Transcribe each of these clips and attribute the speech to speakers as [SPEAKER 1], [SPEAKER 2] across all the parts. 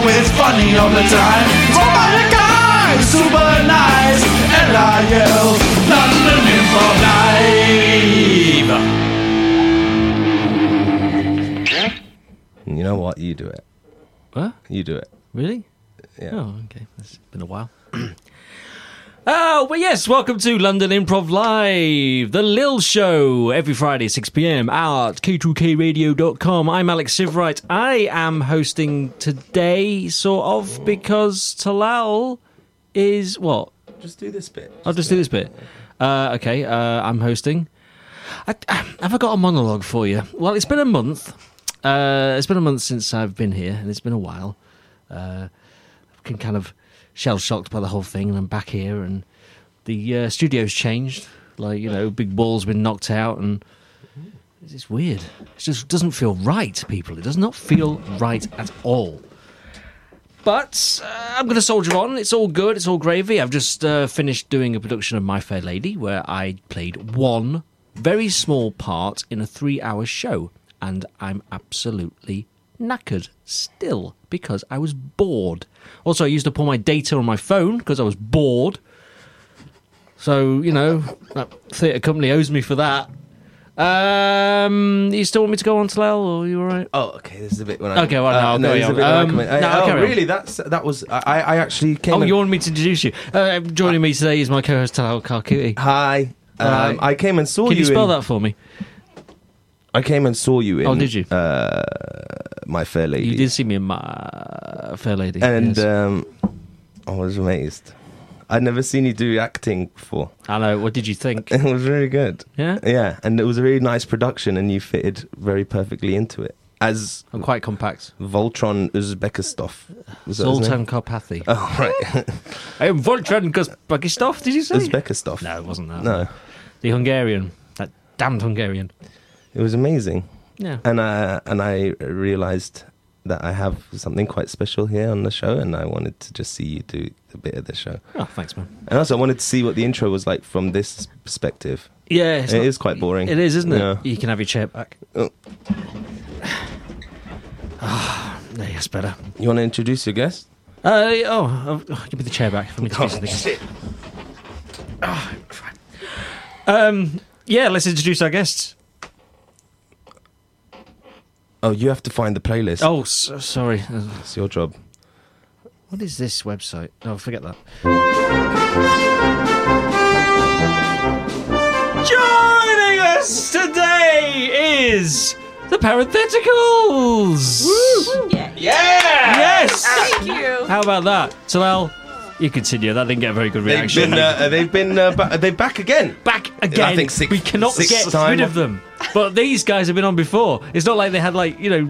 [SPEAKER 1] funny all the time. Oh my god, super nice. L.I.L. London Info Live.
[SPEAKER 2] You know what? You do it.
[SPEAKER 3] What?
[SPEAKER 2] You do it.
[SPEAKER 3] Really?
[SPEAKER 2] Yeah.
[SPEAKER 3] Oh, okay. It's been a while. Oh, but yes, welcome to London Improv Live, the Lil Show, every Friday, 6 pm, at k2kradio.com. I'm Alex Sivright. I am hosting today, sort of, because Talal is what?
[SPEAKER 2] Just do this bit.
[SPEAKER 3] I'll just do this bit. Uh, okay, uh, I'm hosting. I, have I got a monologue for you? Well, it's been a month. Uh, it's been a month since I've been here, and it's been a while. Uh, I've been kind of shell shocked by the whole thing, and I'm back here, and the uh, studio's changed. Like, you know, big wall's been knocked out, and it's just weird. It just doesn't feel right, people. It does not feel right at all. But uh, I'm going to soldier on. It's all good. It's all gravy. I've just uh, finished doing a production of My Fair Lady where I played one very small part in a three hour show. And I'm absolutely knackered still because I was bored. Also, I used up all my data on my phone because I was bored. So, you know, that theatre company owes me for that. Um, you still want me to go on to Lel or are you alright?
[SPEAKER 2] Oh, okay. This is a bit when I. Uh,
[SPEAKER 3] Okay, well, no, I'll
[SPEAKER 2] no,
[SPEAKER 3] carry
[SPEAKER 2] this is a
[SPEAKER 3] on.
[SPEAKER 2] bit when I
[SPEAKER 3] Um,
[SPEAKER 2] come in. I-
[SPEAKER 3] no, I'll
[SPEAKER 2] oh,
[SPEAKER 3] carry on.
[SPEAKER 2] really? That's that was. I, I I actually came.
[SPEAKER 3] Oh,
[SPEAKER 2] in-
[SPEAKER 3] you wanted me to introduce you. Uh, joining me today is my co-host Talal Karkuti.
[SPEAKER 2] Hi. Um,
[SPEAKER 3] Hi.
[SPEAKER 2] I came and saw
[SPEAKER 3] Can you spell
[SPEAKER 2] in,
[SPEAKER 3] that for me?
[SPEAKER 2] I came and saw you in.
[SPEAKER 3] Oh, did you?
[SPEAKER 2] Uh, my fair lady.
[SPEAKER 3] You did see me in my Fair Lady.
[SPEAKER 2] And
[SPEAKER 3] yes.
[SPEAKER 2] um, I was amazed. I'd never seen you do acting before.
[SPEAKER 3] I know. What did you think?
[SPEAKER 2] It was very good.
[SPEAKER 3] Yeah,
[SPEAKER 2] Yeah, and it was a really nice production, and you fitted very perfectly into it as
[SPEAKER 3] I'm quite compact.
[SPEAKER 2] Voltron Uzbekistov. Was that his name?
[SPEAKER 3] Zoltan Karpathy.
[SPEAKER 2] Oh right,
[SPEAKER 3] I am Voltron Kaspakistov. Did you say?
[SPEAKER 2] Uzbekistov.
[SPEAKER 3] No, it wasn't that.
[SPEAKER 2] No,
[SPEAKER 3] the Hungarian. That damned Hungarian.
[SPEAKER 2] it was amazing,
[SPEAKER 3] Yeah.
[SPEAKER 2] and I and I realized that I have something quite special here on the show, and I wanted to just see you do a bit of the show,
[SPEAKER 3] Oh, thanks, man.
[SPEAKER 2] and also I wanted to see what the intro was like from this perspective.
[SPEAKER 3] Yeah, it's
[SPEAKER 2] It
[SPEAKER 3] not-
[SPEAKER 2] is quite boring.
[SPEAKER 3] It is, isn't it?
[SPEAKER 2] Yeah.
[SPEAKER 3] You can have your chair back.
[SPEAKER 2] Oh.
[SPEAKER 3] Ah, there, that's better.
[SPEAKER 2] You want to introduce your guest?
[SPEAKER 3] Uh, oh, oh, give me the chair back for me to finish this. Ah, crap. um, yeah, let's introduce our guests.
[SPEAKER 2] Oh, you have to find the playlist.
[SPEAKER 3] Oh, so, sorry. Uh,
[SPEAKER 2] It's your job.
[SPEAKER 3] What is this website? Oh, forget that. Joining us today is the Parentheticals.
[SPEAKER 4] Yeah.
[SPEAKER 3] Yes.
[SPEAKER 4] Thank you.
[SPEAKER 3] How about that, Talal? You continue. That didn't get a very good
[SPEAKER 2] They've
[SPEAKER 3] reaction.
[SPEAKER 2] been, uh, they've been, uh, ba- they're back again.
[SPEAKER 3] back again.
[SPEAKER 2] I think six-
[SPEAKER 3] we cannot
[SPEAKER 2] six
[SPEAKER 3] get
[SPEAKER 2] time.
[SPEAKER 3] rid of them. But these guys have been on before. It's not like they had like you know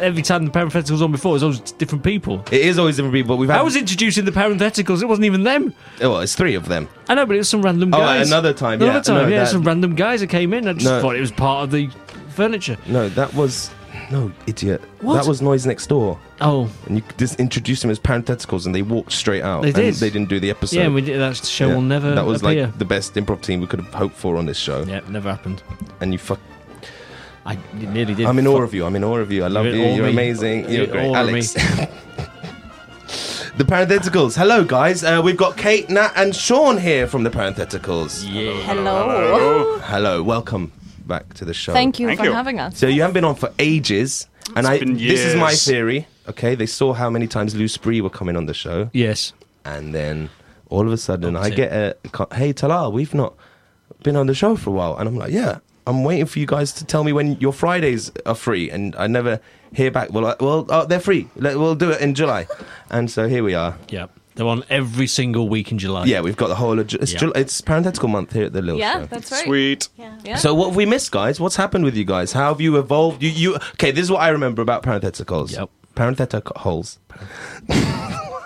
[SPEAKER 3] every time the parentheticals was on before, it's always different people.
[SPEAKER 2] It is always in review, but we've had.
[SPEAKER 3] I was introducing the parentheticals. It wasn't even them.
[SPEAKER 2] oh, well, it's three of them.
[SPEAKER 3] I know, but it was some random
[SPEAKER 2] Oh,
[SPEAKER 3] guys.
[SPEAKER 2] another time,
[SPEAKER 3] Another
[SPEAKER 2] yeah.
[SPEAKER 3] time.
[SPEAKER 2] No,
[SPEAKER 3] yeah,
[SPEAKER 2] that-
[SPEAKER 3] some random guys that came in. I just
[SPEAKER 2] No.
[SPEAKER 3] thought it was part of the furniture.
[SPEAKER 2] No, that was no idiot.
[SPEAKER 3] What?
[SPEAKER 2] That was noise next door,
[SPEAKER 3] Oh,
[SPEAKER 2] and you just introduced them as parentheticals, and they walked straight out.
[SPEAKER 3] They
[SPEAKER 2] and
[SPEAKER 3] did.
[SPEAKER 2] they didn't do the episode.
[SPEAKER 3] yeah. and we did, that show
[SPEAKER 2] Yeah.
[SPEAKER 3] will never
[SPEAKER 2] That was
[SPEAKER 3] appear.
[SPEAKER 2] like the best improv team we could have hoped for on this show.
[SPEAKER 3] yeah, never happened.
[SPEAKER 2] And you fuck.
[SPEAKER 3] I it nearly did.
[SPEAKER 2] I'm in
[SPEAKER 3] fuck-
[SPEAKER 2] awe of you. I'm in awe of you. I love
[SPEAKER 3] You're in
[SPEAKER 2] you.
[SPEAKER 3] awe of
[SPEAKER 2] You're
[SPEAKER 3] me.
[SPEAKER 2] amazing. You're
[SPEAKER 3] In
[SPEAKER 2] great,
[SPEAKER 3] awe of
[SPEAKER 2] Alex. the parentheticals. Hello, guys. Uh, we've got Kate, Nat, and Sean here from the parentheticals.
[SPEAKER 3] Yeah.
[SPEAKER 4] Hello.
[SPEAKER 2] Hello. Welcome back to the show.
[SPEAKER 4] Thank you
[SPEAKER 5] Thank
[SPEAKER 4] for
[SPEAKER 5] you.
[SPEAKER 4] having us.
[SPEAKER 2] So you haven't been on for ages, and I.
[SPEAKER 5] been
[SPEAKER 2] This is my
[SPEAKER 5] years.
[SPEAKER 2] theory. Okay, they saw how many times Lou Spree were coming on the show,
[SPEAKER 3] Yes.
[SPEAKER 2] and then all of a sudden I
[SPEAKER 3] Opposite.
[SPEAKER 2] get a co- hey Talal, we've not been on the show for a while, and I'm like, yeah, I'm waiting for you guys to tell me when your Fridays are free, and I never hear back. Well, I, well, oh, they're free. Let, we'll do it in July, and so here we are.
[SPEAKER 3] Yeah. They're on every single week in July.
[SPEAKER 2] Yeah, we've got the whole. Of, Ju- it's,
[SPEAKER 3] Yeah.
[SPEAKER 2] Jul it's parenthetical month here at the Lil
[SPEAKER 4] Yeah,
[SPEAKER 2] Show.
[SPEAKER 4] that's right.
[SPEAKER 5] Sweet.
[SPEAKER 4] Yeah.
[SPEAKER 2] So what have we missed, guys? What's happened with you guys? How have you evolved? You, you okay? This is what I remember about parentheticals.
[SPEAKER 3] Yep.
[SPEAKER 2] Parenthetical holes.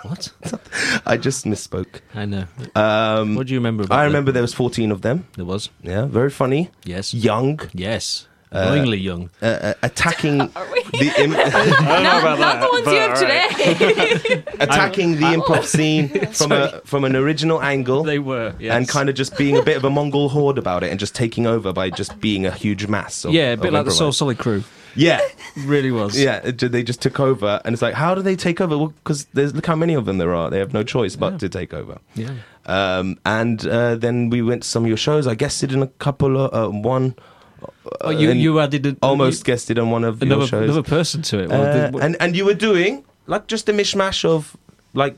[SPEAKER 3] What?
[SPEAKER 2] I just misspoke.
[SPEAKER 3] I know.
[SPEAKER 2] Um,
[SPEAKER 3] What do you remember? About
[SPEAKER 2] I
[SPEAKER 3] them?
[SPEAKER 2] remember there was fourteen of them.
[SPEAKER 3] there was.
[SPEAKER 2] Yeah, very funny.
[SPEAKER 3] Yes.
[SPEAKER 2] Young,
[SPEAKER 3] Yes. Annoyingly young.
[SPEAKER 2] uh, uh, attacking
[SPEAKER 4] we?
[SPEAKER 2] the Im-
[SPEAKER 5] I don't know
[SPEAKER 4] not,
[SPEAKER 5] about
[SPEAKER 4] not
[SPEAKER 5] that.
[SPEAKER 4] the ones
[SPEAKER 5] but
[SPEAKER 4] you have
[SPEAKER 5] alright.
[SPEAKER 4] today.
[SPEAKER 2] attacking the improv scene from a from an original angle.
[SPEAKER 3] They were. Yes.
[SPEAKER 2] And kind of just being a bit of a Mongol horde about it, and just taking over by just being a huge mass. Of,
[SPEAKER 3] Yeah, a bit
[SPEAKER 2] of
[SPEAKER 3] like the Soul
[SPEAKER 2] improvise.
[SPEAKER 3] Solid crew.
[SPEAKER 2] Yeah,
[SPEAKER 3] Really was.
[SPEAKER 2] yeah. it- They just took over, and it's like, how do they take over? Well, because there's look how many of them there are. They have no choice but to take over.
[SPEAKER 3] Yeah.
[SPEAKER 2] Um, and uh, then we went to some of your shows. I guested in a couple, of, uh, one.
[SPEAKER 3] Oh, you,
[SPEAKER 2] and
[SPEAKER 3] you added a,
[SPEAKER 2] almost
[SPEAKER 3] you-
[SPEAKER 2] guested on one of your
[SPEAKER 3] another,
[SPEAKER 2] shows.
[SPEAKER 3] another person to it. Well,
[SPEAKER 2] Uh,
[SPEAKER 3] the-
[SPEAKER 2] and and you were doing like just a mishmash of like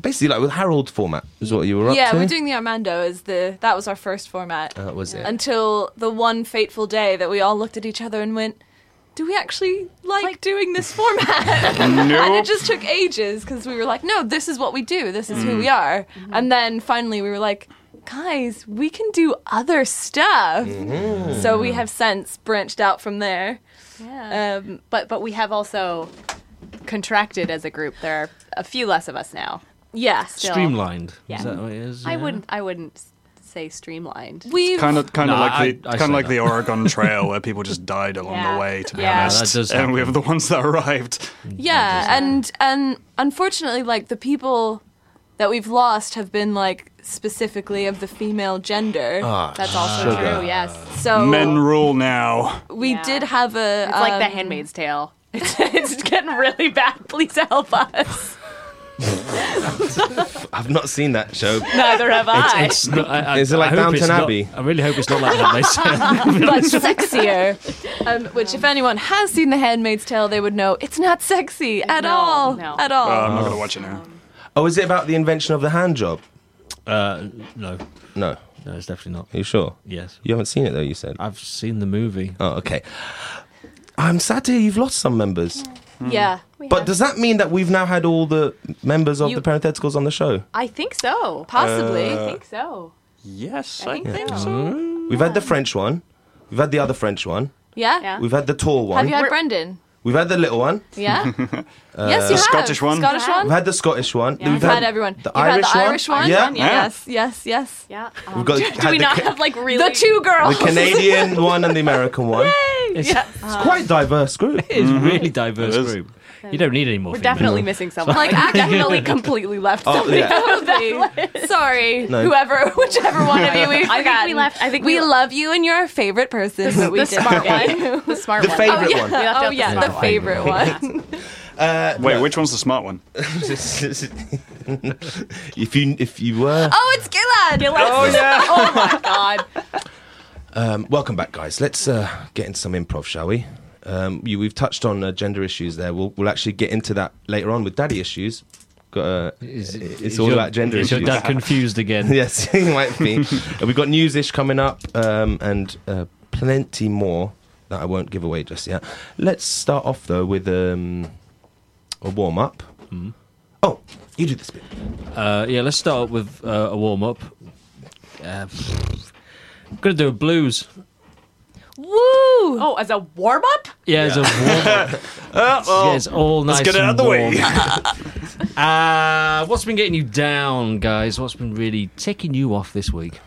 [SPEAKER 2] basically like with Harold format is what you were up
[SPEAKER 5] yeah,
[SPEAKER 2] to.
[SPEAKER 5] we're doing the Armando as the that was our first format
[SPEAKER 2] That was it.
[SPEAKER 5] until the one fateful day that we all looked at each other and went, "Do we actually like, doing this format?" and
[SPEAKER 4] No.
[SPEAKER 5] it just took ages because we were like, "No, this is what we do. This is
[SPEAKER 3] Mm.
[SPEAKER 5] who we are." And then finally, we were like. Guys, we can do other stuff.
[SPEAKER 3] Mm-hmm.
[SPEAKER 5] So we have since branched out from there.
[SPEAKER 6] Yeah.
[SPEAKER 5] Um,
[SPEAKER 6] but but we have also contracted as a group. There are a few less of us now.
[SPEAKER 5] yeah,
[SPEAKER 6] Still.
[SPEAKER 3] streamlined.
[SPEAKER 6] Yeah.
[SPEAKER 3] Is that what it is?
[SPEAKER 6] I
[SPEAKER 3] Yeah.
[SPEAKER 6] wouldn't I wouldn't s- say streamlined.
[SPEAKER 5] we've
[SPEAKER 7] Kind of, kind of
[SPEAKER 3] No,
[SPEAKER 7] like the,
[SPEAKER 3] I- I
[SPEAKER 7] kind
[SPEAKER 3] say
[SPEAKER 7] of like
[SPEAKER 3] that.
[SPEAKER 7] the Oregon Trail where people just died along
[SPEAKER 6] Yeah.
[SPEAKER 7] the way. To be
[SPEAKER 6] Yeah.
[SPEAKER 7] honest,
[SPEAKER 3] Yeah, that does
[SPEAKER 7] and we
[SPEAKER 3] happen.
[SPEAKER 7] have the ones that arrived.
[SPEAKER 5] yeah and and unfortunately like the people that we've lost have been like specifically of the female gender
[SPEAKER 2] Ah,
[SPEAKER 6] That's also true. Yes.
[SPEAKER 5] so
[SPEAKER 7] Men rule now.
[SPEAKER 5] we
[SPEAKER 6] Yeah.
[SPEAKER 5] did have a
[SPEAKER 6] It's like The
[SPEAKER 5] um,
[SPEAKER 6] Handmaid's Tale. It's, it's getting really bad. Please help us.
[SPEAKER 2] I've not seen that show.
[SPEAKER 6] Neither have I.
[SPEAKER 3] It's not, I, I,
[SPEAKER 2] Is it like
[SPEAKER 3] I hope it's
[SPEAKER 2] Downton
[SPEAKER 3] not-
[SPEAKER 2] Abbey?
[SPEAKER 3] I really hope it's not like that. They said.
[SPEAKER 5] but sexier um, which if anyone has seen the handmaid's tale they would know it's not sexy at
[SPEAKER 6] No,
[SPEAKER 5] all
[SPEAKER 6] no.
[SPEAKER 5] at all
[SPEAKER 7] Uh, I'm not gonna watch it now.
[SPEAKER 2] Oh, is it about the invention of the hand job?
[SPEAKER 3] Uh, no,
[SPEAKER 2] No, are
[SPEAKER 3] no, it's definitely not.
[SPEAKER 2] you sure?
[SPEAKER 3] Yes,
[SPEAKER 2] You haven't seen it though. You said.
[SPEAKER 3] I've seen the movie.
[SPEAKER 2] Oh, okay. I'm sad to hear you've lost some members.
[SPEAKER 5] yeah
[SPEAKER 2] But does that mean that we've now had all the members of
[SPEAKER 6] You-
[SPEAKER 2] the parentheticals on the show?
[SPEAKER 6] I think so.
[SPEAKER 5] possibly
[SPEAKER 6] I think so.
[SPEAKER 7] Yes,
[SPEAKER 6] I
[SPEAKER 7] I
[SPEAKER 6] think so.
[SPEAKER 7] think so.
[SPEAKER 5] Mm.
[SPEAKER 2] We've had the French one. We've had the other French one.
[SPEAKER 5] yeah,
[SPEAKER 6] Yeah.
[SPEAKER 2] We've had the tall
[SPEAKER 5] have
[SPEAKER 2] one.
[SPEAKER 5] you had brendan
[SPEAKER 2] We've had the little one. Uh,
[SPEAKER 5] yeah yes you have
[SPEAKER 7] Scottish one.
[SPEAKER 5] scottish
[SPEAKER 6] Yeah.
[SPEAKER 5] one
[SPEAKER 2] We've had the Scottish one.
[SPEAKER 6] Yeah.
[SPEAKER 5] We've had everyone.
[SPEAKER 2] The
[SPEAKER 5] You've
[SPEAKER 2] Irish
[SPEAKER 5] had the
[SPEAKER 2] one.
[SPEAKER 5] Irish one.
[SPEAKER 2] Yeah.
[SPEAKER 7] Yeah.
[SPEAKER 5] Yes, yes, yes.
[SPEAKER 6] Yeah. Um,
[SPEAKER 2] We've got-
[SPEAKER 6] do,
[SPEAKER 2] had
[SPEAKER 6] do we
[SPEAKER 2] the
[SPEAKER 6] not
[SPEAKER 2] ca-
[SPEAKER 6] have like really
[SPEAKER 5] The two
[SPEAKER 2] The
[SPEAKER 5] girls.
[SPEAKER 2] Canadian one and the American one.
[SPEAKER 3] It's,
[SPEAKER 6] Yeah.
[SPEAKER 2] It's quite a diverse group.
[SPEAKER 3] it's a really
[SPEAKER 2] Mm-hmm.
[SPEAKER 3] diverse
[SPEAKER 7] It is.
[SPEAKER 3] group. You don't need any more.
[SPEAKER 6] We're
[SPEAKER 3] females.
[SPEAKER 6] definitely missing someone.
[SPEAKER 5] like I definitely completely left
[SPEAKER 2] Oh,
[SPEAKER 5] somebody
[SPEAKER 2] yeah.
[SPEAKER 5] out of the- Sorry,
[SPEAKER 2] No.
[SPEAKER 5] whoever, whichever one of you we
[SPEAKER 6] I think we left. I think
[SPEAKER 5] We
[SPEAKER 6] we,
[SPEAKER 5] love you and you're a favorite person. but we
[SPEAKER 6] the
[SPEAKER 5] did.
[SPEAKER 6] smart one. The smart
[SPEAKER 2] The
[SPEAKER 6] one.
[SPEAKER 2] favorite
[SPEAKER 5] yeah.
[SPEAKER 2] one.
[SPEAKER 6] We left
[SPEAKER 5] oh
[SPEAKER 6] out the
[SPEAKER 5] yeah,
[SPEAKER 6] smart
[SPEAKER 5] the
[SPEAKER 6] one.
[SPEAKER 5] favorite one.
[SPEAKER 2] Uh,
[SPEAKER 7] Wait, which one's the smart one?
[SPEAKER 2] if you if you were
[SPEAKER 5] Oh, it's Gillard.
[SPEAKER 6] Oh yeah. oh my god.
[SPEAKER 2] um, welcome back, guys. Let's uh, get into some improv, shall we? Um, you, we've touched on uh, gender issues there. We'll we'll actually get into that later on with daddy issues. Got, uh,
[SPEAKER 3] Is-
[SPEAKER 2] it's
[SPEAKER 3] is
[SPEAKER 2] all
[SPEAKER 3] your-
[SPEAKER 2] about gender
[SPEAKER 3] is
[SPEAKER 2] issues.
[SPEAKER 3] Your dad confused again.
[SPEAKER 2] yes, you might be. And we've got newsish coming up um, and uh, plenty more that I won't give away just yet. Let's start off though with um, a warm up. Oh, you do this bit.
[SPEAKER 3] Uh, yeah, let's start with uh, a warm up. Uh, gonna do a blues.
[SPEAKER 5] Woo!
[SPEAKER 6] Oh, as a warm up.
[SPEAKER 3] Yeah, it's a warm up.
[SPEAKER 7] Uh,
[SPEAKER 3] yeah, it's all nice.
[SPEAKER 7] let's get it
[SPEAKER 3] and
[SPEAKER 7] out of the
[SPEAKER 3] warm.
[SPEAKER 7] way.
[SPEAKER 3] Uh, what's been getting you down, guys? What's been really ticking you off this week?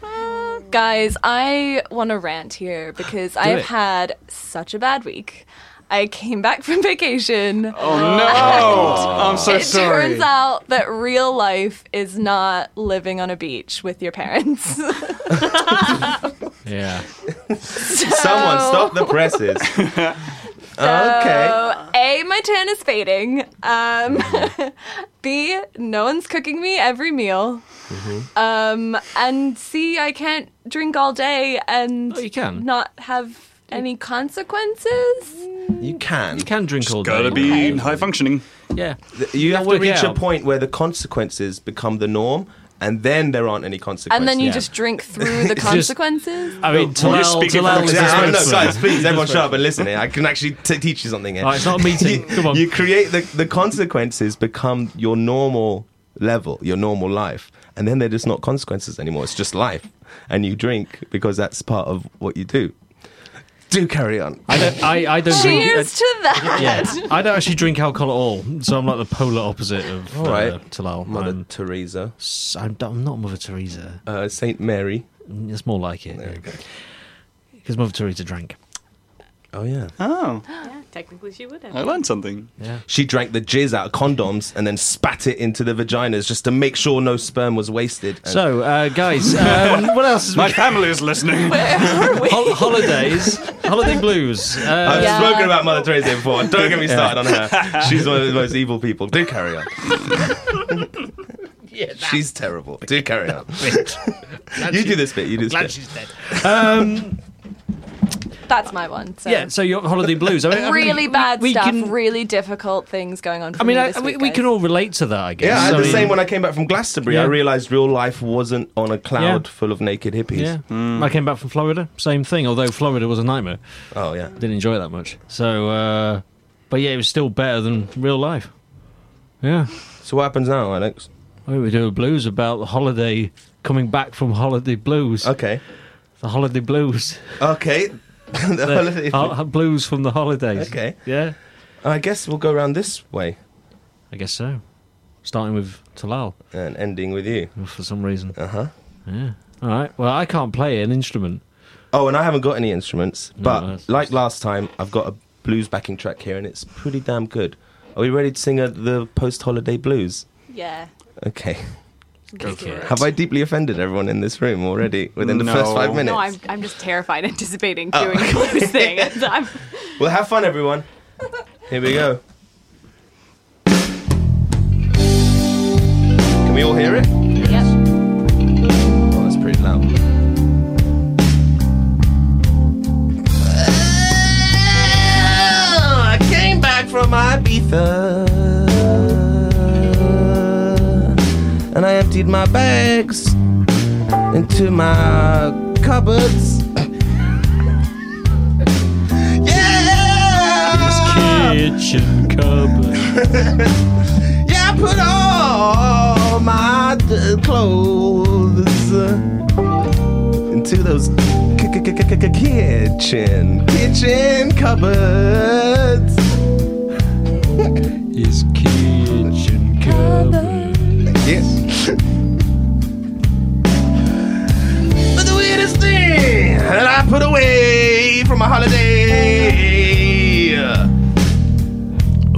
[SPEAKER 5] Guys, I want to rant here because I have
[SPEAKER 3] it.
[SPEAKER 5] had such a bad week. I came back from vacation.
[SPEAKER 7] Oh no! I'm so
[SPEAKER 5] it
[SPEAKER 7] sorry.
[SPEAKER 5] turns out that real life is not living on a beach with your parents.
[SPEAKER 3] Yeah.
[SPEAKER 2] Someone stop the presses. okay.
[SPEAKER 5] So, A, my tan is fading. Um, B, no one's cooking me every meal.
[SPEAKER 6] Mm-hmm.
[SPEAKER 5] Um, and C, I can't drink all day and
[SPEAKER 3] Oh, you can.
[SPEAKER 5] not have any consequences.
[SPEAKER 2] You can.
[SPEAKER 3] You can drink all day.
[SPEAKER 7] Gotta be high functioning.
[SPEAKER 3] Yeah.
[SPEAKER 2] You have to
[SPEAKER 3] work
[SPEAKER 2] reach a
[SPEAKER 3] out.
[SPEAKER 2] point where the consequences become the norm, and then there aren't any consequences.
[SPEAKER 5] And then you
[SPEAKER 3] Yeah.
[SPEAKER 5] just drink through the consequences.
[SPEAKER 3] I mean,
[SPEAKER 7] Well, you're
[SPEAKER 3] Talal,
[SPEAKER 7] speaking
[SPEAKER 3] Talal
[SPEAKER 7] from
[SPEAKER 3] is
[SPEAKER 2] Yeah, I know,
[SPEAKER 3] this
[SPEAKER 2] guys, please, everyone shut up and listen here. I can actually t- teach you something here.
[SPEAKER 3] All right, it's not a meeting. Come on.
[SPEAKER 2] You create the, the consequences become your normal level, your normal life. And then they're just not consequences anymore. It's just life. And you drink because that's part of what you do. Do carry on.
[SPEAKER 3] I don't. I, I don't drink.
[SPEAKER 5] Cheers to that.
[SPEAKER 3] yeah, uh, I don't actually drink alcohol at all, so I'm like the polar opposite of
[SPEAKER 2] All right.
[SPEAKER 3] uh, Talal.
[SPEAKER 2] Mother
[SPEAKER 3] I'm,
[SPEAKER 2] Teresa,
[SPEAKER 3] s- I'm, I'm not Mother Teresa. Mm,
[SPEAKER 2] uh, Saint Mary.
[SPEAKER 3] It's more like it. Because Mother Teresa drank.
[SPEAKER 2] Oh yeah.
[SPEAKER 7] Oh,
[SPEAKER 8] Technically, she would have.
[SPEAKER 7] I learned something.
[SPEAKER 2] She drank the jizz out of condoms and then spat it into the vaginas just to make sure no sperm was wasted. And-
[SPEAKER 3] So, uh, guys, um, what else is
[SPEAKER 7] My family is listening.
[SPEAKER 3] Hol- holidays, holiday blues. Uh,
[SPEAKER 2] I've
[SPEAKER 6] Yeah.
[SPEAKER 2] spoken about Mother Teresa before. Don't get me started on her. She's one of the most evil people. Do carry on. She's terrible. Do carry on. you do this bit. You do this bit. Um,
[SPEAKER 3] dead.
[SPEAKER 5] That's my one. So.
[SPEAKER 3] Yeah, so your holiday blues. I mean, I mean,
[SPEAKER 5] Really bad
[SPEAKER 3] we
[SPEAKER 5] stuff,
[SPEAKER 3] can-
[SPEAKER 5] really difficult things going on.
[SPEAKER 3] I
[SPEAKER 5] For
[SPEAKER 3] mean,
[SPEAKER 5] me
[SPEAKER 3] I,
[SPEAKER 5] this
[SPEAKER 3] we,
[SPEAKER 5] week,
[SPEAKER 3] we
[SPEAKER 5] guys.
[SPEAKER 3] can all relate to that, I guess.
[SPEAKER 2] Yeah, I had
[SPEAKER 3] I
[SPEAKER 2] the
[SPEAKER 3] mean,
[SPEAKER 2] same when I came back from Glastonbury. I
[SPEAKER 3] Yeah.
[SPEAKER 2] realised real life wasn't on a cloud
[SPEAKER 3] Yeah.
[SPEAKER 2] full of naked hippies.
[SPEAKER 3] Yeah, I came back from Florida. Same thing, although Florida was a nightmare.
[SPEAKER 2] Oh yeah.
[SPEAKER 3] Didn't enjoy it that much. So, uh, but yeah, it was still better than real life. Yeah.
[SPEAKER 2] So what happens now, Alex?
[SPEAKER 3] We were doing blues about the holiday, coming back from holiday blues.
[SPEAKER 2] Okay.
[SPEAKER 3] The holiday blues.
[SPEAKER 2] Okay. The holiday-
[SPEAKER 3] Ho- blues from the holidays.
[SPEAKER 2] Okay.
[SPEAKER 3] Yeah.
[SPEAKER 2] I guess we'll go around this way
[SPEAKER 3] I guess so. Starting with Talal
[SPEAKER 2] and ending with you.
[SPEAKER 3] for some reason.
[SPEAKER 2] Uh huh.
[SPEAKER 3] Yeah. All right. Well, I can't play an instrument.
[SPEAKER 2] Oh, and I haven't got any instruments, but
[SPEAKER 3] that's-
[SPEAKER 2] like last time, I've got a blues backing track here, and it's pretty damn good. Are we ready to sing uh the post-holiday blues?
[SPEAKER 6] Yeah.
[SPEAKER 2] Okay.
[SPEAKER 3] Go for it.
[SPEAKER 2] Have I deeply offended everyone in this room already within the first
[SPEAKER 7] No.
[SPEAKER 2] five minutes?
[SPEAKER 6] No, I'm, I'm just terrified anticipating doing a blues thing. I'm,
[SPEAKER 2] Well, have fun, everyone. Here we go. Can we all hear it? Yes. Oh, that's pretty loud. I came back from Ibiza and I emptied my bags into my cupboards. Yeah!
[SPEAKER 3] Kitchen cupboard.
[SPEAKER 2] Yeah, I put all my d- clothes uh, into those k- k- k- k- k- kitchen kitchen cupboards.
[SPEAKER 3] Is kitchen cupboard.
[SPEAKER 2] Yes. but the weirdest thing that I put away from my holiday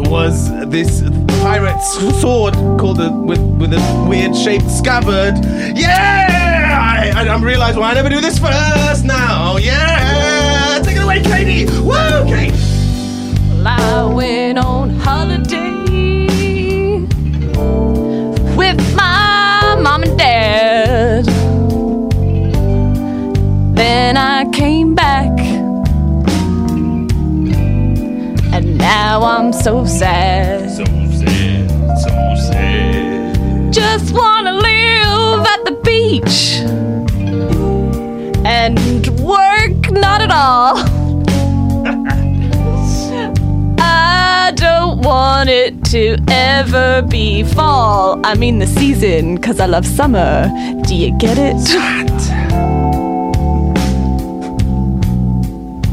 [SPEAKER 2] was this pirate sword called a, with with a weird shaped scabbard. Yeah, I, I, I realized why I never do this first now. Yeah, take it away, Katie. Woo, Kate.
[SPEAKER 5] I went on holiday with my mom and dad. Then I came back, and now I'm so sad. So sad, so sad. Just wanna live at the beach and work, not at all. I don't want it to ever be fall. I mean the season, because I love summer. Do you get it?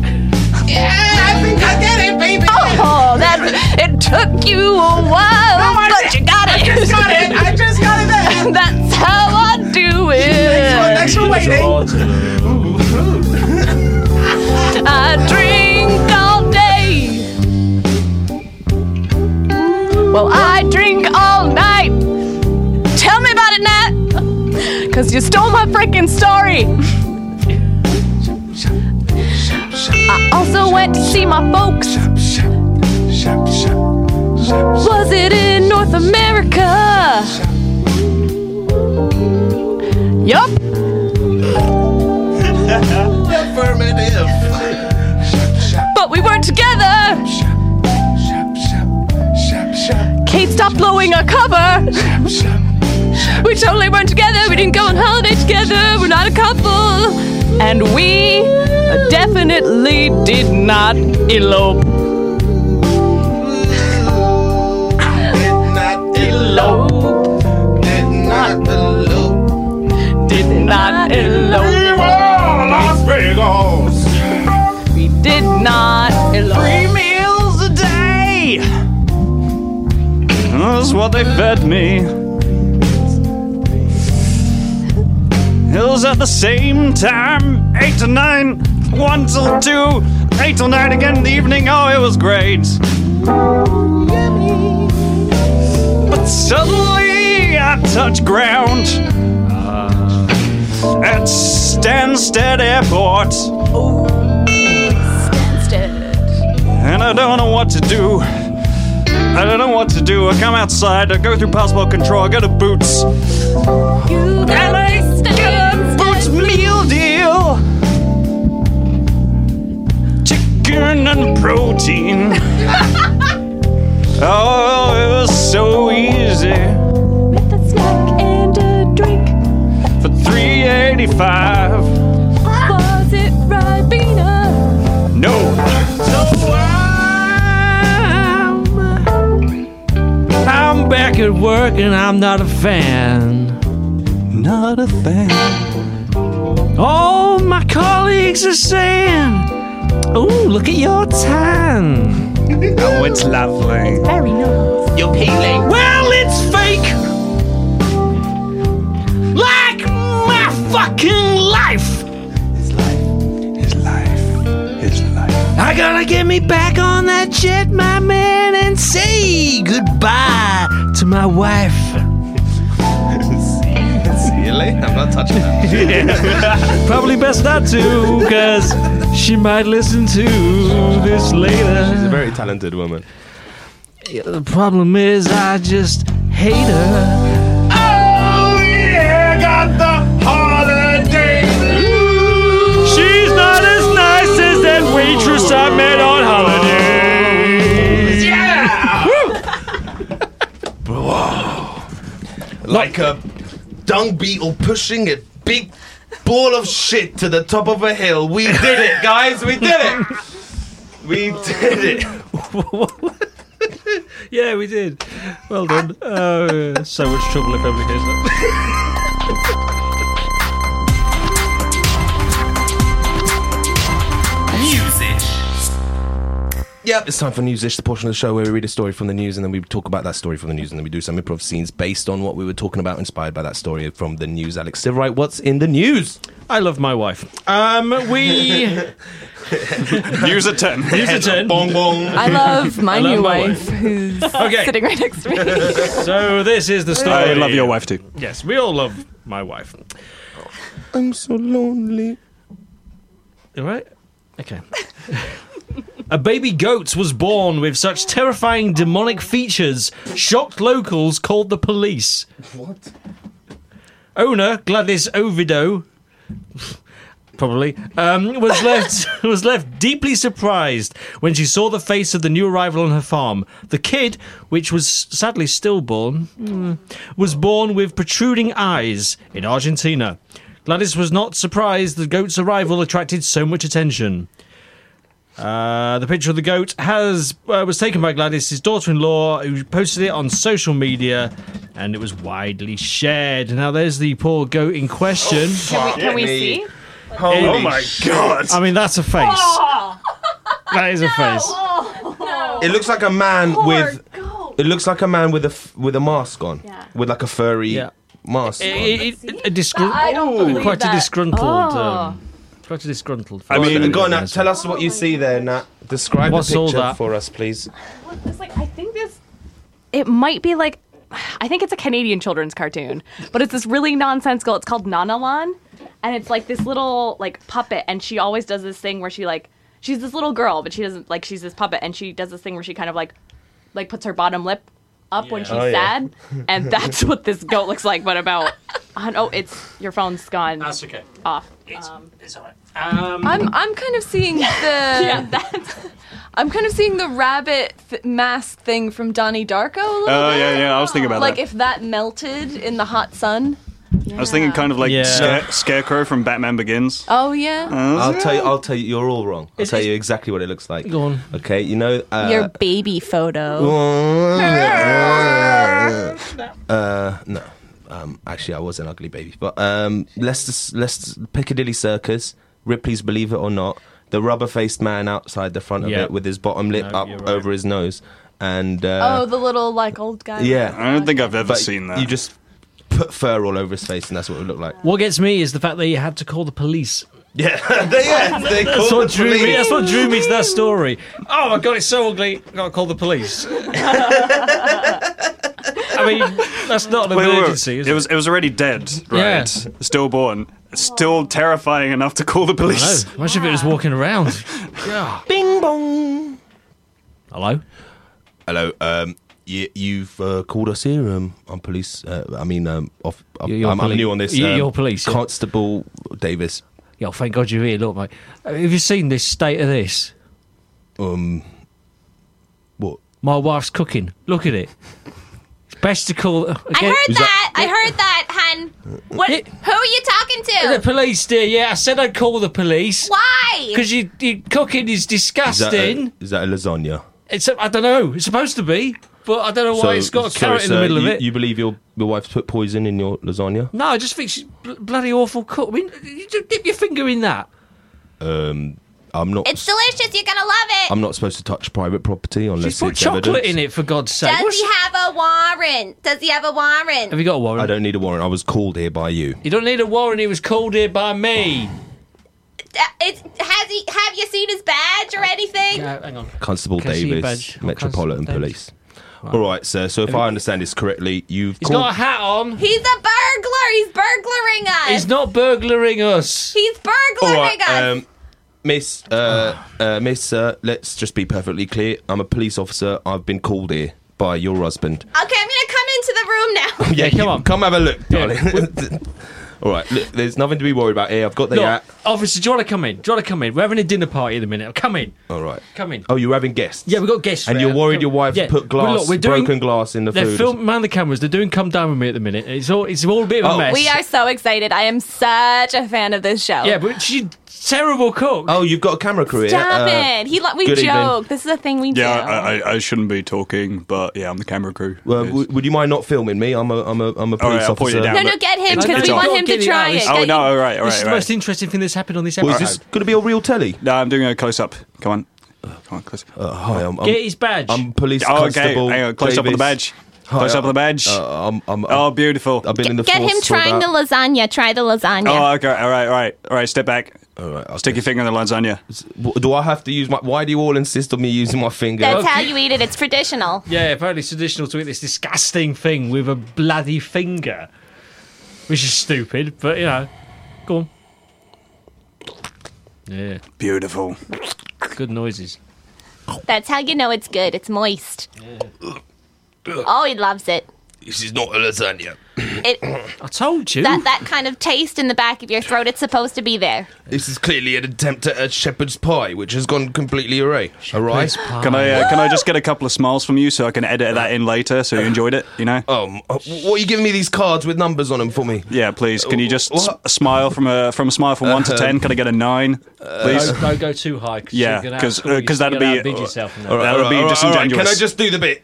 [SPEAKER 1] I think I get it, baby.
[SPEAKER 5] Oh, that it took you a while, but you got it.
[SPEAKER 1] I just got it. I just got it there.
[SPEAKER 5] That's how I do it.
[SPEAKER 1] Thanks for waiting.
[SPEAKER 5] I drink all day. Well, I drink all night. Tell me about it, Nat. Because you stole my freaking story. I also went to see my folks. Was it in North America? Yup.
[SPEAKER 2] Affirmative.
[SPEAKER 5] But we weren't together. Kate, stop blowing our cover. We totally weren't together. We didn't go on holiday together. We're not a couple. And we definitely did not elope.
[SPEAKER 2] Did not
[SPEAKER 5] Elope.
[SPEAKER 2] Did not elope.
[SPEAKER 5] Did not elope.
[SPEAKER 1] Las Vegas.
[SPEAKER 5] We did not elope.
[SPEAKER 7] meals a day. That's what they fed me. It was at the same time, eight to nine, one till two, Eight till nine again in the evening. Oh, it was great. But suddenly I touch ground at Stansted Airport. And I don't know what to do. I don't know what to do. I come outside, I go through passport control, I go to Boots. and I get a Boots meal deal. Chicken and protein. oh, it was so easy. With a snack and a drink. For 385.
[SPEAKER 5] Was it Ribena?
[SPEAKER 7] No. So I'm,
[SPEAKER 3] I'm back at work and I'm not a fan.
[SPEAKER 7] not a fan.
[SPEAKER 3] All my colleagues are saying, "Oh, look at your tan."
[SPEAKER 7] Oh, it's lovely.
[SPEAKER 3] Well, it's fake. Like my fucking life.
[SPEAKER 7] His life. His life.
[SPEAKER 3] I gotta get me back on that jet, my man, and say goodbye to my wife.
[SPEAKER 2] See you later. I'm not touching that.
[SPEAKER 3] Probably best not to, because she might listen to this
[SPEAKER 2] She's a
[SPEAKER 3] later.
[SPEAKER 2] very talented woman.
[SPEAKER 3] The problem is, I just hate her.
[SPEAKER 7] Oh, yeah, got the holiday.
[SPEAKER 3] She's not as nice as that waitress I met on holiday.
[SPEAKER 2] Like a dung beetle pushing a big ball of shit to the top of a hill. We did it, guys. We did it. We did it.
[SPEAKER 3] Yeah, we did. Well done. Oh, so much trouble if everybody hears that.
[SPEAKER 2] Yep, it's time for Newsish, the portion of the show where we read a story from the news and then we talk about that story from the news and then we do some improv scenes based on what we were talking about, inspired by that story from the news. Alex Sivright, what's in the news?
[SPEAKER 3] I love my wife. Um, we
[SPEAKER 7] Use a 10.
[SPEAKER 3] use a ten.
[SPEAKER 2] Bong bong.
[SPEAKER 5] I love my
[SPEAKER 3] I love
[SPEAKER 5] new
[SPEAKER 3] my
[SPEAKER 5] wife, who's
[SPEAKER 3] Okay.
[SPEAKER 5] sitting right next to me.
[SPEAKER 3] So this is the story.
[SPEAKER 7] I love your wife too.
[SPEAKER 3] Yes, we all love my wife.
[SPEAKER 2] I'm so lonely.
[SPEAKER 3] All right. Okay. A baby goat was born with such terrifying demonic features, shocked locals called the police.
[SPEAKER 2] What?
[SPEAKER 3] Owner Gladys Ovido, probably, um, was left was left deeply surprised when she saw the face of the new arrival on her farm. The kid, which was sadly stillborn, mm, was born with protruding eyes in Argentina. Gladys was not surprised the goat's arrival attracted so much attention. Uh, the picture of the goat has uh, was taken by Gladys, his daughter-in-law, who posted it on social media, and it was widely shared. Now, there's the poor goat in question.
[SPEAKER 6] Can we,
[SPEAKER 1] Oh,
[SPEAKER 6] can we
[SPEAKER 2] me.
[SPEAKER 6] see?
[SPEAKER 2] Holy
[SPEAKER 7] Oh my
[SPEAKER 2] sh-
[SPEAKER 7] god.
[SPEAKER 3] I mean, that's a face.
[SPEAKER 5] Oh,
[SPEAKER 3] that is a face.
[SPEAKER 2] It looks like a man with. It looks like a man with a f- with a mask on,
[SPEAKER 6] Yeah.
[SPEAKER 2] with like a furry
[SPEAKER 3] Yeah.
[SPEAKER 2] mask. on.
[SPEAKER 3] It- it- a disgru-
[SPEAKER 5] I don't believe
[SPEAKER 3] quite a
[SPEAKER 5] that.
[SPEAKER 3] disgruntled.
[SPEAKER 6] Oh.
[SPEAKER 3] Um, quite a disgruntled.
[SPEAKER 7] I
[SPEAKER 2] Go on,
[SPEAKER 7] mean-
[SPEAKER 2] then, go on, Nat. Tell us what you see there, Nat. Describe
[SPEAKER 3] What's
[SPEAKER 2] the
[SPEAKER 3] all
[SPEAKER 2] picture
[SPEAKER 3] that?
[SPEAKER 2] for us, please.
[SPEAKER 6] It's like I think this. It might be like, I think it's a Canadian children's cartoon, but it's this really nonsensical. It's called Nanalan, and it's like this little like puppet, and she always does this thing where she like she's this little girl, but she doesn't like she's this puppet, and she does this thing where she kind of like like puts her bottom lip up when she's
[SPEAKER 2] Oh, yeah.
[SPEAKER 6] sad, and that's what this goat looks like. But about on, oh, it's your phone's gone
[SPEAKER 3] okay.
[SPEAKER 6] off.
[SPEAKER 5] I'm I'm kind of seeing the
[SPEAKER 6] Yeah, that's
[SPEAKER 5] I'm kind of seeing the rabbit th- mask thing from Donnie Darko a little
[SPEAKER 7] Oh,
[SPEAKER 5] bit.
[SPEAKER 7] yeah, yeah. I was thinking about
[SPEAKER 5] Like
[SPEAKER 7] that.
[SPEAKER 5] if that melted in the hot sun.
[SPEAKER 7] I was thinking kind of like
[SPEAKER 3] Yeah.
[SPEAKER 7] Scare- Scarecrow from Batman Begins.
[SPEAKER 5] Oh yeah.
[SPEAKER 2] I'll tell you. I'll tell you. You're all wrong. I'll
[SPEAKER 3] Is-
[SPEAKER 2] tell
[SPEAKER 3] is-
[SPEAKER 2] you exactly what it looks like.
[SPEAKER 3] Go on.
[SPEAKER 2] Okay. You know. Uh,
[SPEAKER 6] baby photo.
[SPEAKER 2] Uh, no. Um, actually, I was an ugly baby. But um, let's just, let's just- Piccadilly Circus, Ripley's Believe It or Not, the rubber-faced man outside the front of
[SPEAKER 3] Yeah.
[SPEAKER 2] it with his bottom lip
[SPEAKER 3] No,
[SPEAKER 2] up
[SPEAKER 3] you're right.
[SPEAKER 2] over his nose, and
[SPEAKER 5] oh,
[SPEAKER 2] uh,
[SPEAKER 5] the little like old guy.
[SPEAKER 2] yeah,
[SPEAKER 7] I don't think I've ever
[SPEAKER 2] but
[SPEAKER 7] seen that.
[SPEAKER 2] you just put fur all over his face, and that's what it looked like.
[SPEAKER 3] What gets me is the fact that you had to call the police
[SPEAKER 2] Yeah, they, yeah, they called
[SPEAKER 3] That's what,
[SPEAKER 2] the
[SPEAKER 3] drew me,
[SPEAKER 2] police.
[SPEAKER 3] that's what drew me to that story. Oh my god, it's so ugly. I've got to call the police. I mean, that's not an
[SPEAKER 7] Wait, wait, wait.
[SPEAKER 3] emergency, is
[SPEAKER 7] It was it was already dead, right? Stillborn. Still terrifying enough to call the
[SPEAKER 3] Hello.
[SPEAKER 7] police.
[SPEAKER 3] Imagine if it was walking around.
[SPEAKER 2] Bing bong.
[SPEAKER 3] Hello?
[SPEAKER 2] Hello. Um, you, you've uh, called us here. Um, I'm police. Uh, I mean, um, off, I'm,
[SPEAKER 3] You're
[SPEAKER 2] I'm, I'm
[SPEAKER 3] poli-
[SPEAKER 2] new on this.
[SPEAKER 3] you're
[SPEAKER 2] um,
[SPEAKER 3] police, yeah.
[SPEAKER 2] Constable Davis.
[SPEAKER 3] Yo, thank God you're here. Look, mate. Have you seen this state of this?
[SPEAKER 2] Um, what?
[SPEAKER 3] My wife's cooking. Look at it. It's best to call.
[SPEAKER 4] I
[SPEAKER 3] Again,
[SPEAKER 4] heard that. I heard that, hun. What?
[SPEAKER 3] It-
[SPEAKER 4] Who are you talking
[SPEAKER 3] The
[SPEAKER 4] to?
[SPEAKER 3] police, dear. Yeah, I said I'd call the police.
[SPEAKER 4] Why?
[SPEAKER 3] Because you, your cooking is
[SPEAKER 2] Is that, a,
[SPEAKER 3] disgusting.
[SPEAKER 2] is that a lasagna?
[SPEAKER 3] It's a, I don't know. It's supposed to be, but I don't know why it's got a
[SPEAKER 2] so,
[SPEAKER 3] carrot in the
[SPEAKER 2] sir,
[SPEAKER 3] middle
[SPEAKER 2] you,
[SPEAKER 3] of it.
[SPEAKER 2] You believe your your wife's put poison in your lasagna?
[SPEAKER 3] No, I just think she's bl- bloody awful cook. I mean, you just dip your finger in that.
[SPEAKER 2] Um, I'm not.
[SPEAKER 4] It's delicious. You're gonna love it.
[SPEAKER 2] I'm not supposed to touch private property unless
[SPEAKER 3] She's put
[SPEAKER 2] it's
[SPEAKER 3] chocolate
[SPEAKER 2] evidence.
[SPEAKER 3] in it, for God's sake.
[SPEAKER 4] Does
[SPEAKER 3] What's-
[SPEAKER 4] he have a warrant? Does he have a warrant?
[SPEAKER 3] have you got a warrant?
[SPEAKER 2] I don't need a warrant. I was called here by you.
[SPEAKER 3] You don't need a warrant. He was called here by me.
[SPEAKER 4] Uh, it's, has he? Have you seen his badge or anything?
[SPEAKER 3] Uh, hang on.
[SPEAKER 2] Constable
[SPEAKER 3] Can I see your badge?
[SPEAKER 2] Davis,
[SPEAKER 3] Oh,
[SPEAKER 2] Metropolitan
[SPEAKER 3] Constable
[SPEAKER 2] Police. All right, sir. So if I understand this correctly, you've
[SPEAKER 3] He's got a
[SPEAKER 2] called.
[SPEAKER 3] hat on.
[SPEAKER 4] He's a burglar. He's burglaring us.
[SPEAKER 3] He's not burglaring us.
[SPEAKER 4] He's
[SPEAKER 2] All
[SPEAKER 4] burglaring
[SPEAKER 2] right,
[SPEAKER 4] us.
[SPEAKER 2] um, Miss, uh, uh, Miss, uh, let's just be perfectly clear. I'm a police officer. I've been called here by your husband.
[SPEAKER 4] okay, I'm gonna come into the room now.
[SPEAKER 2] yeah,
[SPEAKER 3] come
[SPEAKER 2] you-
[SPEAKER 3] on.
[SPEAKER 2] come have a look,
[SPEAKER 3] Yeah.
[SPEAKER 2] darling. All right, look, there's nothing to be worried about here. I've got the
[SPEAKER 3] Look,
[SPEAKER 2] hat.
[SPEAKER 3] officer, do you want to come in? Do you want to come in? We're having a dinner party in a minute. Come in.
[SPEAKER 2] All right.
[SPEAKER 3] Come in.
[SPEAKER 2] Oh, you're having guests.
[SPEAKER 3] Yeah, we've got guests.
[SPEAKER 2] And
[SPEAKER 3] there.
[SPEAKER 2] you're worried your wife
[SPEAKER 3] Yeah.
[SPEAKER 2] put
[SPEAKER 3] Well,
[SPEAKER 2] glass,
[SPEAKER 3] look, we're doing-
[SPEAKER 2] broken glass in the
[SPEAKER 3] They're
[SPEAKER 2] food.
[SPEAKER 3] filming man the cameras. They're doing "Come Down with Me" at the minute. It's all it's all a bit of a
[SPEAKER 2] Oh.
[SPEAKER 3] mess.
[SPEAKER 5] We are so excited. I am such a fan of this show.
[SPEAKER 3] Yeah, but she's terrible cook.
[SPEAKER 2] Oh, you've got a camera career.
[SPEAKER 5] Stop
[SPEAKER 2] Uh,
[SPEAKER 5] it. He like we
[SPEAKER 2] good
[SPEAKER 5] joke.
[SPEAKER 2] evening. uh,
[SPEAKER 5] This is a thing we do.
[SPEAKER 7] Yeah, I, I, I shouldn't be talking, but yeah, I'm the camera crew.
[SPEAKER 2] Well,
[SPEAKER 7] Yes.
[SPEAKER 2] w- would you mind not filming me? I'm a, I'm a, I'm a
[SPEAKER 7] All
[SPEAKER 2] police
[SPEAKER 7] right, Oh, I'll point
[SPEAKER 2] officer.
[SPEAKER 7] you down.
[SPEAKER 5] no,
[SPEAKER 7] but-
[SPEAKER 5] no, get him
[SPEAKER 7] It's
[SPEAKER 5] because we
[SPEAKER 7] all-
[SPEAKER 5] want him
[SPEAKER 3] Get
[SPEAKER 5] to
[SPEAKER 3] it out.
[SPEAKER 5] try it.
[SPEAKER 3] It's-
[SPEAKER 5] Get
[SPEAKER 7] Oh
[SPEAKER 5] him.
[SPEAKER 7] no! All right, all
[SPEAKER 3] this is
[SPEAKER 7] right,
[SPEAKER 3] the
[SPEAKER 7] all
[SPEAKER 3] most
[SPEAKER 7] right.
[SPEAKER 3] interesting thing that's happened on this
[SPEAKER 2] Well,
[SPEAKER 3] episode.
[SPEAKER 2] is this going to be a real telly?
[SPEAKER 7] No, I'm doing a close up. Come on, come on, close. up.
[SPEAKER 2] Uh, hi, I'm, I'm,
[SPEAKER 3] Get his badge.
[SPEAKER 2] I'm police
[SPEAKER 7] oh, okay,
[SPEAKER 2] constable.
[SPEAKER 7] hang on. Close up on the
[SPEAKER 2] Davis.
[SPEAKER 7] badge. Close
[SPEAKER 2] Hi,
[SPEAKER 7] up on the badge.
[SPEAKER 2] Uh, I'm, I'm,
[SPEAKER 7] oh, beautiful.
[SPEAKER 2] I've been in the
[SPEAKER 4] Get him
[SPEAKER 2] force for
[SPEAKER 4] trying
[SPEAKER 2] about-
[SPEAKER 4] the lasagna. Try the lasagna.
[SPEAKER 7] Oh, okay. All right, all right, all right. Step back.
[SPEAKER 2] All right, okay.
[SPEAKER 7] Stick your finger in the lasagna.
[SPEAKER 2] W- Do I have to use my? Why do you all insist on me using my finger?
[SPEAKER 4] That's
[SPEAKER 3] Okay.
[SPEAKER 4] how you eat it. It's traditional.
[SPEAKER 3] yeah, apparently it's traditional to eat this disgusting thing with a bloody finger, which is stupid. But you know, go on. Yeah,
[SPEAKER 7] Beautiful.
[SPEAKER 3] good noises.
[SPEAKER 4] That's how you know it's good. It's moist. Oh, he loves it.
[SPEAKER 2] this is not a lasagna.
[SPEAKER 4] It
[SPEAKER 3] I told you.
[SPEAKER 4] that that kind of taste in the back of your throat. It's supposed to be there.
[SPEAKER 2] This is clearly an attempt at a shepherd's pie, which has gone completely awry. Awry.
[SPEAKER 7] Can I uh, can I just get a couple of smiles from you so I can edit that in later? So you enjoyed it, you know?
[SPEAKER 2] Um, uh, what are you giving me these cards with numbers on them for me? Uh,
[SPEAKER 7] Yeah, please. Can you just s-
[SPEAKER 2] What?
[SPEAKER 7] smile from a from a smile from one
[SPEAKER 2] Uh,
[SPEAKER 7] to ten? Can I get a nine, please?
[SPEAKER 3] Don't, don't go too high. Cause
[SPEAKER 7] Yeah,
[SPEAKER 3] you're gonna
[SPEAKER 7] 'cause,
[SPEAKER 3] outscore-
[SPEAKER 7] uh, 'cause
[SPEAKER 3] you're
[SPEAKER 7] that'd
[SPEAKER 3] gonna
[SPEAKER 7] be-
[SPEAKER 3] outbid yourself. in that.
[SPEAKER 2] All right,
[SPEAKER 7] That would
[SPEAKER 2] all
[SPEAKER 7] be
[SPEAKER 2] right, all right, all right. Can I
[SPEAKER 7] disingenuous.
[SPEAKER 2] just do the bit?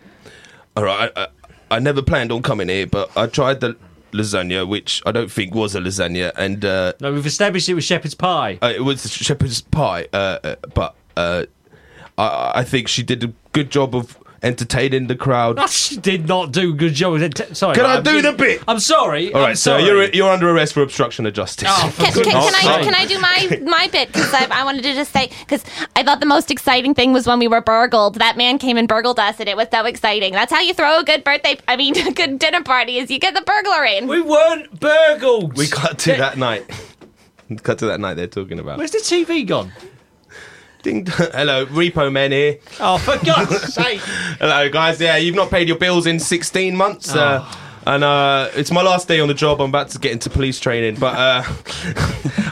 [SPEAKER 2] All right, I, I, I never planned on coming here, but I tried the lasagna, which I don't think was a lasagna, and uh,
[SPEAKER 3] No, we've established it was shepherd's pie.
[SPEAKER 2] uh, it was shepherd's pie. Uh, uh, but uh, I, I think she did a good job of entertaining the crowd.
[SPEAKER 3] No, she did not do a good job. with it. Sorry.
[SPEAKER 2] Can
[SPEAKER 3] mate,
[SPEAKER 2] I
[SPEAKER 3] I'm just-
[SPEAKER 2] do the bit?
[SPEAKER 3] I'm sorry.
[SPEAKER 2] all
[SPEAKER 3] I'm
[SPEAKER 2] right, sir,
[SPEAKER 3] sorry.
[SPEAKER 2] you're you're under arrest for obstruction of justice.
[SPEAKER 3] Oh, for
[SPEAKER 4] Can, can,
[SPEAKER 3] goodness
[SPEAKER 4] can I
[SPEAKER 3] sake.
[SPEAKER 4] can I do my my bit? Because I, I wanted to just say because I thought the most exciting thing was when we were burgled. That man came and burgled us, and it was so exciting. That's how you throw a good birthday. I mean, a good dinner party is you get the burglar in.
[SPEAKER 3] We weren't burgled.
[SPEAKER 2] We cut to that night. cut to that night they're talking about.
[SPEAKER 3] Where's the TV gone?
[SPEAKER 2] Ding dong. Hello, repo men here.
[SPEAKER 3] Oh, for God's sake!
[SPEAKER 2] Hello, guys. Yeah, you've not paid your bills in 16 months. Uh, and uh, it's my last day on the job. I'm about to get into police training, but uh,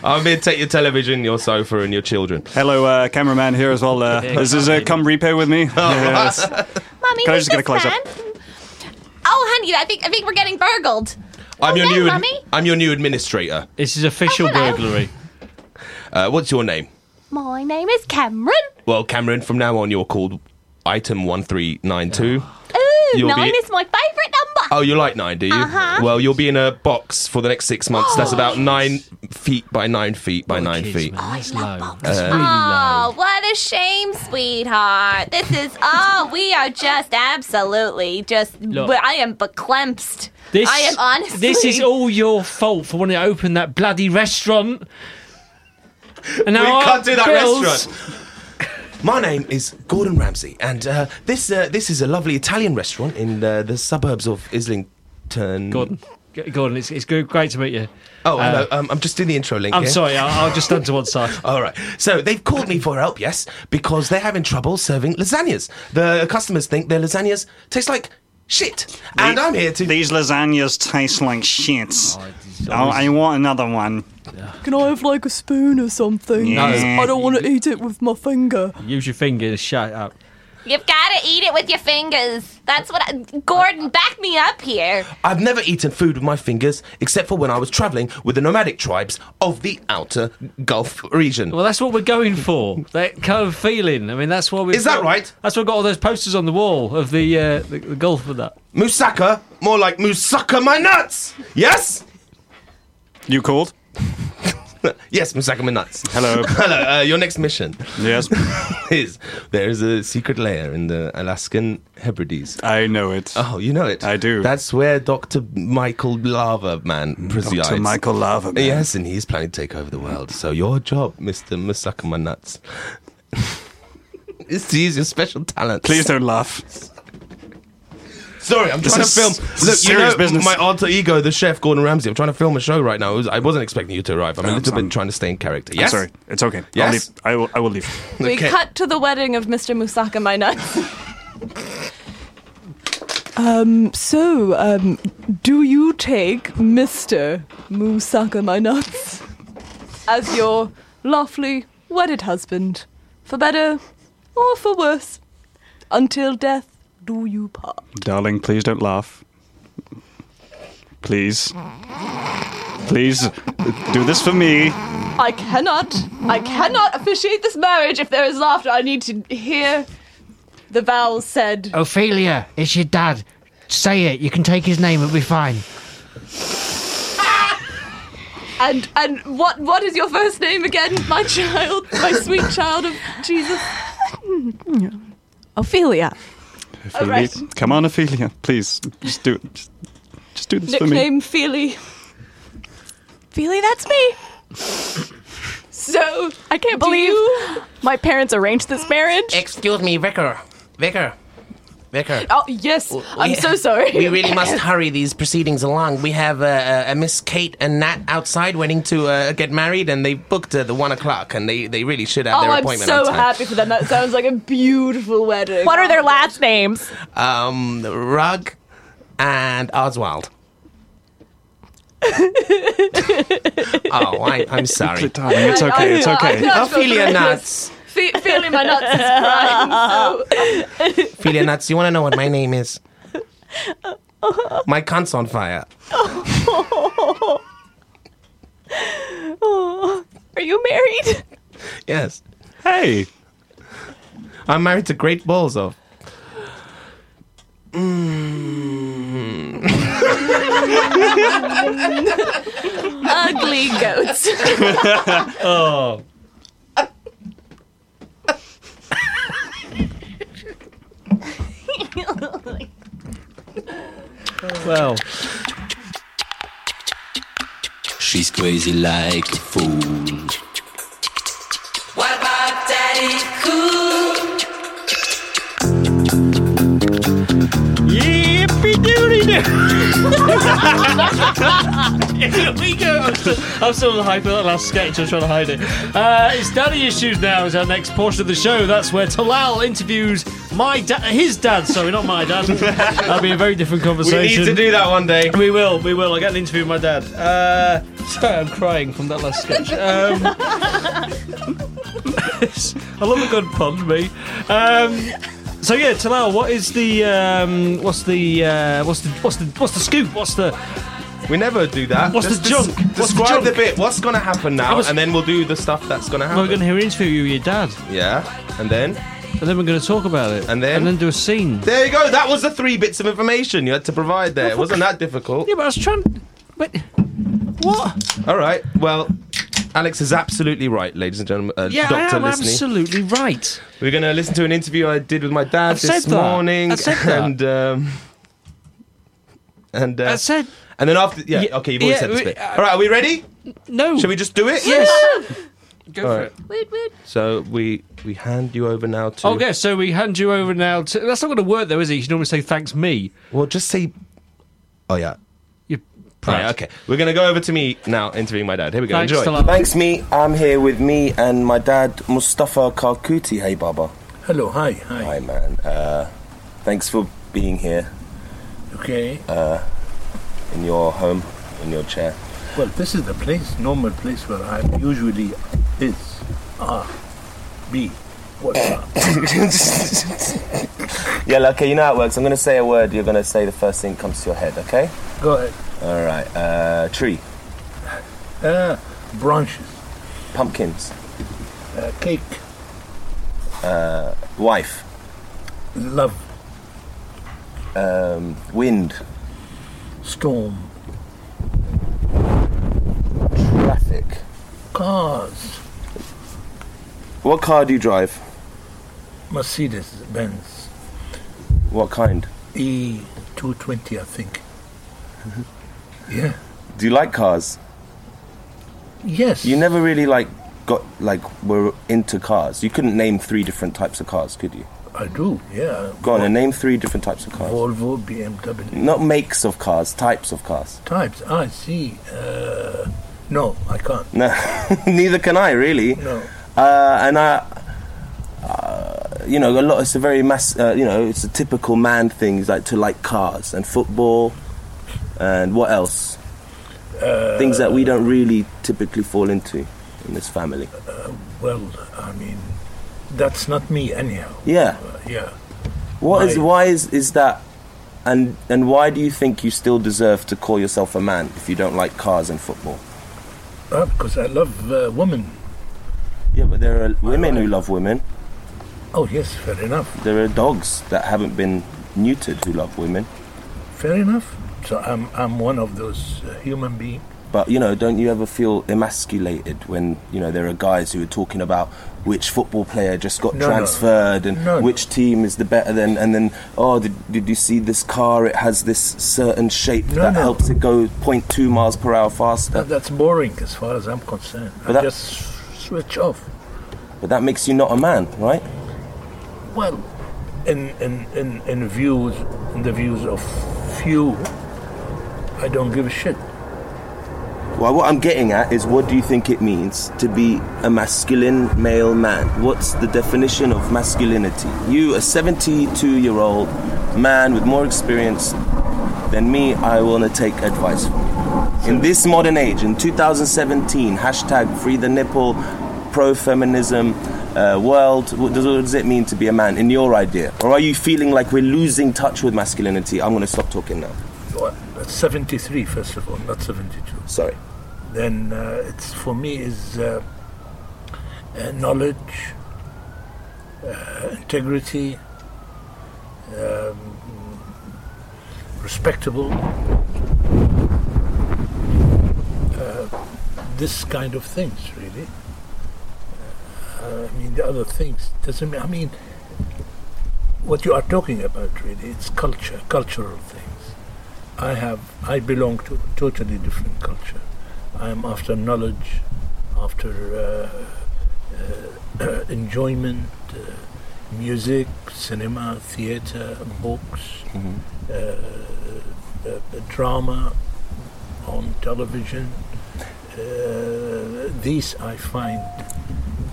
[SPEAKER 2] I'm here to take your television, your sofa, and your children.
[SPEAKER 7] Hello, uh, cameraman here as well. Uh, this is uh, come repo with me. Yes.
[SPEAKER 4] Mommy,
[SPEAKER 7] Can I
[SPEAKER 4] who's
[SPEAKER 7] just get a
[SPEAKER 4] this
[SPEAKER 7] close up?
[SPEAKER 4] man? Oh, honey, I think I think we're getting burgled.
[SPEAKER 2] I'm your
[SPEAKER 4] no,
[SPEAKER 2] new.
[SPEAKER 4] Mummy.
[SPEAKER 2] I'm your new administrator.
[SPEAKER 3] This is official
[SPEAKER 4] Oh, hello.
[SPEAKER 3] burglary.
[SPEAKER 2] Uh, what's your name?
[SPEAKER 4] My name is Cameron.
[SPEAKER 2] Well, Cameron. From now on, you're called Item One Three Nine Two.
[SPEAKER 4] Ooh,
[SPEAKER 2] You'll
[SPEAKER 4] nine
[SPEAKER 2] be-
[SPEAKER 4] is my favorite number.
[SPEAKER 2] Oh, you like nine, do you?
[SPEAKER 4] Uh-huh.
[SPEAKER 2] Well, you'll be in a box for the next six months. That's about nine feet by nine feet by nine
[SPEAKER 3] Kids,
[SPEAKER 2] feet. Uh,
[SPEAKER 3] man, That's low.
[SPEAKER 4] Oh, what a shame, sweetheart. This is, oh, we are just absolutely just,
[SPEAKER 3] Look.
[SPEAKER 4] I am beclemsed.
[SPEAKER 3] This,
[SPEAKER 4] I am honestly.
[SPEAKER 3] This is all your fault for wanting to open that bloody restaurant. And now
[SPEAKER 2] we
[SPEAKER 3] our
[SPEAKER 2] can't do that
[SPEAKER 3] bills-
[SPEAKER 2] restaurant. My name is Gordon Ramsay, and uh, this uh, this is a lovely Italian restaurant in uh, the suburbs of Islington.
[SPEAKER 3] Gordon, G- Gordon, it's, it's good, great to meet you.
[SPEAKER 2] Oh,
[SPEAKER 3] Uh,
[SPEAKER 2] hello. Um, I'm just doing the intro link.
[SPEAKER 3] I'm
[SPEAKER 2] here.
[SPEAKER 3] sorry, I'll, I'll just stand to one side.
[SPEAKER 2] All right. So they've called me for help, yes, because they're having trouble serving lasagnas. The customers think their lasagnas taste like shit, and I'm here to.
[SPEAKER 7] These lasagnas taste like shit. Oh, I want another one.
[SPEAKER 5] Can I have like a spoon or something?
[SPEAKER 7] Yeah.
[SPEAKER 5] I don't want to eat it with my finger.
[SPEAKER 3] Use your finger to shut up.
[SPEAKER 4] You've got to eat it with your fingers. That's what I, Gordon, back me up here.
[SPEAKER 2] I've never eaten food with my fingers except for when I was traveling with the nomadic tribes of the outer Gulf region.
[SPEAKER 3] Well, that's what we're going for. That kind of feeling. I mean, that's why we.
[SPEAKER 2] Is that right?
[SPEAKER 3] That's why we've got all those posters on the wall of the uh, the, the Gulf of that.
[SPEAKER 2] Musaka, more like Musaka my nuts. Yes,
[SPEAKER 7] You called?
[SPEAKER 2] yes, Musaka my nuts.
[SPEAKER 7] Hello.
[SPEAKER 2] Hello. Uh, your next mission
[SPEAKER 7] yes.
[SPEAKER 2] is there is a secret layer in the Alaskan Hebrides.
[SPEAKER 7] I know it.
[SPEAKER 2] Oh, you know it.
[SPEAKER 7] I do.
[SPEAKER 2] That's where Doctor Michael Lava Man presides.
[SPEAKER 7] Dr. Michael Lava. man.
[SPEAKER 2] Yes, and he's planning to take over the world. So your job, Mister Musaka my nuts, is to use your special talents.
[SPEAKER 7] Please don't laugh.
[SPEAKER 2] Sorry, I'm trying to
[SPEAKER 7] is-
[SPEAKER 2] film.
[SPEAKER 7] this
[SPEAKER 2] Look,
[SPEAKER 7] is
[SPEAKER 2] you
[SPEAKER 7] serious
[SPEAKER 2] know
[SPEAKER 7] business.
[SPEAKER 2] my alter ego, the chef Gordon Ramsay. I'm trying to film a show right now. It was- I wasn't expecting you to arrive. I'm a
[SPEAKER 7] Um,
[SPEAKER 2] little
[SPEAKER 7] I'm-
[SPEAKER 2] bit trying to stay in character. Yes,
[SPEAKER 7] I'm sorry. It's okay. I'll
[SPEAKER 2] Yes?
[SPEAKER 7] leave. I will, I will leave.
[SPEAKER 9] We
[SPEAKER 2] Okay.
[SPEAKER 9] cut to the wedding of Mr. Musaka, my nuts.
[SPEAKER 5] So, um, do you take Mr. Musaka my nuts as your lawfully wedded husband, for better or for worse? Until death do you part.
[SPEAKER 7] Darling, please don't laugh. Please. Please do this for me.
[SPEAKER 5] I cannot, I cannot officiate this marriage if there is laughter. I need to hear the vows said.
[SPEAKER 1] Ophelia, it's your dad. Say it. You can take his name. It'll be fine.
[SPEAKER 5] And and what what is your first name again, my child, my sweet child of Jesus?
[SPEAKER 9] Ophelia.
[SPEAKER 7] Ophelia. Come on, Ophelia. Please. Just do it. Just, just do this for me.
[SPEAKER 5] Nickname Feely.
[SPEAKER 9] Ophelia, that's me.
[SPEAKER 5] So
[SPEAKER 6] I can't believe my parents arranged this marriage.
[SPEAKER 1] Excuse me, vicar. Vicar. Vicar.
[SPEAKER 5] oh yes, I'm so sorry.
[SPEAKER 1] We really must hurry these proceedings along. We have uh, a Miss Kate and Nat outside waiting to uh, get married, and they booked uh, the one o'clock, and they, they really should have
[SPEAKER 5] Oh,
[SPEAKER 1] their
[SPEAKER 5] I'm
[SPEAKER 1] appointment on
[SPEAKER 5] so
[SPEAKER 1] time.
[SPEAKER 5] happy for them. That sounds like a beautiful wedding.
[SPEAKER 6] What are their last names?
[SPEAKER 1] Um, Rug and Oswald. oh, I, I'm sorry.
[SPEAKER 7] Darling, it's okay. It's okay.
[SPEAKER 1] Ophelia Nuts.
[SPEAKER 5] Fe- Feely, my nuts is crying. So
[SPEAKER 1] Ophelia Nuts, you want to know what my name is? My cunt's on fire.
[SPEAKER 5] Oh, are you married?
[SPEAKER 2] yes.
[SPEAKER 7] Hey.
[SPEAKER 2] I'm married to Great Balls of.
[SPEAKER 5] Mm. Ugly goats.
[SPEAKER 3] Oh, Well,
[SPEAKER 10] She's crazy like a fool. What about Daddy Cool?
[SPEAKER 3] yippee doody do. Here we go. I'm still, I'm still hyped for that last sketch. I'm trying to hide it. Uh, it's daddy issues now. Is our next portion of the show. That's where Talal interviews my dad, his dad. Sorry, not my dad. That'd be a very different
[SPEAKER 2] We
[SPEAKER 3] conversation.
[SPEAKER 2] need to do that one day.
[SPEAKER 3] We will, we will. I'll get an interview with my dad. Uh, sorry, I'm crying from that last sketch. Um, I love a good pun, me. Um, so yeah, Talal, what is the um, what's the uh, what's the what's the what's the scoop? What's the
[SPEAKER 2] We never do that.
[SPEAKER 3] What's the
[SPEAKER 2] des-
[SPEAKER 3] junk? What's the
[SPEAKER 2] Describe
[SPEAKER 3] junk?
[SPEAKER 2] the, bit. What's going to happen now?
[SPEAKER 3] was-
[SPEAKER 2] And then we'll do the stuff that's going to happen.
[SPEAKER 3] we're going to hear an interview with your dad,
[SPEAKER 2] yeah. And then
[SPEAKER 3] and then we're going to talk about it,
[SPEAKER 2] And then?
[SPEAKER 3] and then do a scene.
[SPEAKER 2] there you go. That was the three bits of information you had to provide there. It wasn't that difficult.
[SPEAKER 3] Yeah, but I was trying. But what?
[SPEAKER 2] All right. Well, Alex is absolutely right, ladies and gentlemen. Uh,
[SPEAKER 3] Yeah, I
[SPEAKER 2] Doctor
[SPEAKER 3] am
[SPEAKER 2] listening.
[SPEAKER 3] absolutely right.
[SPEAKER 2] We're going to listen to an interview I did with my dad
[SPEAKER 3] I've
[SPEAKER 2] this
[SPEAKER 3] said that.
[SPEAKER 2] morning.
[SPEAKER 3] I said that.
[SPEAKER 2] And um, and uh,
[SPEAKER 3] I said
[SPEAKER 2] and then after yeah,
[SPEAKER 3] Yeah,
[SPEAKER 2] okay, you've always
[SPEAKER 3] yeah,
[SPEAKER 2] said this
[SPEAKER 3] we-
[SPEAKER 2] bit. All right, are we ready?
[SPEAKER 3] no.
[SPEAKER 2] Should we just do it?
[SPEAKER 3] Yes. Go
[SPEAKER 1] All
[SPEAKER 3] for
[SPEAKER 1] right.
[SPEAKER 3] it.
[SPEAKER 11] Woot woot.
[SPEAKER 1] So we we hand you over now to.
[SPEAKER 3] Okay, Oh, so we hand you over now to. That's not going to work, though, is it? You should normally say thanks me.
[SPEAKER 1] Well, just say. Oh yeah.
[SPEAKER 3] You
[SPEAKER 1] All right, okay. We're gonna go over to me now, interviewing my dad. Here we go.
[SPEAKER 3] Thanks,
[SPEAKER 1] Enjoy.
[SPEAKER 3] Salah.
[SPEAKER 2] Thanks, me. I'm here with me and my dad, Mustafa Kalkuti. Hey, Baba.
[SPEAKER 10] Hello, hi, hi.
[SPEAKER 2] Hi, man. Uh, thanks for being here uh,
[SPEAKER 10] Okay.
[SPEAKER 2] in your home, in your chair.
[SPEAKER 10] well, this is the place, normal place where I usually is. Ah, be. What? are?
[SPEAKER 2] Yeah, like, okay, you know how it works. I'm going to say a word. You're going to say the first thing that comes to your head, okay?
[SPEAKER 10] Go ahead.
[SPEAKER 2] All right. Uh, tree,
[SPEAKER 3] Uh,
[SPEAKER 10] Ah, branches,
[SPEAKER 2] pumpkins,
[SPEAKER 10] uh, cake,
[SPEAKER 2] Uh, wife,
[SPEAKER 10] love,
[SPEAKER 2] Um, wind,
[SPEAKER 10] storm,
[SPEAKER 2] traffic.
[SPEAKER 10] cars,
[SPEAKER 2] What car do you drive?
[SPEAKER 10] Mercedes Benz
[SPEAKER 2] What kind?
[SPEAKER 10] E220, I think. Yeah.
[SPEAKER 2] Do you like cars?
[SPEAKER 10] Yes.
[SPEAKER 2] You never really like got like were into cars. You couldn't name three different types of cars, could you?
[SPEAKER 10] I do. Yeah.
[SPEAKER 2] Go on and name three different types of cars.
[SPEAKER 10] Volvo, BMW.
[SPEAKER 2] Not makes of cars, types of cars.
[SPEAKER 10] Types. I see. Uh, no, I can't.
[SPEAKER 2] No, neither can I really.
[SPEAKER 10] No.
[SPEAKER 2] Uh, and I, uh, you know, a lot. It's a very mass. Uh, you know, it's a typical man thing. Is like to like cars and football, and what else? Things that we don't really typically fall into in this family.
[SPEAKER 10] Uh, Well, I mean, that's not me anyhow.
[SPEAKER 2] Yeah.
[SPEAKER 10] Uh, yeah.
[SPEAKER 2] What is
[SPEAKER 10] Right.
[SPEAKER 2] why is is that and and why do you think you still deserve to call yourself a man if you don't like cars and football?
[SPEAKER 10] Uh, because I love uh, women.
[SPEAKER 2] Yeah, but there are women who love women.
[SPEAKER 10] Oh, yes, fair enough.
[SPEAKER 2] There are dogs that haven't been neutered who love women.
[SPEAKER 10] Fair enough. So I'm, I'm one of those uh, human beings.
[SPEAKER 2] But you know, don't you ever feel emasculated when you know there are guys who are talking about which football player just got
[SPEAKER 10] No, no.
[SPEAKER 2] transferred and
[SPEAKER 10] No, no.
[SPEAKER 2] which team is the better than, and then oh, did, did you see this car? It has this certain shape
[SPEAKER 10] No,
[SPEAKER 2] that
[SPEAKER 10] no.
[SPEAKER 2] helps it go 0.2 miles per hour faster.
[SPEAKER 10] But that's boring as far as I'm concerned.
[SPEAKER 2] But
[SPEAKER 10] I
[SPEAKER 2] that-
[SPEAKER 10] just switch off.
[SPEAKER 2] But that makes you not a man, right?
[SPEAKER 10] Well, in, in, in, in views, in the views of few, I don't give a shit.
[SPEAKER 2] Well, what I'm getting at is what do you think it means to be a masculine male man? What's the definition of masculinity? You, a 72 year old man with more experience than me, I want to take advice from you. In this modern age, in 2017, hashtag free the nipple, pro feminism uh, world, what does, what does it mean to be a man in your idea? Or are you feeling like we're losing touch with masculinity? I'm going to stop talking now.
[SPEAKER 10] Well, that's 73, first of all, not 72.
[SPEAKER 2] Sorry.
[SPEAKER 10] then uh, it's for me is uh, uh, knowledge, uh, integrity, um, respectable, uh, Uh, this kind of things really. Uh, I mean the other things doesn't. mean- I mean what you are talking about really. It's culture, cultural things. I have, I belong to a totally different culture. I'm after knowledge, after uh, uh, enjoyment, uh, music, cinema, theatre, books, uh, uh, drama on television. Uh, these I find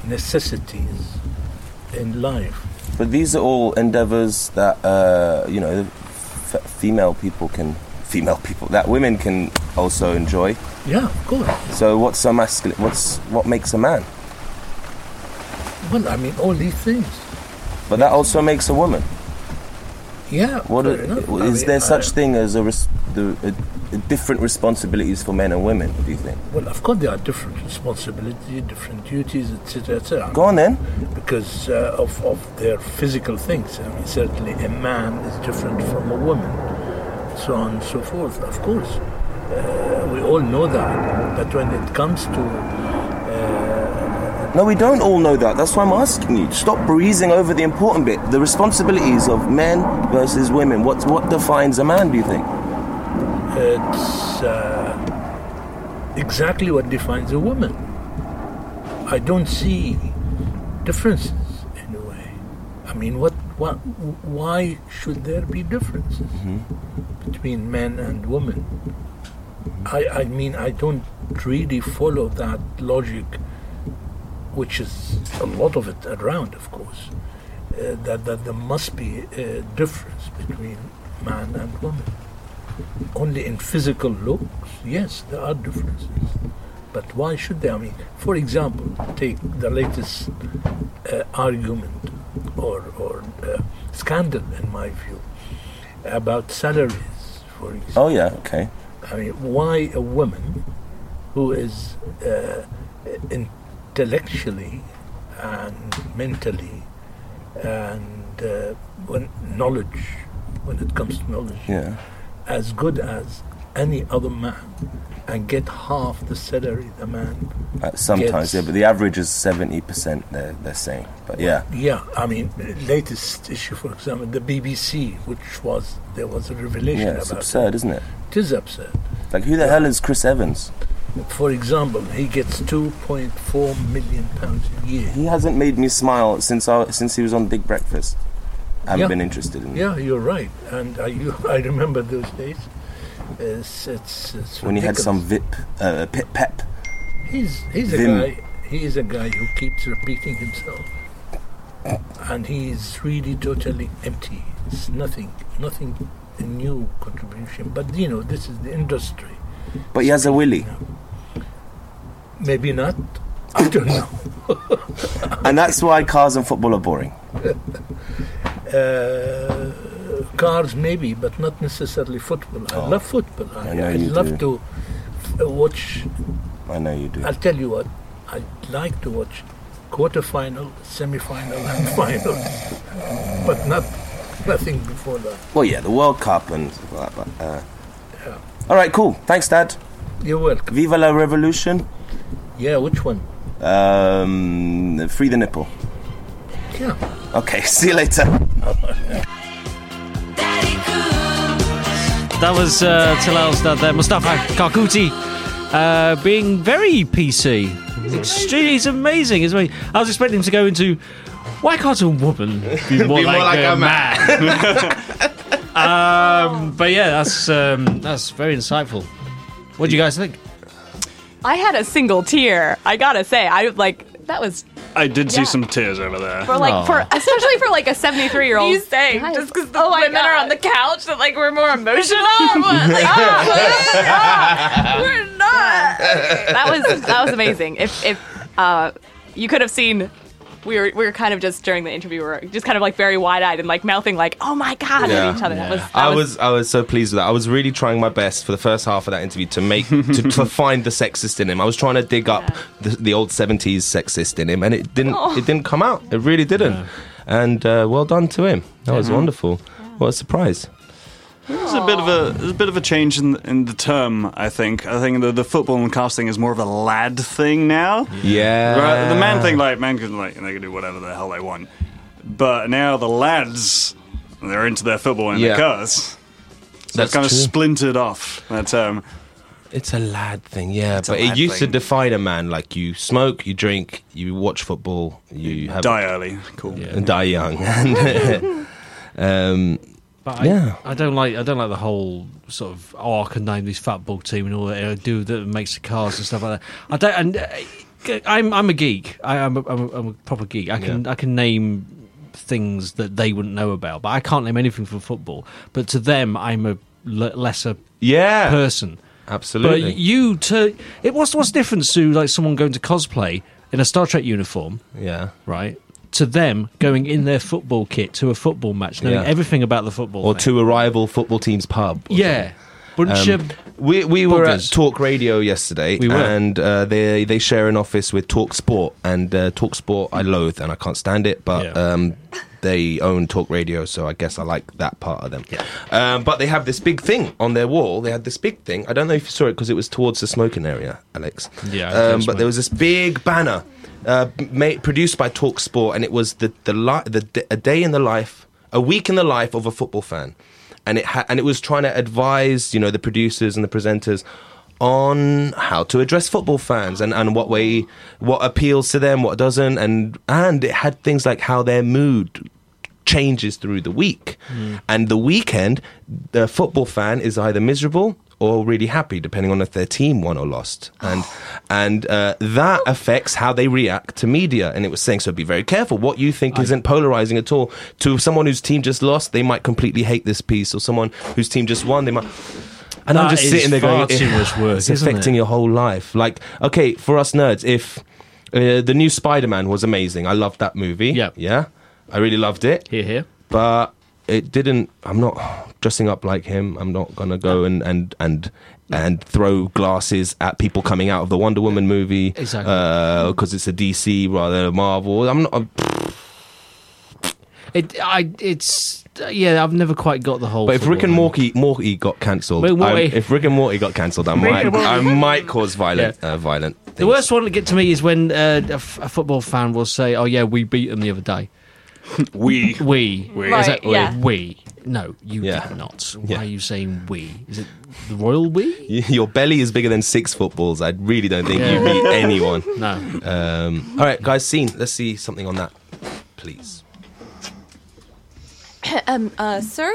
[SPEAKER 10] necessities in life.
[SPEAKER 2] But these are all endeavors that uh, you know, f- female people can, female people that women can also enjoy.
[SPEAKER 10] Yeah, of course.
[SPEAKER 2] So what's a masculine? What's what makes a man?
[SPEAKER 10] Well, I mean, all these things.
[SPEAKER 2] But that also makes a woman.
[SPEAKER 10] Yeah.
[SPEAKER 2] What
[SPEAKER 10] fair
[SPEAKER 2] is
[SPEAKER 10] enough. I mean,
[SPEAKER 2] there
[SPEAKER 10] I-
[SPEAKER 2] such thing as a, res- the, a, a different responsibilities for men and women? Do you think?
[SPEAKER 10] Well, of course, there are different responsibilities, different duties, etc., etc.
[SPEAKER 2] Go on then.
[SPEAKER 10] Because uh, of, of their physical things. I mean, certainly a man is different from a woman, so on and so forth. Of course, uh, we all know that. But when it comes to
[SPEAKER 2] No, we don't all know that. That's why I'm asking you. Stop breezing over the important bit: the responsibilities of men versus women. What what defines a man? Do you think?
[SPEAKER 10] it's uh, exactly what defines a woman. I don't see differences in a way. I mean, what, what, why should there be differences between men and women? I, I mean, I don't really follow that logic, which is a lot of it around, of course, uh, that, that there must be a difference between man and woman. Only in physical looks, yes, there are differences. But why should they? I mean, for example, take the latest uh, argument or, or uh, scandal, in my view, about salaries, for example.
[SPEAKER 12] Oh, yeah, okay.
[SPEAKER 10] I mean, why a woman who is uh, intellectually and mentally and uh, when knowledge, when it comes to knowledge,
[SPEAKER 12] Yeah.
[SPEAKER 10] as good as any other man and get half the salary the man
[SPEAKER 12] Uh, sometimes,
[SPEAKER 10] gets?
[SPEAKER 12] yeah, but the average is 70%, they're, they're saying. But yeah.
[SPEAKER 10] Yeah, I mean, uh, latest issue, for example, the BBC, which was there was a revelation
[SPEAKER 12] Yeah, it's
[SPEAKER 10] about.
[SPEAKER 12] absurd, isn't it?
[SPEAKER 10] It is absurd.
[SPEAKER 12] Like, who the hell is Chris Evans?
[SPEAKER 10] For example, he gets 2.4 million pounds a year.
[SPEAKER 12] He hasn't made me smile since I, since he was on Big Breakfast. I haven't
[SPEAKER 10] Yeah.
[SPEAKER 12] been interested in
[SPEAKER 10] Yeah, you're right, and I you, I remember those days. It's, it's, it's
[SPEAKER 12] when he had
[SPEAKER 10] ridiculous.
[SPEAKER 12] some VIP, uh, pip, pep.
[SPEAKER 10] He's he's a
[SPEAKER 12] Vim.
[SPEAKER 10] guy. He is a guy who keeps repeating himself, and he's really totally empty. It's nothing, nothing a new contribution. But you know, this is the industry.
[SPEAKER 12] But he has a willy.
[SPEAKER 10] Maybe not. I don't know.
[SPEAKER 12] And that's why cars and football are boring.
[SPEAKER 10] Uh, cars maybe, but not necessarily football. I
[SPEAKER 12] Oh.
[SPEAKER 10] love football. I,
[SPEAKER 12] I know
[SPEAKER 10] I
[SPEAKER 12] you
[SPEAKER 10] love
[SPEAKER 12] do.
[SPEAKER 10] to uh, watch
[SPEAKER 12] I know you do.
[SPEAKER 10] I'll tell you what, I like to watch quarterfinal, semi-final, and final, but not nothing before that.
[SPEAKER 12] Well, yeah, the World Cup and stuff like that. But, uh,
[SPEAKER 10] Yeah.
[SPEAKER 12] All right, cool. Thanks, Dad.
[SPEAKER 10] You're welcome.
[SPEAKER 12] Viva la revolution.
[SPEAKER 10] Yeah, which one?
[SPEAKER 12] Um, free the nipple.
[SPEAKER 10] Yeah.
[SPEAKER 12] Okay, see you later.
[SPEAKER 3] That was uh, Talal's dad there, Mustafa Karkuti, uh, being very PC. Extremely, he's amazing. He's amazing. I was expecting him to go into why can't a woman be more, like, a, man? um, but yeah, that's um, that's very insightful. What do you guys think?
[SPEAKER 6] I had a single tear. I gotta say, I like that was
[SPEAKER 7] I did see
[SPEAKER 6] Yeah.
[SPEAKER 7] some tears over there.
[SPEAKER 6] for like
[SPEAKER 3] Aw.
[SPEAKER 6] for especially for like a seventy three year old.
[SPEAKER 5] You saying
[SPEAKER 6] Guys.
[SPEAKER 5] just because the women are on the couch that like we're more emotional? or what? Like, oh.
[SPEAKER 8] oh,
[SPEAKER 5] ah, we're not.
[SPEAKER 6] That was that was amazing. If if uh, you could have seen. We were, we were kind of just during the interview, we were just kind of like very wide eyed and like mouthing like, "Oh my god!"
[SPEAKER 2] Yeah.
[SPEAKER 6] at each other. That was, that
[SPEAKER 2] I
[SPEAKER 6] was
[SPEAKER 2] was I was so pleased with that. I was really trying my best for the first half of that interview to make to, to find the sexist in him. I was trying to dig up the, the old seventies sexist in him, and it didn't it didn't come out. It really didn't. And uh, well done to him. That was wonderful. What a surprise!
[SPEAKER 7] There's a bit of a there's a bit of a change in in the term. I think. I think the the football and cast thing is more of a lad thing now.
[SPEAKER 2] Yeah,
[SPEAKER 7] Right, the man thing, like men can like they can do whatever the hell they want, but now the lads, they're into their football and
[SPEAKER 2] Yeah.
[SPEAKER 7] their cars. So
[SPEAKER 2] That's
[SPEAKER 7] it's kind
[SPEAKER 2] true.
[SPEAKER 7] of splintered off. That um,
[SPEAKER 2] It's a lad thing, yeah.
[SPEAKER 7] a
[SPEAKER 2] but it
[SPEAKER 7] lad
[SPEAKER 2] used to
[SPEAKER 7] thing.
[SPEAKER 2] define a man. Like you smoke, you drink, you watch football, you have
[SPEAKER 7] die early. Cool.
[SPEAKER 2] and die young. And, um,
[SPEAKER 3] But I,
[SPEAKER 2] Yeah.
[SPEAKER 3] I don't like I don't like the whole sort of oh I can name this football team and all that uh, do that makes the cars and stuff like that. I don't and uh, I'm I'm a geek. I, I'm, a, I'm, a, I'm a proper geek. I can I can name things that they wouldn't know about, but I can't name anything from football. But to them, I'm a l- lesser
[SPEAKER 2] yeah,
[SPEAKER 3] person.
[SPEAKER 2] absolutely.
[SPEAKER 3] But you to it what's what's difference to like someone going to cosplay in a Star Trek uniform
[SPEAKER 2] yeah.
[SPEAKER 3] right? To them, going in their football kit to a football match, knowing
[SPEAKER 2] Yeah.
[SPEAKER 3] everything about the football,
[SPEAKER 2] or
[SPEAKER 3] thing.
[SPEAKER 2] to a rival football team's pub. or
[SPEAKER 3] yeah, bunch
[SPEAKER 2] something. Um,
[SPEAKER 3] of
[SPEAKER 2] we we were at
[SPEAKER 3] buggers.
[SPEAKER 2] Talk Radio yesterday,
[SPEAKER 3] We were.
[SPEAKER 2] and uh, they they share an office with Talk Sport, and uh, Talk Sport I loathe and I can't stand it, but
[SPEAKER 3] Yeah.
[SPEAKER 2] um, they own Talk Radio, so I guess I like that part of them. Um, but they have this big thing on their wall. They had this big thing. I don't know if you saw it because it was towards the smoking area, Alex.
[SPEAKER 3] Yeah, I
[SPEAKER 2] Um,
[SPEAKER 3] guess
[SPEAKER 2] but there
[SPEAKER 3] my-
[SPEAKER 2] was this big banner uh, made, produced by Talk Sport, and it was the the, li- the d- a day in the life, a week in the life of a football fan, and it ha- and it was trying to advise you know the producers and the presenters on how to address football fans and, and what way what appeals to them, what doesn't, and and it had things like how their mood changes through the week.
[SPEAKER 7] Hmm.
[SPEAKER 2] Mm. And the weekend, the football fan is either miserable or really happy, depending on if their team won or lost. And and uh, that affects how they react to media. And it was saying, so be very careful. What you think isn't polarizing at all to someone whose team just lost, they might completely hate this piece, or someone whose team just won, they might. And I'm
[SPEAKER 13] That
[SPEAKER 2] just
[SPEAKER 13] is
[SPEAKER 2] sitting there
[SPEAKER 13] far
[SPEAKER 2] going, "Eh,
[SPEAKER 13] too much work,
[SPEAKER 2] it's
[SPEAKER 13] isn't
[SPEAKER 2] affecting
[SPEAKER 13] it?
[SPEAKER 2] your whole life. Like, okay, for us nerds, if uh, the new Spider-Man was amazing, I loved that movie. Yeah, yeah, I really loved it.
[SPEAKER 3] Here, here.
[SPEAKER 2] But it didn't. I'm not dressing up like him. I'm not gonna go and and and and throw glasses at people coming out of the Wonder Woman movie.
[SPEAKER 3] Exactly.
[SPEAKER 2] Because it's a DC rather than a Marvel. I'm not. I'm,
[SPEAKER 3] It, I, it's yeah. I've never quite got the whole.
[SPEAKER 2] but if Rick and
[SPEAKER 3] football
[SPEAKER 2] Morty Morty got cancelled,
[SPEAKER 3] Wait,
[SPEAKER 2] I'm-
[SPEAKER 3] Morty.
[SPEAKER 2] if Rick and Morty got cancelled, I
[SPEAKER 3] Rick
[SPEAKER 2] might
[SPEAKER 3] and Morty.
[SPEAKER 2] I might cause violent uh, violent.
[SPEAKER 3] thing. The worst one to get to me is when uh, a, f- a football fan will say, "Oh yeah, we beat them the other day."
[SPEAKER 7] we
[SPEAKER 3] we
[SPEAKER 7] We.
[SPEAKER 3] Is
[SPEAKER 7] Right,
[SPEAKER 3] that we?
[SPEAKER 7] yeah.
[SPEAKER 3] we. No, you did not. Why are you saying we? Is it the royal we?
[SPEAKER 2] Your belly is bigger than six footballs. I really don't think you
[SPEAKER 3] Yeah.
[SPEAKER 2] beat anyone.
[SPEAKER 3] No.
[SPEAKER 2] Um, all right, guys, scene. Let's see something on that, please.
[SPEAKER 5] um, uh, sir,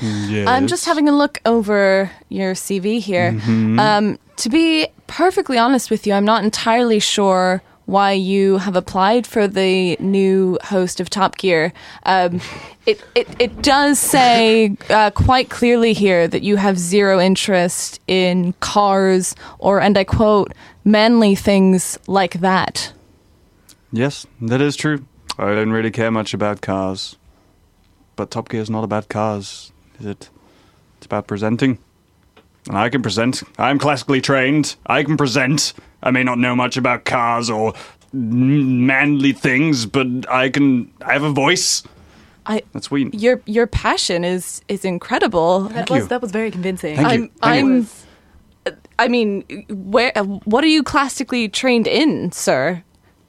[SPEAKER 5] I'm Um, just having a look over your CV here.
[SPEAKER 1] Mhm.
[SPEAKER 5] Um, to be perfectly honest with you, I'm not entirely sure why you have applied for the new host of Top Gear. Um, it, it, it does say uh, quite clearly here that you have zero interest in cars or, and I quote, manly things like that.
[SPEAKER 7] Yes, that is true. I don't really care much about cars. But Top Gear is not about cars, is it? It's about presenting. And I can present. I'm classically trained. I can present. I may not know much about cars or n- manly things, but I can. I have a voice.
[SPEAKER 5] I,
[SPEAKER 7] That's we.
[SPEAKER 5] your, your passion is, is incredible.
[SPEAKER 7] Thank was- you.
[SPEAKER 5] that was very convincing.
[SPEAKER 7] Thank you.
[SPEAKER 5] I'm,
[SPEAKER 7] Thank you.
[SPEAKER 5] I'm I mean, where? uh, What are you classically trained in, sir?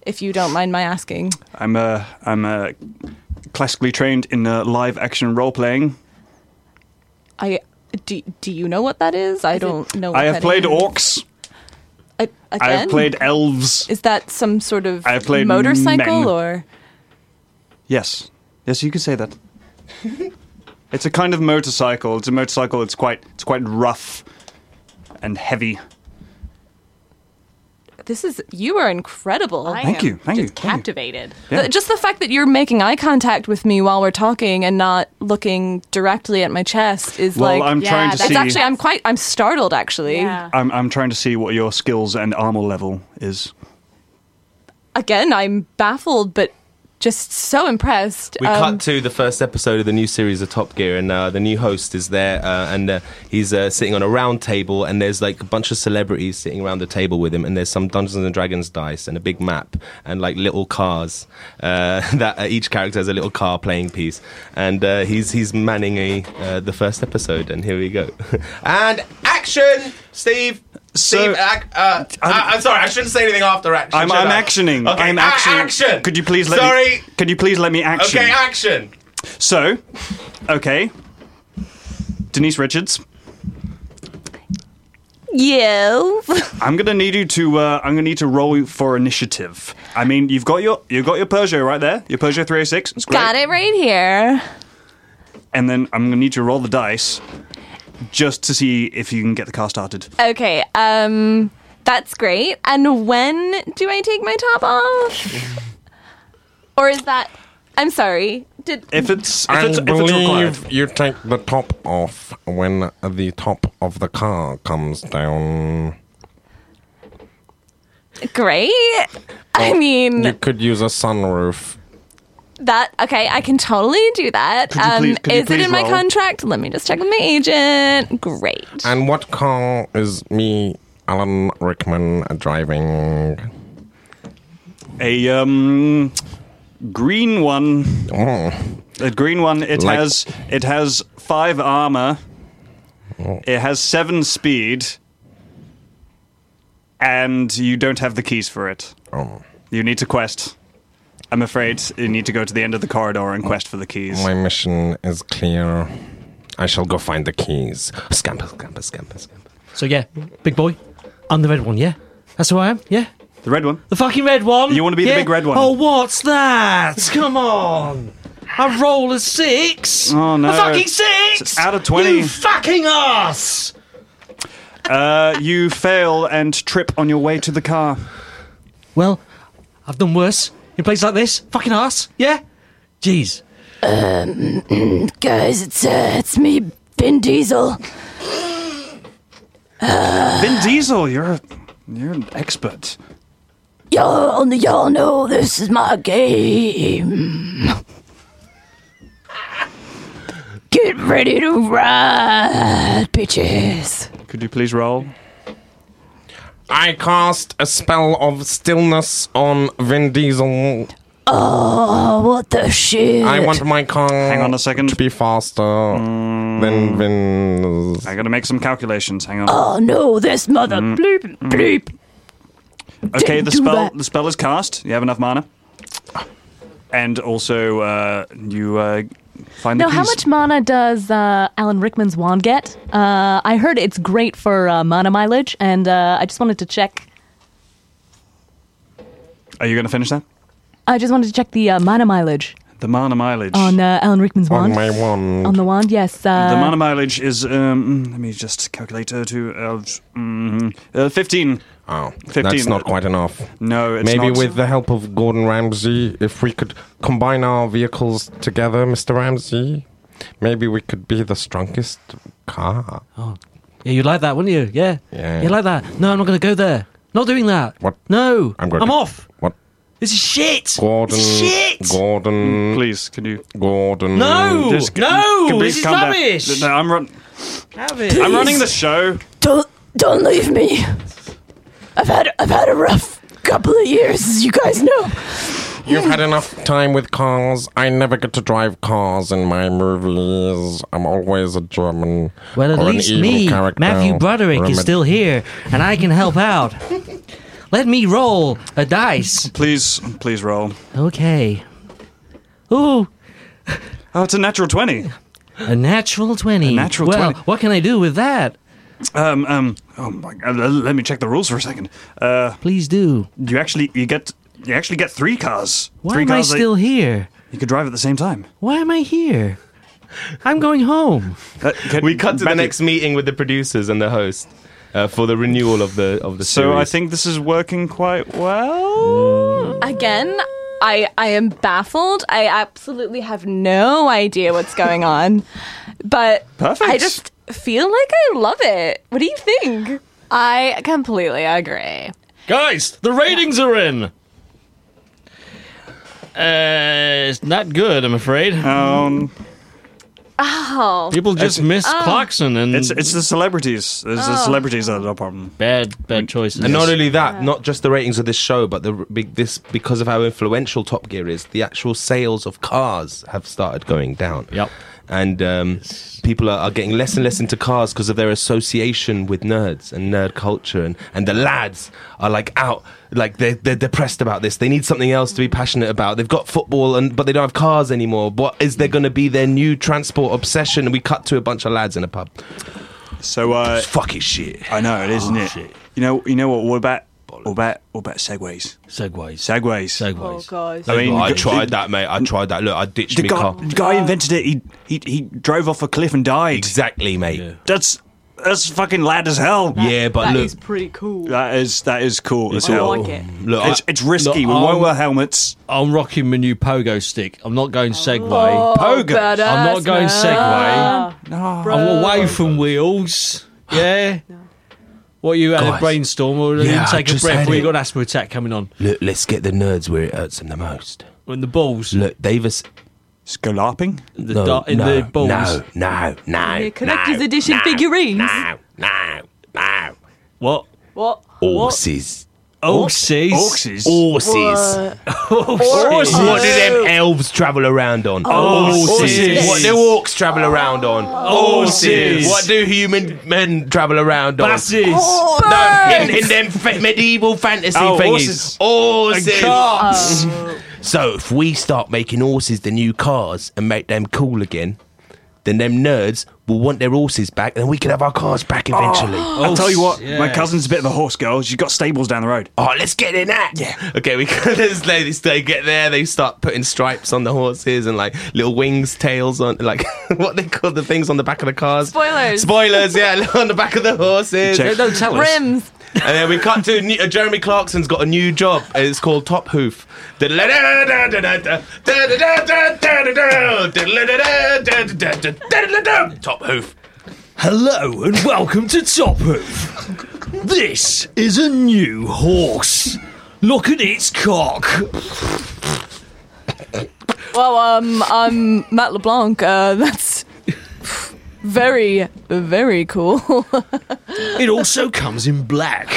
[SPEAKER 5] If you don't mind my asking.
[SPEAKER 7] I'm uh, I'm uh, classically trained in uh, live action role playing.
[SPEAKER 5] I do. Do you know what that is? I don't know. What
[SPEAKER 7] I have
[SPEAKER 5] that
[SPEAKER 7] played
[SPEAKER 5] is.
[SPEAKER 7] orcs.
[SPEAKER 5] A-
[SPEAKER 7] I
[SPEAKER 5] again?
[SPEAKER 7] have played elves.
[SPEAKER 5] Is that some sort of
[SPEAKER 7] I have played
[SPEAKER 5] motorcycle
[SPEAKER 7] men.
[SPEAKER 5] or?
[SPEAKER 7] Yes. Yes, you can say that. it's a kind of motorcycle. It's a motorcycle. It's quite it's quite rough and heavy.
[SPEAKER 5] This is you are incredible.
[SPEAKER 7] Thank am you, thank you, just thank you.
[SPEAKER 5] Captivated.
[SPEAKER 7] Yeah.
[SPEAKER 5] just the fact that you're making eye contact with me while we're talking and not looking directly at my chest is
[SPEAKER 7] Well,
[SPEAKER 5] like.
[SPEAKER 7] I'm Yeah, trying to
[SPEAKER 5] it's
[SPEAKER 7] that's- see-
[SPEAKER 5] Actually, I'm quite. I'm startled. Actually.
[SPEAKER 7] I'm I'm trying to see what your skills and armor level is.
[SPEAKER 5] Again, I'm baffled, but just so impressed.
[SPEAKER 2] We
[SPEAKER 5] Um,
[SPEAKER 2] cut to the first episode of the new series of Top Gear, and uh, the new host is there, uh, and uh, he's uh, sitting on a round table, and there's like a bunch of celebrities sitting around the table with him, and there's some Dungeons and Dragons dice and a big map and like little cars. Uh, that uh, each character has a little car playing piece, and uh, he's he's manning a, uh, the first episode, and here we go. and action, Steve. Steve, ac- uh, I, I'm sorry, I shouldn't say anything after action.
[SPEAKER 7] I'm
[SPEAKER 2] should
[SPEAKER 7] I'm
[SPEAKER 2] I?
[SPEAKER 7] actioning.
[SPEAKER 2] Okay,
[SPEAKER 7] I'm
[SPEAKER 2] a-
[SPEAKER 7] actioning.
[SPEAKER 2] action.
[SPEAKER 7] Could you please let me?
[SPEAKER 2] Sorry.
[SPEAKER 7] Could you please let me action?
[SPEAKER 2] Okay, action.
[SPEAKER 7] So, okay. Denise Richards,
[SPEAKER 4] You.
[SPEAKER 7] I'm gonna need you to. Uh, I'm gonna need to roll for initiative. I mean, you've got your you've got your Peugeot right there. Your Peugeot 306. It's great.
[SPEAKER 5] Got it right here.
[SPEAKER 7] and then I'm gonna need you to roll the dice just to see if you can get the car started.
[SPEAKER 5] Okay, um that's great. And when do I take my top off? or is that I'm sorry. Did
[SPEAKER 7] If it's if
[SPEAKER 14] I
[SPEAKER 7] it's, if it's required.
[SPEAKER 14] believe you take the top off when the top of the car comes down.
[SPEAKER 5] great? I
[SPEAKER 14] Or
[SPEAKER 5] mean
[SPEAKER 14] you could use a sunroof.
[SPEAKER 5] that okay, I can totally do that. Um,
[SPEAKER 14] Could you please- could you
[SPEAKER 5] is it
[SPEAKER 14] please
[SPEAKER 5] in my
[SPEAKER 14] roll?
[SPEAKER 5] contract? Let me just check with my agent. Great.
[SPEAKER 14] And what car is me, Alan Rickman, driving?
[SPEAKER 7] A um green one. A green one. It
[SPEAKER 14] Like-
[SPEAKER 7] has it has five armor. It has seven speed. And you don't have the keys for it. You need to quest. I'm afraid you need to go to the end of the corridor and quest for the keys.
[SPEAKER 14] My mission is clear. I shall go find the keys. Scamper, scamper, scamper, scamper.
[SPEAKER 3] So yeah, big boy, I'm the red one. Yeah, that's who I am. Yeah,
[SPEAKER 7] the red one,
[SPEAKER 3] the fucking red one.
[SPEAKER 7] You wanna be the
[SPEAKER 3] Yeah.
[SPEAKER 7] big red one.
[SPEAKER 3] Oh, what's that? Come on, I roll a six.
[SPEAKER 7] Oh, no.
[SPEAKER 3] a fucking six.
[SPEAKER 7] It's out of 20.
[SPEAKER 3] You fucking ass.
[SPEAKER 7] Uh, you fail and trip on your way to the car.
[SPEAKER 3] Well, I've done worse in places like this. Fucking ass. Yeah. Jeez.
[SPEAKER 13] Um, guys, it's uh, it's me, Vin Diesel.
[SPEAKER 7] Vin Diesel, you're a, you're an expert.
[SPEAKER 13] Y'all, y'all know this is my game. Get ready to ride, bitches.
[SPEAKER 7] Could you please roll?
[SPEAKER 14] I cast a spell of stillness on Vin Diesel.
[SPEAKER 13] Oh, what the shit?
[SPEAKER 14] I want my car. Hang
[SPEAKER 7] on a second. Mm.
[SPEAKER 14] To be faster than Vin.
[SPEAKER 7] I gotta make some calculations. Hang on.
[SPEAKER 13] Oh no, this mother
[SPEAKER 7] Mm.
[SPEAKER 13] bleep
[SPEAKER 7] Mm.
[SPEAKER 13] bleep.
[SPEAKER 7] Okay,
[SPEAKER 13] Didn't
[SPEAKER 7] the
[SPEAKER 13] do
[SPEAKER 7] spell
[SPEAKER 13] that.
[SPEAKER 7] the spell is cast. You have enough mana, and also uh, you uh, find
[SPEAKER 6] Now,
[SPEAKER 7] the keys.
[SPEAKER 6] how much mana does uh, Alan Rickman's wand get? Uh, I heard it's great for uh, mana mileage, and uh, I just wanted to check.
[SPEAKER 7] Are you gonna finish that?
[SPEAKER 6] I just wanted to check the uh, mana mileage
[SPEAKER 7] The mana mileage.
[SPEAKER 6] on uh, Alan Rickman's wand.
[SPEAKER 14] wand.
[SPEAKER 6] On the wand, yes. Uh,
[SPEAKER 7] the mana mileage is. Um, mm, let me just calculate. Uh, to uh, mm, uh, fifteen.
[SPEAKER 14] Oh,
[SPEAKER 7] 15.
[SPEAKER 14] That's not quite enough.
[SPEAKER 7] No, it's
[SPEAKER 14] Maybe
[SPEAKER 7] not.
[SPEAKER 14] with the help of Gordon Ramsay, if we could combine our vehicles together, Mr. Ramsay, maybe we could be the strongest car.
[SPEAKER 3] Oh, yeah, you'd like that, wouldn't you? Yeah.
[SPEAKER 14] Yeah.
[SPEAKER 3] You'd like that. No, I'm not going to go there. Not doing that.
[SPEAKER 14] What?
[SPEAKER 3] No.
[SPEAKER 14] I'm going
[SPEAKER 3] I'm
[SPEAKER 14] to-
[SPEAKER 3] off.
[SPEAKER 14] What?
[SPEAKER 3] This is shit.
[SPEAKER 14] Gordon.
[SPEAKER 3] This is shit.
[SPEAKER 14] Gordon.
[SPEAKER 7] Please, can you?
[SPEAKER 14] Gordon.
[SPEAKER 3] No!
[SPEAKER 7] Just-
[SPEAKER 3] No!
[SPEAKER 7] can
[SPEAKER 3] This
[SPEAKER 7] please
[SPEAKER 3] is
[SPEAKER 7] calm down.
[SPEAKER 3] rubbish!
[SPEAKER 7] No, I'm, run-
[SPEAKER 3] Have it.
[SPEAKER 7] I'm running the show.
[SPEAKER 13] Don't don't leave me. I've had I've had a rough couple of years, as you guys know.
[SPEAKER 14] You've had enough time with cars. I never get to drive cars in my movies. I'm always a German.
[SPEAKER 3] Well, at
[SPEAKER 14] or an
[SPEAKER 3] least
[SPEAKER 14] evil
[SPEAKER 3] me,
[SPEAKER 14] character,
[SPEAKER 3] Matthew Broderick,
[SPEAKER 14] or a
[SPEAKER 3] is
[SPEAKER 14] mad-
[SPEAKER 3] still here, and I can help out. Let me roll a dice.
[SPEAKER 7] Please, please roll.
[SPEAKER 3] Okay. Ooh,
[SPEAKER 7] Oh, it's a natural twenty.
[SPEAKER 3] a natural 20.
[SPEAKER 7] A natural
[SPEAKER 3] well,
[SPEAKER 7] 20.
[SPEAKER 3] what can I do with that?
[SPEAKER 7] Um, um. Oh my God. uh, Let me check the rules for a second. Uh,
[SPEAKER 3] Please do.
[SPEAKER 7] you actually you get you actually get three cars.
[SPEAKER 3] Why
[SPEAKER 7] three
[SPEAKER 3] am I
[SPEAKER 7] cars that-
[SPEAKER 3] still here?
[SPEAKER 7] You could drive at the same time.
[SPEAKER 3] Why am I here? I'm going home.
[SPEAKER 7] Uh, can-
[SPEAKER 2] We cut to the
[SPEAKER 7] Matthew,
[SPEAKER 2] next meeting with the producers and the host uh, for the renewal of the of the
[SPEAKER 7] So
[SPEAKER 2] series.
[SPEAKER 7] I think this is working quite well.
[SPEAKER 5] Again, I I am baffled. I absolutely have no idea what's going on. But
[SPEAKER 7] Perfect.
[SPEAKER 5] I just feel like I love it. What do you think? I completely agree.
[SPEAKER 3] Guys, the ratings are in. Uh, it's not good, I'm afraid.
[SPEAKER 7] Um,
[SPEAKER 5] Oh.
[SPEAKER 3] People just miss Clarkson and
[SPEAKER 7] it's it's the celebrities. It's
[SPEAKER 8] Oh.
[SPEAKER 7] the celebrities that are the problem.
[SPEAKER 3] bad, bad choices.
[SPEAKER 2] And not only that, not just the ratings of this show, but the big this because of how influential Top Gear is, the actual sales of cars have started going down.
[SPEAKER 3] Yep.
[SPEAKER 2] And um, people are, are getting less and less into cars because of their association with nerds and nerd culture, and, and the lads are like out, like they're, they're depressed about this. They need something else to be passionate about. They've got football, and but they don't have cars anymore. What is there going to be their new transport obsession? And we cut to a bunch of lads in a pub.
[SPEAKER 7] So uh,
[SPEAKER 2] It's fucking shit.
[SPEAKER 7] I know it isn't it.
[SPEAKER 3] Oh, shit.
[SPEAKER 7] You know you know what? What about what about what about segways?
[SPEAKER 3] Segways.
[SPEAKER 7] Segways.
[SPEAKER 8] Oh,
[SPEAKER 3] Segways.
[SPEAKER 8] guys.
[SPEAKER 2] I mean,
[SPEAKER 3] Right.
[SPEAKER 2] I tried that, mate. I tried that. Look, I ditched
[SPEAKER 7] The
[SPEAKER 2] my
[SPEAKER 7] guy,
[SPEAKER 2] car.
[SPEAKER 7] the guy invented it. He, he he drove off a cliff and died.
[SPEAKER 2] Exactly, mate. Yeah,
[SPEAKER 7] That's that's fucking lad as hell.
[SPEAKER 2] but
[SPEAKER 8] That
[SPEAKER 2] look,
[SPEAKER 8] is pretty cool.
[SPEAKER 7] That is that is cool as
[SPEAKER 8] I
[SPEAKER 7] hell.
[SPEAKER 8] like it.
[SPEAKER 2] look,
[SPEAKER 7] It's,
[SPEAKER 2] I-
[SPEAKER 7] it's risky.
[SPEAKER 3] Look,
[SPEAKER 7] we won't
[SPEAKER 3] I'm-
[SPEAKER 7] wear helmets.
[SPEAKER 3] I'm rocking my new pogo stick. I'm not
[SPEAKER 8] Oh,
[SPEAKER 3] going Segway.
[SPEAKER 7] Pogo.
[SPEAKER 3] I'm not going Segway.
[SPEAKER 8] Ah.
[SPEAKER 3] Oh,
[SPEAKER 7] No.
[SPEAKER 3] I'm away from wheels. Yeah. What you had
[SPEAKER 2] Guys.
[SPEAKER 3] a brainstorm or
[SPEAKER 2] Yeah,
[SPEAKER 3] you
[SPEAKER 2] I
[SPEAKER 3] take a
[SPEAKER 2] just
[SPEAKER 3] breath?
[SPEAKER 2] had
[SPEAKER 3] Or you
[SPEAKER 2] it.
[SPEAKER 3] got an asthma attack coming on?
[SPEAKER 2] look, let's get the nerds where it hurts them the most.
[SPEAKER 3] In the balls.
[SPEAKER 2] Look, Davis,
[SPEAKER 7] Scalloping.
[SPEAKER 3] The
[SPEAKER 2] no,
[SPEAKER 3] dot in
[SPEAKER 2] no,
[SPEAKER 3] the balls.
[SPEAKER 2] no, no, no,
[SPEAKER 8] Yeah, collector's
[SPEAKER 2] no,
[SPEAKER 8] edition
[SPEAKER 2] no,
[SPEAKER 8] figurines.
[SPEAKER 2] No, no, no,
[SPEAKER 3] What?
[SPEAKER 8] What?
[SPEAKER 2] horses,
[SPEAKER 3] Oxys.
[SPEAKER 7] Oxys.
[SPEAKER 2] horses. What do them elves travel around on?
[SPEAKER 3] Oh, Horses.
[SPEAKER 2] What do orcs travel around on?
[SPEAKER 3] Horses.
[SPEAKER 2] What do human men travel around on?
[SPEAKER 3] Basses.
[SPEAKER 2] No, in, in them fa- medieval fantasy
[SPEAKER 7] Oh, horses.
[SPEAKER 2] thingies. Horses. Oh.
[SPEAKER 7] Carts.
[SPEAKER 2] So if we start making horses the new cars and make them cool again, then them nerds will want their horses back, and we can have our cars back eventually.
[SPEAKER 7] Oh. I'll tell you what, my cousin's a bit of a horse girl. She's got stables down the road.
[SPEAKER 2] Oh, let's get in that. Yeah. Okay, we let's, they, they get there. They start putting stripes on the horses and like little wings, tails on like what they call the things on the back of the cars.
[SPEAKER 5] Spoilers.
[SPEAKER 2] Spoilers. Yeah, on the back of the horses.
[SPEAKER 5] Check. Don't tell us. Rims.
[SPEAKER 2] And then we cut to new, uh, Jeremy Clarkson's got a new job. and It's called Top Hoof. Top Hoof.
[SPEAKER 15] Hello and welcome to Top Hoof. This is a new horse. Look at its cock.
[SPEAKER 8] Well, um, I'm Matt LeBlanc. Uh, that's very, very cool.
[SPEAKER 15] It also comes in black.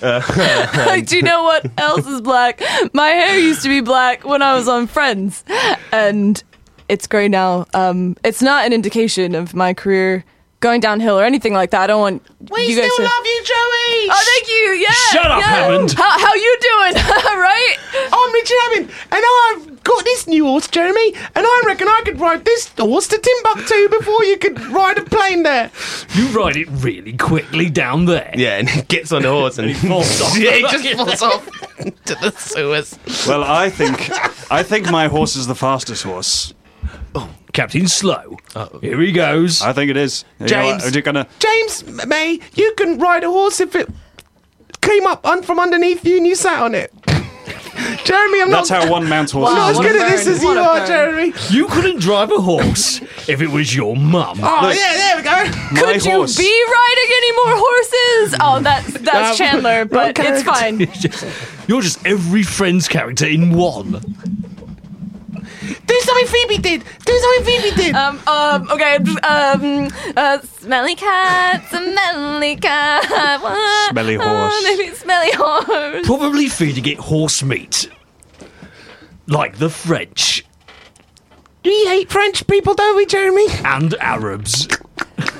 [SPEAKER 8] Do you know what else is black? My hair used to be black when I was on Friends, and it's grey now. Um, it's not an indication of my career going downhill or anything like that. I don't want
[SPEAKER 1] We
[SPEAKER 8] you guys
[SPEAKER 1] still
[SPEAKER 8] to.
[SPEAKER 1] love you, Joey.
[SPEAKER 8] Oh, thank you. Yeah. yeah. How, how you doing? right?
[SPEAKER 1] I'm Richard Hammond, and I've got this new horse, Jeremy, and I reckon I could ride this horse to Timbuktu before you could ride a plane there.
[SPEAKER 15] You ride it really quickly down there.
[SPEAKER 2] Yeah, and he gets on the horse and, he
[SPEAKER 15] falls off.
[SPEAKER 2] yeah, he just falls off to the sewers.
[SPEAKER 7] Well, I think I think my horse is the fastest horse.
[SPEAKER 15] Oh, Captain Slow. Here he goes.
[SPEAKER 7] I think it is. You know what,
[SPEAKER 2] James.
[SPEAKER 7] are you gonna?
[SPEAKER 1] James May, you can ride a horse if it came up un- from underneath you and you sat on it. Jeremy, I'm
[SPEAKER 7] That's
[SPEAKER 1] not.
[SPEAKER 7] how one mounts horses.
[SPEAKER 1] I'm not as good at this as you are, Jeremy.
[SPEAKER 15] You couldn't drive a horse if it was your mum.
[SPEAKER 1] Oh
[SPEAKER 15] Look,
[SPEAKER 1] yeah, there we go.
[SPEAKER 15] My
[SPEAKER 5] Could you
[SPEAKER 15] horse.
[SPEAKER 5] be riding any more horses? Oh, that's that's
[SPEAKER 15] Um,
[SPEAKER 5] Chandler, but it's fine.
[SPEAKER 15] just- You're just every friend's character in one.
[SPEAKER 5] Do something Phoebe did. Do something Phoebe did. Um, um, okay. Um, uh, smelly cat, smelly cat. What?
[SPEAKER 15] Smelly
[SPEAKER 5] Oh,
[SPEAKER 15] horse.
[SPEAKER 5] maybe smelly horse.
[SPEAKER 15] Probably feeding it horse meat. Like the French
[SPEAKER 1] We hate French people, don't we, Jeremy?
[SPEAKER 15] and Arabs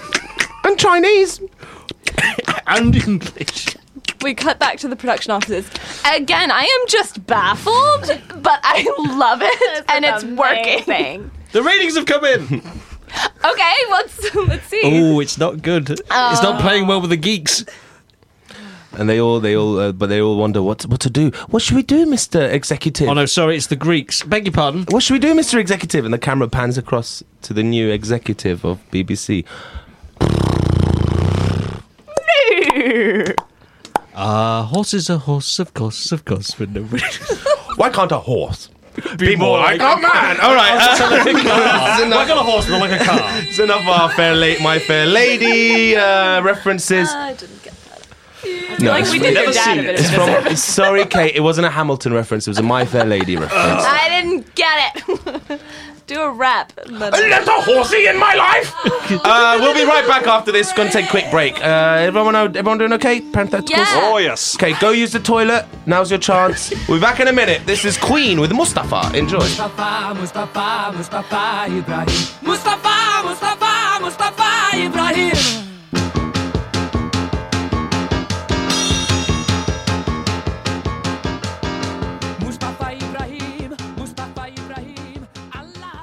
[SPEAKER 1] And Chinese.
[SPEAKER 15] and English.
[SPEAKER 5] We cut back to the production offices. Again, I am just baffled, but I love it, and it's working.
[SPEAKER 3] The ratings have come in.
[SPEAKER 5] Okay, let's let's see.
[SPEAKER 3] oh, it's not good. It's
[SPEAKER 5] Oh.
[SPEAKER 3] not playing well with the geeks.
[SPEAKER 2] And they all, they all, uh, but they all wonder what what to do. What should we do, Mister Executive?
[SPEAKER 3] Oh no, sorry, it's the Greeks. Beg your pardon.
[SPEAKER 2] What should we do, Mister Executive? And the camera pans across to the new executive of BBC.
[SPEAKER 3] Ah, horse is a horse, of course, of course, but no.
[SPEAKER 2] Why can't a horse
[SPEAKER 3] Be more like-
[SPEAKER 2] oh man? All right,
[SPEAKER 1] Why
[SPEAKER 2] Why can't a horse look like a car?
[SPEAKER 3] Ah.
[SPEAKER 2] it's enough of our fair la- my fair lady uh, references.
[SPEAKER 5] I didn't get that.
[SPEAKER 2] No,
[SPEAKER 5] like
[SPEAKER 2] it's
[SPEAKER 5] we
[SPEAKER 2] from-
[SPEAKER 5] did your dad a bit.
[SPEAKER 2] It's from, sorry, Kate. It wasn't a Hamilton reference. It was a My Fair Lady reference.
[SPEAKER 5] I didn't get it. Do a rap.
[SPEAKER 2] There's a horsey in my life. uh, we'll be right back after this. Gonna take a quick break. Uh, everyone, everyone doing okay? Parenthetical.
[SPEAKER 5] Yeah. Oh,
[SPEAKER 7] yes.
[SPEAKER 2] Okay, go use the toilet. Now's your chance. we'll be back in a minute. This is Queen with Mustafa. Enjoy.
[SPEAKER 1] Mustafa, Mustafa, Mustafa Ibrahim. Mustafa, Mustafa, Mustafa Ibrahim.
[SPEAKER 13] Mustafa Ibrahim, Mustafa Ibrahim, Allah.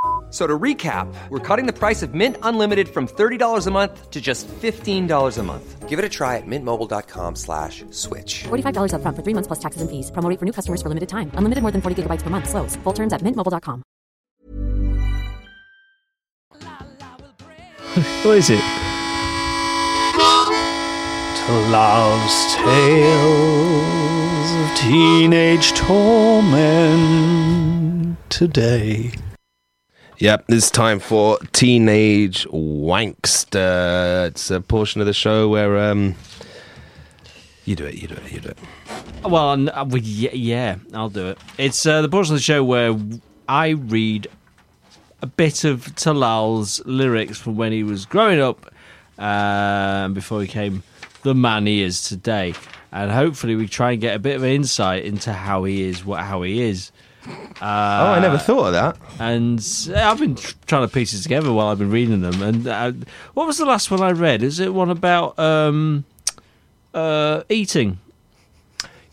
[SPEAKER 16] So to recap, we're cutting the price of Mint Unlimited from $30 a month to just $15 a month. Give it a try at mintmobile.com slash switch.
[SPEAKER 17] $45 up front for three months plus taxes and fees. Promo rate for new customers for limited time. Unlimited more than 40 gigabytes per month. Slows. Full terms at mintmobile.com.
[SPEAKER 15] What is it?
[SPEAKER 1] to love's tales
[SPEAKER 18] of teenage torment today.
[SPEAKER 2] Yep, it's time for Teenage Wankster. It's a portion of the show where um, you do it, you do it, you do it.
[SPEAKER 3] Well, n- uh, well, ye- yeah, I'll do it. It's uh, the portion of the show where I read a bit of Talal's lyrics from when he was growing up um, before he came the man he is today. And hopefully, we try and get a bit of insight into how he is, what how he is. Uh, oh,
[SPEAKER 2] I never thought of that.
[SPEAKER 3] And uh, I've been tr- trying to piece it together while I've been reading them. And uh, what was the last one I read? Is it one about um, uh, eating?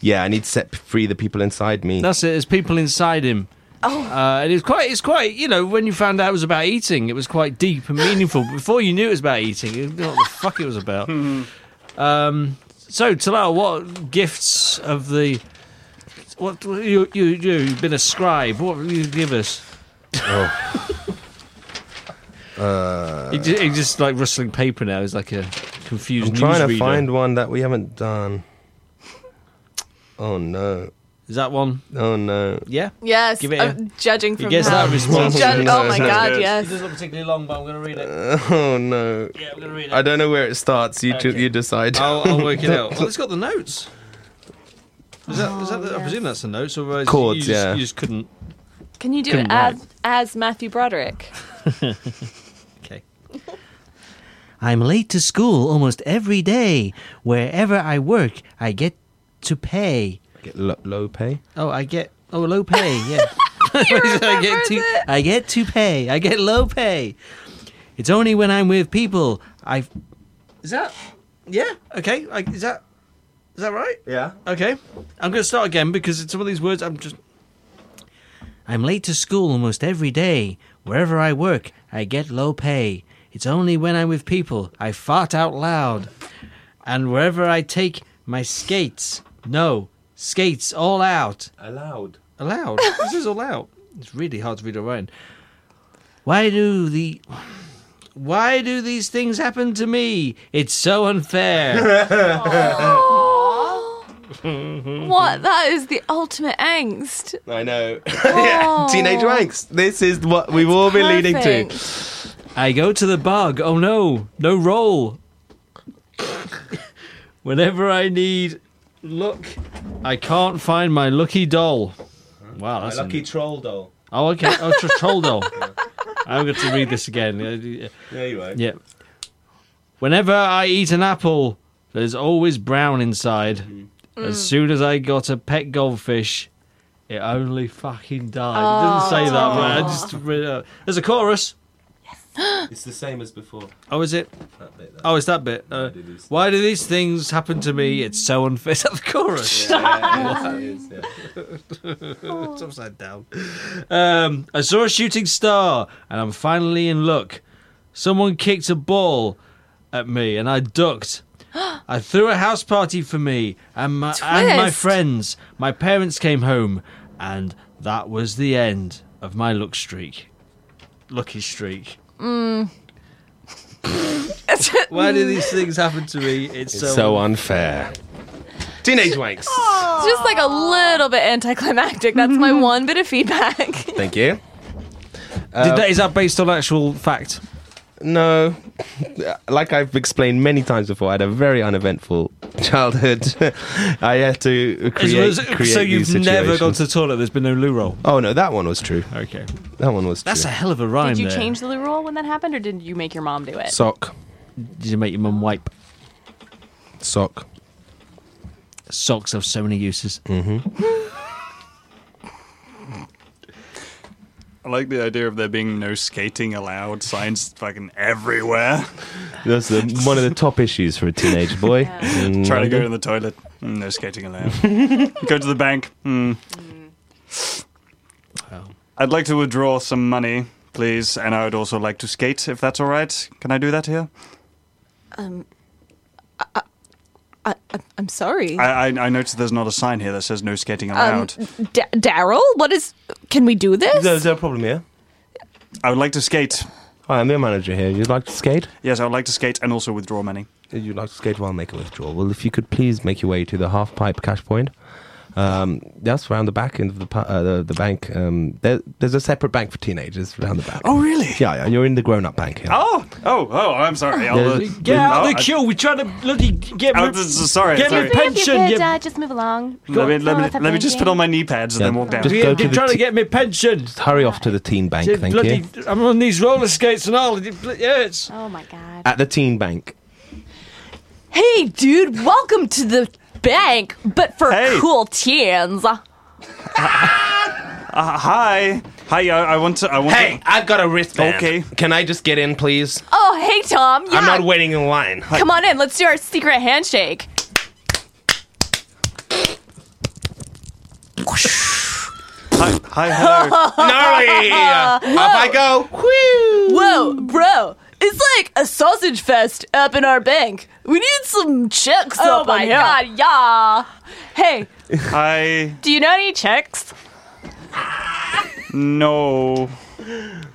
[SPEAKER 2] Yeah, I need to set free the people inside me.
[SPEAKER 3] That's it. There's people inside him. Oh, uh, and it's quite, it's quite. You know, when you found out it was about eating, it was quite deep and meaningful. Before you knew it was about eating, you didn't know what the fuck it was about. Um, so, Talal, what gifts of the? What you you you- you've been a scribe? What will you give us?
[SPEAKER 2] Oh. Uh,
[SPEAKER 3] He, ju- he just like rustling paper now. He's like a confused.
[SPEAKER 2] I'm trying to
[SPEAKER 3] newsreader.
[SPEAKER 2] find one that we haven't done. Oh no.
[SPEAKER 3] Is that one?
[SPEAKER 2] Oh no.
[SPEAKER 3] Yeah.
[SPEAKER 5] Yes,
[SPEAKER 2] Give it
[SPEAKER 3] Uh,
[SPEAKER 5] I'm judging
[SPEAKER 2] He
[SPEAKER 5] from
[SPEAKER 2] gets
[SPEAKER 5] how-
[SPEAKER 2] that response.
[SPEAKER 5] Judge-
[SPEAKER 2] No,
[SPEAKER 5] oh my
[SPEAKER 2] it's not
[SPEAKER 5] god,
[SPEAKER 2] good.
[SPEAKER 5] yes.
[SPEAKER 3] It doesn't look particularly long, but I'm going to read it.
[SPEAKER 2] Oh no. Yeah,
[SPEAKER 3] I'm gonna read it.
[SPEAKER 2] I don't know where it starts. You ju-
[SPEAKER 3] Okay.
[SPEAKER 2] you decide.
[SPEAKER 3] I'll, I'll work it out. Well, it's got the notes. Is that, is that
[SPEAKER 5] Oh,
[SPEAKER 3] the, I presume that's the notes, otherwise you-
[SPEAKER 2] Chords,
[SPEAKER 3] you, just,
[SPEAKER 2] yeah.
[SPEAKER 3] you just couldn't.
[SPEAKER 5] Can you do it
[SPEAKER 3] Couldn't
[SPEAKER 5] as, as Matthew Broderick?
[SPEAKER 3] okay.
[SPEAKER 19] I'm late to school almost every day. Wherever I work, I get to pay.
[SPEAKER 2] Get lo- low pay?
[SPEAKER 19] Oh, I get oh low pay. Yeah. I get to I get to pay. I get low pay.
[SPEAKER 3] It's only when I'm with people I. Is that? Yeah. Okay. I, is that? Is that right?
[SPEAKER 2] Yeah.
[SPEAKER 3] Okay. I'm going to start again because some of these words I'm just.
[SPEAKER 19] I'm late to school almost every day. Wherever I work, I get low pay. It's only when I'm with people I fart out loud. And wherever I take my skates, no, skates all out.
[SPEAKER 2] Allowed.
[SPEAKER 3] Allowed. this is all out. It's really hard to read or write.
[SPEAKER 19] Why do the
[SPEAKER 3] Why do these things happen to me? It's so unfair.
[SPEAKER 5] What? That is the ultimate angst.
[SPEAKER 2] I know. yeah. Teenage angst. This is what we've all been leading to.
[SPEAKER 3] I go to the bug. Oh no, no roll. Whenever I need look, I can't find my lucky doll. Wow, that's a-
[SPEAKER 2] troll doll.
[SPEAKER 3] Oh, okay. Oh, tr- troll doll. I'm going to read this again. Yeah,
[SPEAKER 2] Yeah, you are.
[SPEAKER 3] Yeah. Whenever I eat an apple, there's always brown inside.
[SPEAKER 2] Mm.
[SPEAKER 3] As soon as I got a pet goldfish, it only fucking died. It doesn't say that,
[SPEAKER 2] Oh.
[SPEAKER 3] man. I just read it out. there's a chorus.
[SPEAKER 2] it's the same as before.
[SPEAKER 3] Oh, is it?
[SPEAKER 2] That bit,
[SPEAKER 3] Oh, it's that bit. Uh, why do these things happen to me? It's so unfair. Is that the chorus? it's upside down. Um, I saw a shooting star, and I'm finally in luck. Someone kicked a ball at me, and I ducked. I threw a house party for me and my, and my
[SPEAKER 19] Twist.
[SPEAKER 3] friends. My parents came home, and that was the end of my luck streak. Lucky streak.
[SPEAKER 5] Mm.
[SPEAKER 3] Why do these things happen to me? It's,
[SPEAKER 2] It's so unfair. Teenage wanks.
[SPEAKER 5] It's just like a little bit anticlimactic. That's my one bit of feedback.
[SPEAKER 2] Thank you. Uh,
[SPEAKER 3] Did that, is that based on actual fact?
[SPEAKER 2] No. Like I've explained many times before, I had a very uneventful childhood. I had to create.
[SPEAKER 3] Is-
[SPEAKER 2] create
[SPEAKER 3] so you've
[SPEAKER 2] these
[SPEAKER 3] never gone
[SPEAKER 2] situations.
[SPEAKER 3] to the toilet. There's been no loo roll.
[SPEAKER 2] Oh no, that one was true.
[SPEAKER 3] Okay,
[SPEAKER 2] that one was.
[SPEAKER 3] That's
[SPEAKER 2] true.
[SPEAKER 3] a hell of a rhyme.
[SPEAKER 6] Did you
[SPEAKER 3] there.
[SPEAKER 6] change the rule when that happened, or did you make your mom do it?
[SPEAKER 2] sock?
[SPEAKER 3] Did you make your mum wipe?
[SPEAKER 2] Sock.
[SPEAKER 3] Socks have so many uses.
[SPEAKER 2] Mm-hmm.
[SPEAKER 18] I like the idea of there being no skating allowed signs fucking everywhere.
[SPEAKER 2] That's the, one of the top issues for a teenage boy. in
[SPEAKER 18] Trying to go to
[SPEAKER 2] London.
[SPEAKER 18] the toilet, mm, no skating allowed. go to the bank. mm. I'd like to withdraw some money, please, and I would also like to skate if that's all right. Can I do that here?
[SPEAKER 5] Um, I, I, I'm sorry.
[SPEAKER 18] I, I, I noticed there's not a sign here that says no skating
[SPEAKER 5] um,
[SPEAKER 18] allowed.
[SPEAKER 5] D- Daryl, what is? Can we do this?
[SPEAKER 2] Is there a problem here?
[SPEAKER 18] I would like to skate.
[SPEAKER 2] Hi, I'm your manager here. You'd like to skate?
[SPEAKER 18] Yes, I would like to skate and also withdraw money.
[SPEAKER 2] You'd like to skate while make a withdrawal. Well, if you could please make your way to the half pipe cash point. Um, that's round the back end of the pa- uh, the, the bank. Um, there, there's a separate bank for teenagers round the back. Oh,
[SPEAKER 7] really?
[SPEAKER 2] Yeah, yeah. You're in the grown up bank here.
[SPEAKER 7] Oh, oh, oh! I'm sorry. I'll, uh,
[SPEAKER 2] Get out
[SPEAKER 7] no,
[SPEAKER 2] of the
[SPEAKER 7] I-
[SPEAKER 2] queue,
[SPEAKER 3] We're trying to bloody get
[SPEAKER 7] Oh, this is- sorry,
[SPEAKER 3] Get
[SPEAKER 7] sorry.
[SPEAKER 3] me pension.
[SPEAKER 4] If you
[SPEAKER 3] you-
[SPEAKER 4] could, uh, just move along.
[SPEAKER 7] Let
[SPEAKER 4] Don't
[SPEAKER 7] me, let
[SPEAKER 4] know
[SPEAKER 7] me,
[SPEAKER 4] what's
[SPEAKER 7] let me
[SPEAKER 4] happening
[SPEAKER 7] just
[SPEAKER 4] here.
[SPEAKER 7] put on my knee pads and then walk down.
[SPEAKER 2] Just
[SPEAKER 3] You're
[SPEAKER 2] go to the
[SPEAKER 3] trying to
[SPEAKER 2] t-
[SPEAKER 3] get me pension.
[SPEAKER 2] Just hurry off to the teen bank. Thank
[SPEAKER 3] bloody,
[SPEAKER 2] you.
[SPEAKER 3] I'm on these roller skates and all. It bl- hurts.
[SPEAKER 4] Oh my god.
[SPEAKER 2] At the teen bank.
[SPEAKER 5] Hey, dude, welcome to the bank, but for cool teens.
[SPEAKER 7] Uh, hi, hi. I, I want to. I want
[SPEAKER 2] Hey, I've got a wristband.
[SPEAKER 7] Okay.
[SPEAKER 2] Can I just get in, please?
[SPEAKER 5] Oh, hey, Tom. Yeah.
[SPEAKER 2] I'm not waiting in line.
[SPEAKER 5] Come on in. Let's do our secret handshake.
[SPEAKER 7] to. Hi, hi, hello.
[SPEAKER 2] Gnarly! Up I go.
[SPEAKER 5] Whoa, bro. It's like a sausage fest up in our bank. We need some chicks
[SPEAKER 6] Oh
[SPEAKER 5] up
[SPEAKER 6] my
[SPEAKER 5] on here.
[SPEAKER 6] God,
[SPEAKER 5] yeah. Hey,
[SPEAKER 7] hi.
[SPEAKER 6] Do you know any chicks?
[SPEAKER 7] No,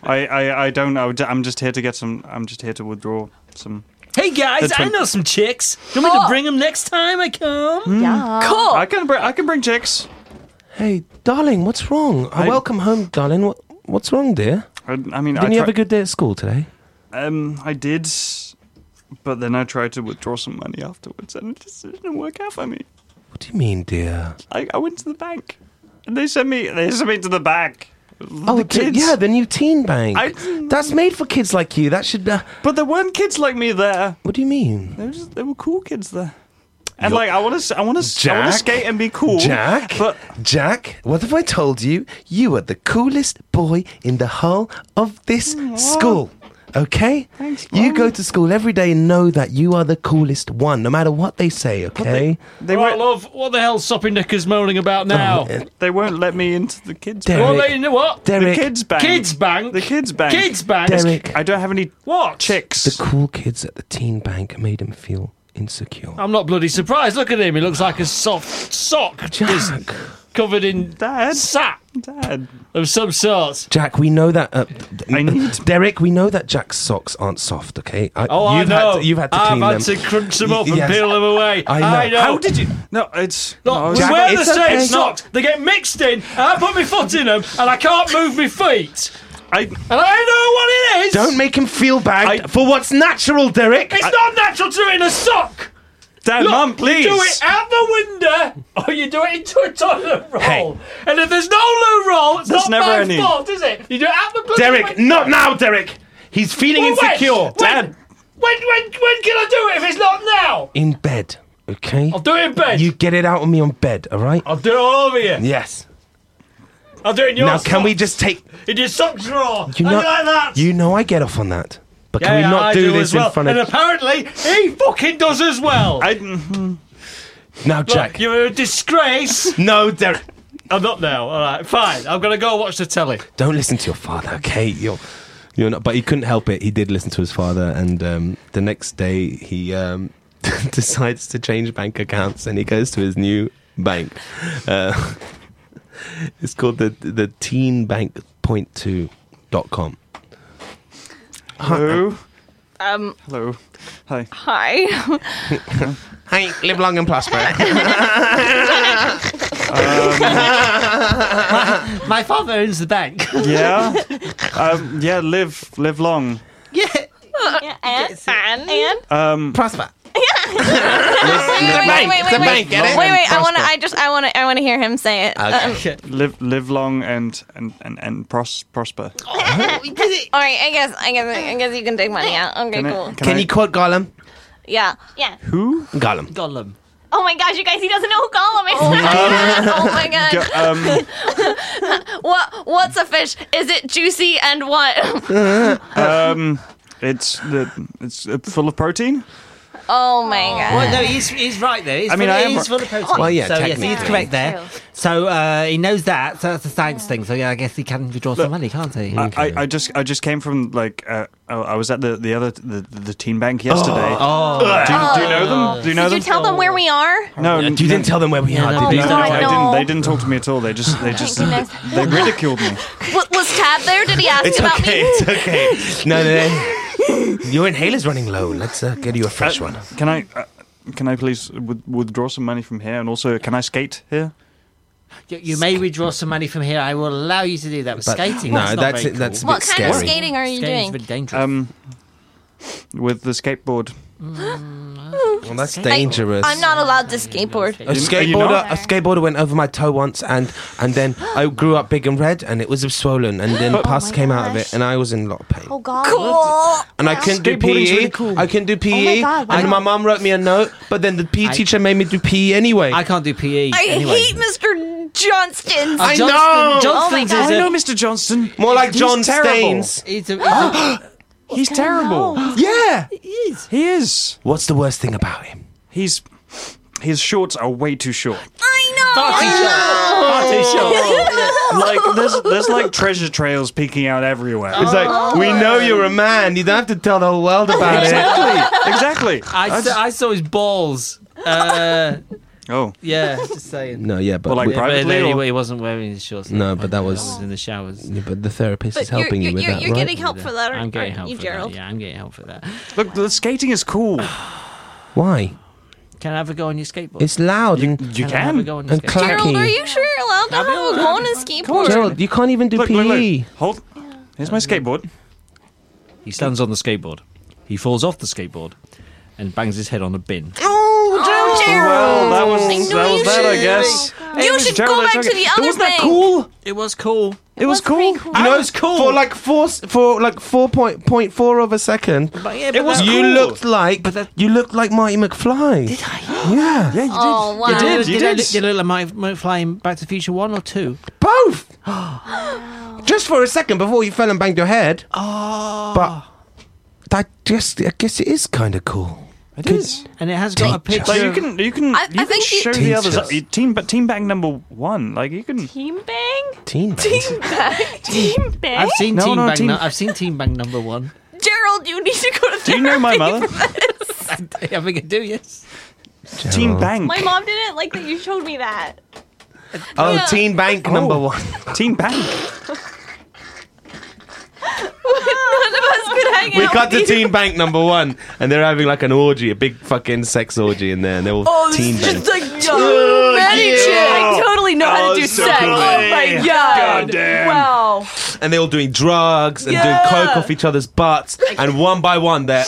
[SPEAKER 7] I, I, I don't know. I'm just here to get some. I'm just here to withdraw some.
[SPEAKER 3] Hey guys,
[SPEAKER 7] That's
[SPEAKER 3] I
[SPEAKER 7] when-
[SPEAKER 3] know some chicks. Do you want me to bring them next time I come?
[SPEAKER 4] Mm.
[SPEAKER 7] Cool.
[SPEAKER 3] Oh.
[SPEAKER 7] I can bring. I can bring chicks.
[SPEAKER 2] Hey, darling, what's wrong?
[SPEAKER 7] I-
[SPEAKER 2] Welcome home, darling. What, what's wrong, dear?
[SPEAKER 7] I, I mean,
[SPEAKER 2] Didn't
[SPEAKER 7] I
[SPEAKER 2] you
[SPEAKER 7] try-
[SPEAKER 2] have a good day at school today?
[SPEAKER 7] Um, I did, but then I tried to withdraw some money afterwards, and it just didn't work out for me.
[SPEAKER 2] What do you mean, dear?
[SPEAKER 7] I, I went to the bank, and they sent me. They sent me to the bank.
[SPEAKER 2] Oh,
[SPEAKER 7] the
[SPEAKER 2] t-
[SPEAKER 7] kids.
[SPEAKER 2] yeah, the new teen bank.
[SPEAKER 7] I-
[SPEAKER 2] That's made for kids like you. That should. Uh,
[SPEAKER 7] but there weren't kids like me there.
[SPEAKER 2] What do you mean?
[SPEAKER 7] They were just. They were cool kids there. And like, I want to. I want to. I want to
[SPEAKER 2] Jack?
[SPEAKER 7] skate and be cool.
[SPEAKER 2] Jack?
[SPEAKER 7] But
[SPEAKER 2] Jack, what have I told you? You are the coolest boy in the whole of this school. Okay?
[SPEAKER 7] Thanks,
[SPEAKER 2] you go to school every day and know that you are the coolest one, no matter what they say, okay?
[SPEAKER 7] They
[SPEAKER 3] right, love, what the hell soppy knickers moaning about
[SPEAKER 2] Oh,
[SPEAKER 3] now?
[SPEAKER 7] they won't let me into the kids.
[SPEAKER 3] Derek.
[SPEAKER 7] bank.
[SPEAKER 3] Won't let you into what?
[SPEAKER 7] The kids bank.
[SPEAKER 3] Kids bank.
[SPEAKER 7] The kids bank.
[SPEAKER 3] Kids bank.
[SPEAKER 2] Derek.
[SPEAKER 7] I don't have any
[SPEAKER 3] what
[SPEAKER 7] chicks.
[SPEAKER 2] The cool kids at the teen bank made him feel insecure.
[SPEAKER 3] I'm not bloody surprised. Look at him. He looks like a soft sock. Just covered in
[SPEAKER 7] Dad.
[SPEAKER 3] sap.
[SPEAKER 7] Dad.
[SPEAKER 3] Of some sort.
[SPEAKER 2] Jack, we know that. Uh,
[SPEAKER 7] I need
[SPEAKER 2] Derek, we know that Jack's socks aren't soft, okay? I,
[SPEAKER 3] Oh,
[SPEAKER 2] you've
[SPEAKER 3] I know.
[SPEAKER 2] Had to, you've had to
[SPEAKER 3] I've
[SPEAKER 2] clean
[SPEAKER 3] had
[SPEAKER 2] them.
[SPEAKER 3] to crunch them
[SPEAKER 2] Y-
[SPEAKER 3] up and
[SPEAKER 2] yes.
[SPEAKER 3] peel them away.
[SPEAKER 2] I know.
[SPEAKER 7] How did you? No, it's. no,
[SPEAKER 3] Look,
[SPEAKER 7] it's-
[SPEAKER 3] we wear the
[SPEAKER 7] it's
[SPEAKER 3] same
[SPEAKER 7] okay.
[SPEAKER 3] socks. They get mixed in, and I put my foot in them, and I can't move my feet.
[SPEAKER 7] I
[SPEAKER 3] and I know what it is.
[SPEAKER 2] Don't make him feel bad for what's natural, Derek.
[SPEAKER 3] It's not natural to do it in a sock.
[SPEAKER 7] Dad,
[SPEAKER 3] Look,
[SPEAKER 7] Mum, please.
[SPEAKER 3] You do it out the window, or you do it into a toilet roll.
[SPEAKER 2] Hey.
[SPEAKER 3] And if there's no loo roll, it's
[SPEAKER 7] There's
[SPEAKER 3] not
[SPEAKER 7] never
[SPEAKER 3] my
[SPEAKER 7] any.
[SPEAKER 3] fault, is it? You do it out the bloody
[SPEAKER 2] Derek,
[SPEAKER 3] window.
[SPEAKER 2] not now, Derek. He's feeling
[SPEAKER 3] Well, wait,
[SPEAKER 2] insecure.
[SPEAKER 3] wait, When, when, when can I do it if it's not now?
[SPEAKER 2] In bed, okay?
[SPEAKER 3] I'll do it in bed.
[SPEAKER 2] You get it out on me on bed, all right?
[SPEAKER 3] I'll do it all over you.
[SPEAKER 2] Yes.
[SPEAKER 3] I'll do it in your
[SPEAKER 2] now,
[SPEAKER 3] sock.
[SPEAKER 2] can we just take?
[SPEAKER 3] In your sock drawer.
[SPEAKER 2] You
[SPEAKER 3] I
[SPEAKER 2] know,
[SPEAKER 3] like that.
[SPEAKER 2] you know, I get off on that. But
[SPEAKER 3] yeah,
[SPEAKER 2] can we
[SPEAKER 3] yeah,
[SPEAKER 2] not
[SPEAKER 3] I
[SPEAKER 2] do, this
[SPEAKER 3] as well.
[SPEAKER 2] in front
[SPEAKER 3] And
[SPEAKER 2] of?
[SPEAKER 3] apparently, he fucking does as well.
[SPEAKER 7] I, mhm.
[SPEAKER 2] mm-hmm. now, Jack.
[SPEAKER 3] Look, you're a disgrace.
[SPEAKER 2] no, Derek.
[SPEAKER 3] I'm not now. All right, fine. I'm gonna go watch the telly.
[SPEAKER 2] Don't listen to your father, okay? You're, you're not. But he couldn't help it. He did listen to his father, and um, the next day he um, decides to change bank accounts, and he goes to his new bank. Uh, it's called the the Teen Bank Point Two dot com.
[SPEAKER 7] Hello.
[SPEAKER 5] Um,
[SPEAKER 7] Hello. Hi.
[SPEAKER 5] hi.
[SPEAKER 2] Hey, live long and prosper.
[SPEAKER 3] Um,
[SPEAKER 1] My father owns the bank.
[SPEAKER 7] Yeah. um, yeah. Live. Live long.
[SPEAKER 4] Yeah, and, and, and.
[SPEAKER 7] Um,
[SPEAKER 2] prosper.
[SPEAKER 4] Wait, wait, wait, wait, wait,
[SPEAKER 2] get
[SPEAKER 4] wait, wait. I want to. I just. I want to. I want to hear him say it. Um,
[SPEAKER 7] Live. Live long and and and and pros, prosper.
[SPEAKER 4] all right. I guess. I guess. I guess you can take money out. Okay.
[SPEAKER 7] Can I-
[SPEAKER 4] cool.
[SPEAKER 7] can I-
[SPEAKER 2] quote Gollum?
[SPEAKER 4] yeah. Yeah.
[SPEAKER 7] Who?
[SPEAKER 2] Gollum.
[SPEAKER 1] Gollum.
[SPEAKER 4] Oh my gosh, you guys. He doesn't know who Gollum is. oh my god.
[SPEAKER 7] Go- um,
[SPEAKER 4] What? What's a fish? Is it juicy and what?
[SPEAKER 7] um, it's the it's uh, full of protein.
[SPEAKER 4] Oh my god.
[SPEAKER 1] Well, no, he's, he's right there. He's
[SPEAKER 7] I mean,
[SPEAKER 1] full,
[SPEAKER 7] I am
[SPEAKER 1] he's
[SPEAKER 7] right.
[SPEAKER 1] full of protein.
[SPEAKER 2] Well, yeah,
[SPEAKER 1] so yes,
[SPEAKER 2] technically.
[SPEAKER 1] he's correct there. So uh, he knows that. So that's a science thing. So yeah, I guess he can withdraw some money, can't he?
[SPEAKER 7] I, I, I just I just came from like uh, I, I was at the the other the, the teen bank yesterday.
[SPEAKER 1] Oh.
[SPEAKER 7] Do, you, do you know them? Do you know
[SPEAKER 4] Oh. Did you
[SPEAKER 7] them? Oh.
[SPEAKER 4] tell them where we are?
[SPEAKER 7] no,
[SPEAKER 2] You
[SPEAKER 7] n- no.
[SPEAKER 2] didn't tell them where we are,
[SPEAKER 7] No,
[SPEAKER 2] did
[SPEAKER 4] Oh
[SPEAKER 2] you?
[SPEAKER 4] God,
[SPEAKER 7] I
[SPEAKER 4] no.
[SPEAKER 7] didn't. They didn't talk to me at all. They just, they just,
[SPEAKER 4] goodness.
[SPEAKER 7] they ridiculed me.
[SPEAKER 4] Was, was Tab there? Did he ask
[SPEAKER 2] It's
[SPEAKER 4] about
[SPEAKER 2] okay.
[SPEAKER 4] me?
[SPEAKER 2] It's okay. No, no, no. Your inhaler's running low. Let's uh, get you a fresh one.
[SPEAKER 7] Can I, uh, can I please with, withdraw some money from here? And also, can I skate here?
[SPEAKER 3] You, you may withdraw some money from here. I will allow you to do that. But,
[SPEAKER 2] But-
[SPEAKER 3] skating,
[SPEAKER 2] no,
[SPEAKER 3] that's, not
[SPEAKER 2] that's
[SPEAKER 3] very
[SPEAKER 2] it- that's a
[SPEAKER 3] cool.
[SPEAKER 2] bit What kind of scary. skating
[SPEAKER 1] are you
[SPEAKER 3] Skating's
[SPEAKER 1] doing?
[SPEAKER 3] very dangerous.
[SPEAKER 7] Um, with the skateboard.
[SPEAKER 2] Well, that's dangerous.
[SPEAKER 1] I'm not allowed to skateboard.
[SPEAKER 2] A skateboarder, a skateboarder went over my toe once, and and then I grew up big and red, and it was swollen, and then pus came out of it, and I was in a lot of pain.
[SPEAKER 1] Oh God. Cool.
[SPEAKER 2] And I couldn't do PE.
[SPEAKER 10] Skateboarding's really
[SPEAKER 2] I couldn't do PE.
[SPEAKER 1] Oh God,
[SPEAKER 2] and my mum wrote me a note, but then the PE teacher made me do PE anyway. I
[SPEAKER 3] can't do E PE.
[SPEAKER 1] I hate Mr. Johnston.
[SPEAKER 5] Uh,
[SPEAKER 2] I know.
[SPEAKER 1] oh my God.
[SPEAKER 2] Mr. Johnston. More like John Staines.
[SPEAKER 3] He's,
[SPEAKER 7] he's terrible.
[SPEAKER 2] Yeah.
[SPEAKER 7] He is. He is.
[SPEAKER 2] What's the worst thing about him?
[SPEAKER 7] He's his shorts are way too short.
[SPEAKER 10] I
[SPEAKER 7] like there's there's like treasure trails peeking out everywhere.
[SPEAKER 2] It's like we know you're a man. You don't have to tell the whole world about
[SPEAKER 7] Exactly. Exactly.
[SPEAKER 3] I,
[SPEAKER 2] I
[SPEAKER 3] saw,
[SPEAKER 2] just-
[SPEAKER 3] I saw his balls. Uh,
[SPEAKER 7] oh.
[SPEAKER 3] Yeah, just saying.
[SPEAKER 2] No, yeah, but Well, like
[SPEAKER 3] Yeah,
[SPEAKER 2] privately
[SPEAKER 3] he-
[SPEAKER 2] or-
[SPEAKER 3] he wasn't wearing his shorts.
[SPEAKER 2] it. No, but that was
[SPEAKER 3] in the showers.
[SPEAKER 2] Yeah, but the therapist
[SPEAKER 1] But
[SPEAKER 2] is helping
[SPEAKER 1] you're,
[SPEAKER 2] you with
[SPEAKER 1] you're,
[SPEAKER 2] that,
[SPEAKER 1] you're
[SPEAKER 2] right?
[SPEAKER 1] getting help for that.
[SPEAKER 3] I'm getting
[SPEAKER 1] aren't
[SPEAKER 3] help
[SPEAKER 1] you,
[SPEAKER 3] for
[SPEAKER 1] Gerald?
[SPEAKER 3] that. Yeah, I'm getting help for that.
[SPEAKER 7] Look, the skating is cool.
[SPEAKER 2] Why?
[SPEAKER 3] Can I have a go on your skateboard?
[SPEAKER 2] It's loud. You,
[SPEAKER 3] you Can I have a can. go on the
[SPEAKER 2] and
[SPEAKER 3] skateboard?
[SPEAKER 2] clacky.
[SPEAKER 1] Gerald, are you sure you're allowed to have a go on a skateboard?
[SPEAKER 2] Gerald, you can't even do
[SPEAKER 7] Look,
[SPEAKER 2] PE.
[SPEAKER 7] look, look. Hold. Here's my skateboard.
[SPEAKER 20] He stands on the skateboard. He falls off the skateboard and bangs his head on a bin.
[SPEAKER 1] Oh, Gerald! Oh,
[SPEAKER 7] Well, that was
[SPEAKER 1] I knew
[SPEAKER 7] that was
[SPEAKER 1] you
[SPEAKER 7] that, I
[SPEAKER 1] should.
[SPEAKER 7] guess.
[SPEAKER 1] Oh, You
[SPEAKER 7] It was
[SPEAKER 1] should
[SPEAKER 7] Gerald
[SPEAKER 1] go
[SPEAKER 7] I
[SPEAKER 1] back
[SPEAKER 7] took
[SPEAKER 1] to
[SPEAKER 7] it.
[SPEAKER 1] the
[SPEAKER 7] But
[SPEAKER 1] other
[SPEAKER 7] Wasn't that
[SPEAKER 1] thing.
[SPEAKER 7] cool?
[SPEAKER 3] It was cool.
[SPEAKER 7] It was cool.
[SPEAKER 2] You know, it's cool. For like four, for like four point point four of a second.
[SPEAKER 3] But yeah, but It was
[SPEAKER 2] You
[SPEAKER 3] cool.
[SPEAKER 2] looked like, you looked like Marty McFly. Did I? Yeah. Yeah, you did.
[SPEAKER 1] Oh, wow.
[SPEAKER 3] You did.
[SPEAKER 2] You
[SPEAKER 3] did, I
[SPEAKER 2] did.
[SPEAKER 3] look- did I look like my, my flying Back to the Future one or two?
[SPEAKER 2] Both. just for a second before you fell and banged your head.
[SPEAKER 7] Ah.
[SPEAKER 2] Oh. But that just, I guess it is kind of cool.
[SPEAKER 7] It is.
[SPEAKER 3] And it has
[SPEAKER 2] got a Teach us. picture
[SPEAKER 7] you
[SPEAKER 2] of-
[SPEAKER 7] can you can
[SPEAKER 2] I-
[SPEAKER 7] you can
[SPEAKER 2] I think you-
[SPEAKER 7] show
[SPEAKER 2] Teach
[SPEAKER 7] the others.
[SPEAKER 2] us.
[SPEAKER 7] You- Team but team bang number one. Like you can
[SPEAKER 6] Team bang.
[SPEAKER 2] Teen.
[SPEAKER 6] Team bang. Team bang.
[SPEAKER 3] I've seen
[SPEAKER 7] No,
[SPEAKER 3] Team
[SPEAKER 7] no,
[SPEAKER 3] Bang.
[SPEAKER 7] Team-
[SPEAKER 3] nu- I've seen Team Bang number one.
[SPEAKER 1] Gerald, you need to go to
[SPEAKER 7] Do you know my mother?
[SPEAKER 3] I think I do. Yes.
[SPEAKER 7] Team bang.
[SPEAKER 1] My mom didn't like that you showed me that.
[SPEAKER 2] Oh,
[SPEAKER 1] Yeah.
[SPEAKER 2] Teen Bank number one.
[SPEAKER 7] Teen Bank.
[SPEAKER 1] None of us could hang
[SPEAKER 2] We
[SPEAKER 1] out. with
[SPEAKER 2] cut to
[SPEAKER 1] you.
[SPEAKER 2] Teen Bank number one, and they're having like an orgy, a big fucking sex orgy in there, and they're all
[SPEAKER 10] Oh, this
[SPEAKER 2] Teen
[SPEAKER 10] is
[SPEAKER 2] Bank.
[SPEAKER 10] just like
[SPEAKER 7] Uh,
[SPEAKER 2] Oh,
[SPEAKER 10] ready
[SPEAKER 2] yeah.
[SPEAKER 10] chick.
[SPEAKER 2] I
[SPEAKER 10] totally know how to do sex. Oh my god!
[SPEAKER 2] Goddamn.
[SPEAKER 10] Wow.
[SPEAKER 2] and they're all doing drugs and
[SPEAKER 6] Yeah.
[SPEAKER 2] doing coke off each other's butts, and one by one they're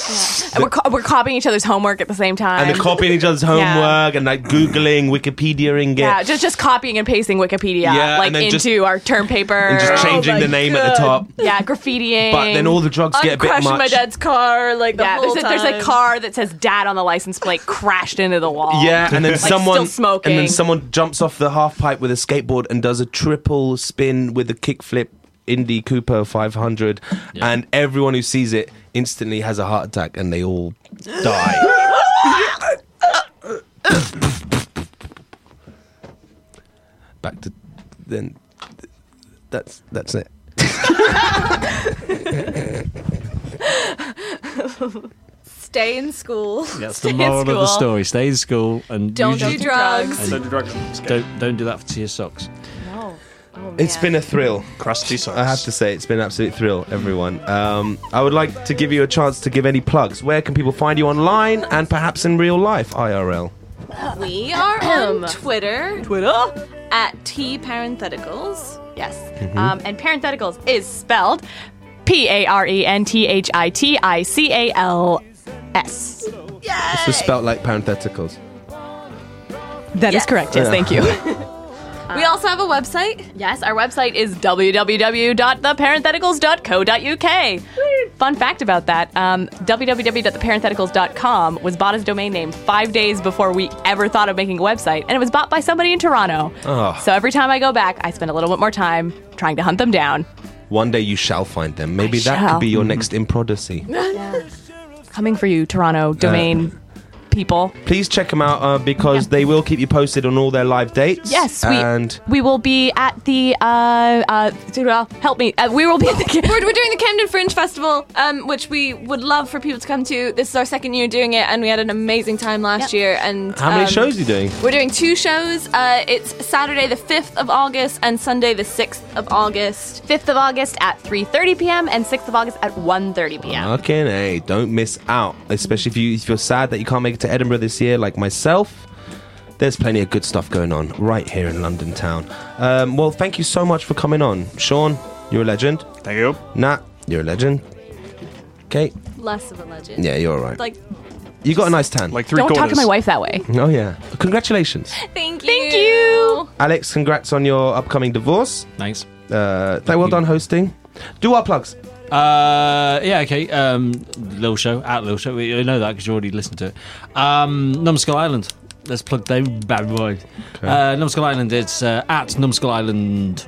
[SPEAKER 6] And we're, co- we're copying each other's homework at the same time.
[SPEAKER 2] and they're copying each other's homework and like googling, Wikipediaing it,
[SPEAKER 6] Yeah, just just copying and pasting Wikipedia
[SPEAKER 2] Yeah,
[SPEAKER 6] like
[SPEAKER 2] and then
[SPEAKER 6] into
[SPEAKER 2] just-
[SPEAKER 6] our term paper Oh
[SPEAKER 2] and just changing the name at the top.
[SPEAKER 6] Yeah, graffitiing.
[SPEAKER 2] But then all the drugs
[SPEAKER 6] I'm
[SPEAKER 2] get a bit
[SPEAKER 6] crashing my
[SPEAKER 2] much.
[SPEAKER 6] dad-
[SPEAKER 21] Dad's car, like the
[SPEAKER 6] yeah,
[SPEAKER 21] whole
[SPEAKER 6] there's a, there's a
[SPEAKER 21] time.
[SPEAKER 6] car that says "Dad" on the license plate crashed into the wall.
[SPEAKER 2] Yeah, and then
[SPEAKER 6] Like,
[SPEAKER 2] someone
[SPEAKER 6] still smoking.
[SPEAKER 2] and then someone jumps off the half pipe with a skateboard and does a triple spin with a kickflip Indy Cooper 500, and everyone who sees it instantly has a heart attack and they all die. Back to then. That's that's it.
[SPEAKER 5] Stay in school.
[SPEAKER 20] That's
[SPEAKER 5] Stay
[SPEAKER 20] the
[SPEAKER 5] in
[SPEAKER 20] moral of the
[SPEAKER 5] school.
[SPEAKER 20] story. Stay in school and
[SPEAKER 5] Don't do drugs.
[SPEAKER 20] and
[SPEAKER 5] Don't do drugs.
[SPEAKER 20] Don't don't do that to your socks.
[SPEAKER 5] No. Oh,
[SPEAKER 2] It's
[SPEAKER 5] man.
[SPEAKER 2] been a thrill.
[SPEAKER 7] Crusty socks.
[SPEAKER 2] I have to say, it's been an absolute thrill, everyone. Um, I would like to give you a chance to give any plugs. Where can people find you online and perhaps in real life, IRL?
[SPEAKER 1] We are on Twitter.
[SPEAKER 6] Twitter
[SPEAKER 1] at T parentheticals.
[SPEAKER 6] Yes.
[SPEAKER 2] Mm-hmm.
[SPEAKER 1] Mhm.
[SPEAKER 6] Um, and parentheticals is spelled P A R E N T H I T I C A L S.
[SPEAKER 2] It's just spelt like parentheticals.
[SPEAKER 6] That is correct. Yes,
[SPEAKER 2] Yeah.
[SPEAKER 6] thank you.
[SPEAKER 5] We also have a website.
[SPEAKER 6] Yes, our website is www.theparentheticals.co.uk. Fun fact about that um, www.theparentheticals.com was bought as domain name five days before we ever thought of making a website, and it was bought by somebody in Toronto.
[SPEAKER 2] Oh.
[SPEAKER 6] So every time I go back, I spend a little bit more time trying to hunt them down.
[SPEAKER 2] One day you shall find them. Maybe
[SPEAKER 6] I
[SPEAKER 2] that
[SPEAKER 6] shall.
[SPEAKER 2] could be your next improdacy.
[SPEAKER 6] Coming for you, Toronto domain people.
[SPEAKER 2] Please check them out uh, because they will keep you posted on all their live dates.
[SPEAKER 6] Yes, we,
[SPEAKER 2] And
[SPEAKER 6] we will be at the uh uh well, help me. Uh, we will be at the
[SPEAKER 5] We're, we're doing the Camden Fringe Festival, um, which we would love for people to come to. This is our second year doing it, and we had an amazing time last year. And
[SPEAKER 2] how many
[SPEAKER 5] um,
[SPEAKER 2] shows are you doing?
[SPEAKER 5] We're doing two shows. Uh, it's Saturday the 5th of August and Sunday the 6th of August.
[SPEAKER 6] 5th of August at 3:30 p.m. and 6th of August at 1:30 p.m.
[SPEAKER 2] Fucking hey, don't miss out. Especially if you if you're sad that you can't make it to Edinburgh this year, like myself. There's plenty of good stuff going on right here in London town. Um, well, thank you so much for coming on. Sean, you're a legend.
[SPEAKER 18] Thank you.
[SPEAKER 2] Nat, you're a legend. Kate,
[SPEAKER 5] Less of a legend.
[SPEAKER 2] yeah, you're all right.
[SPEAKER 5] Like,
[SPEAKER 2] you got a nice tan. Like
[SPEAKER 5] three Don't talk to my quarters.
[SPEAKER 6] wife that way.
[SPEAKER 2] Oh, yeah. Congratulations.
[SPEAKER 5] thank you. Thank you.
[SPEAKER 2] Alex, congrats on your upcoming divorce.
[SPEAKER 3] Thanks.
[SPEAKER 2] Uh, th- well done hosting. Do our plugs.
[SPEAKER 3] Uh, yeah, okay. Um, Lil Show, at Lil Show. We- You know that because you already listened to it. Um, Numskull Island. Let's plug them bad boys. Uh, Numskull Island, it's uh, at Numskull Island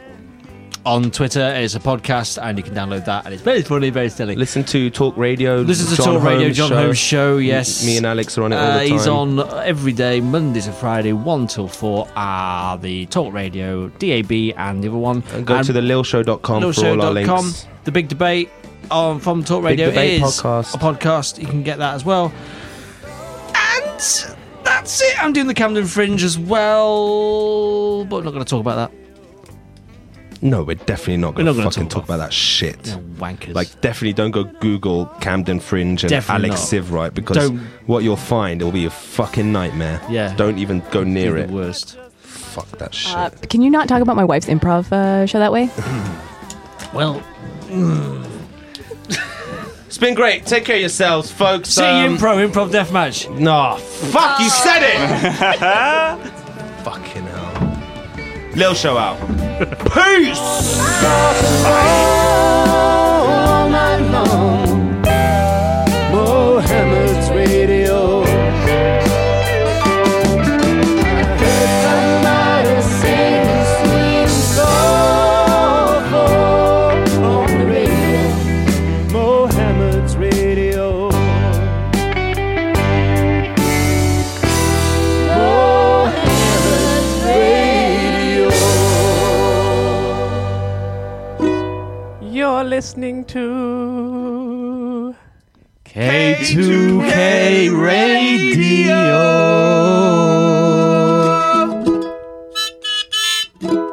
[SPEAKER 3] on Twitter. It's a podcast and you can download that. And it's very funny, very silly.
[SPEAKER 2] Listen to Talk Radio.
[SPEAKER 3] Listen to
[SPEAKER 2] John
[SPEAKER 3] Talk Radio,
[SPEAKER 2] Holmes
[SPEAKER 3] John
[SPEAKER 2] show.
[SPEAKER 3] Holmes show, yes.
[SPEAKER 2] Me and Alex are on it all
[SPEAKER 3] Uh,
[SPEAKER 2] the time.
[SPEAKER 3] He's on every day, Monday to Friday, 1 till 4, Ah, the Talk Radio, DAB, and the other one.
[SPEAKER 2] And go to the lilshow.com for all our
[SPEAKER 3] Lilshow.com,
[SPEAKER 2] links.
[SPEAKER 3] The Big Debate on from Talk Radio
[SPEAKER 2] Debate
[SPEAKER 3] is
[SPEAKER 2] podcast.
[SPEAKER 3] a podcast. You can get that as well. And that's it. I'm doing the Camden Fringe as well, but I'm not going to talk about that.
[SPEAKER 2] No, we're definitely not going
[SPEAKER 3] We're
[SPEAKER 2] to
[SPEAKER 3] not gonna
[SPEAKER 2] fucking talk, about that shit.
[SPEAKER 3] Yeah, wankers.
[SPEAKER 2] Like, definitely don't go Google Camden Fringe and
[SPEAKER 3] Definitely
[SPEAKER 2] Alex
[SPEAKER 3] not.
[SPEAKER 2] Sivright because
[SPEAKER 3] Don't-
[SPEAKER 2] what you'll find it will be a fucking nightmare.
[SPEAKER 3] Yeah.
[SPEAKER 2] Don't even go near
[SPEAKER 3] Be
[SPEAKER 2] it.
[SPEAKER 3] the worst.
[SPEAKER 2] Fuck that shit.
[SPEAKER 6] Uh, can you not talk about my wife's improv uh, show that way?
[SPEAKER 3] Well,
[SPEAKER 2] it's been great. Take care of yourselves, folks.
[SPEAKER 3] See you in pro improv deathmatch.
[SPEAKER 2] No, fuck,
[SPEAKER 1] Uh,
[SPEAKER 2] you said it! fucking hell. Lil Show out. Peace!
[SPEAKER 1] all night long. Mohammed's radio. I heard somebody sing a sweet and soulful on the radio. Mohammed's radio. Mohammed's radio.
[SPEAKER 22] You're listening to
[SPEAKER 1] K2K Radio.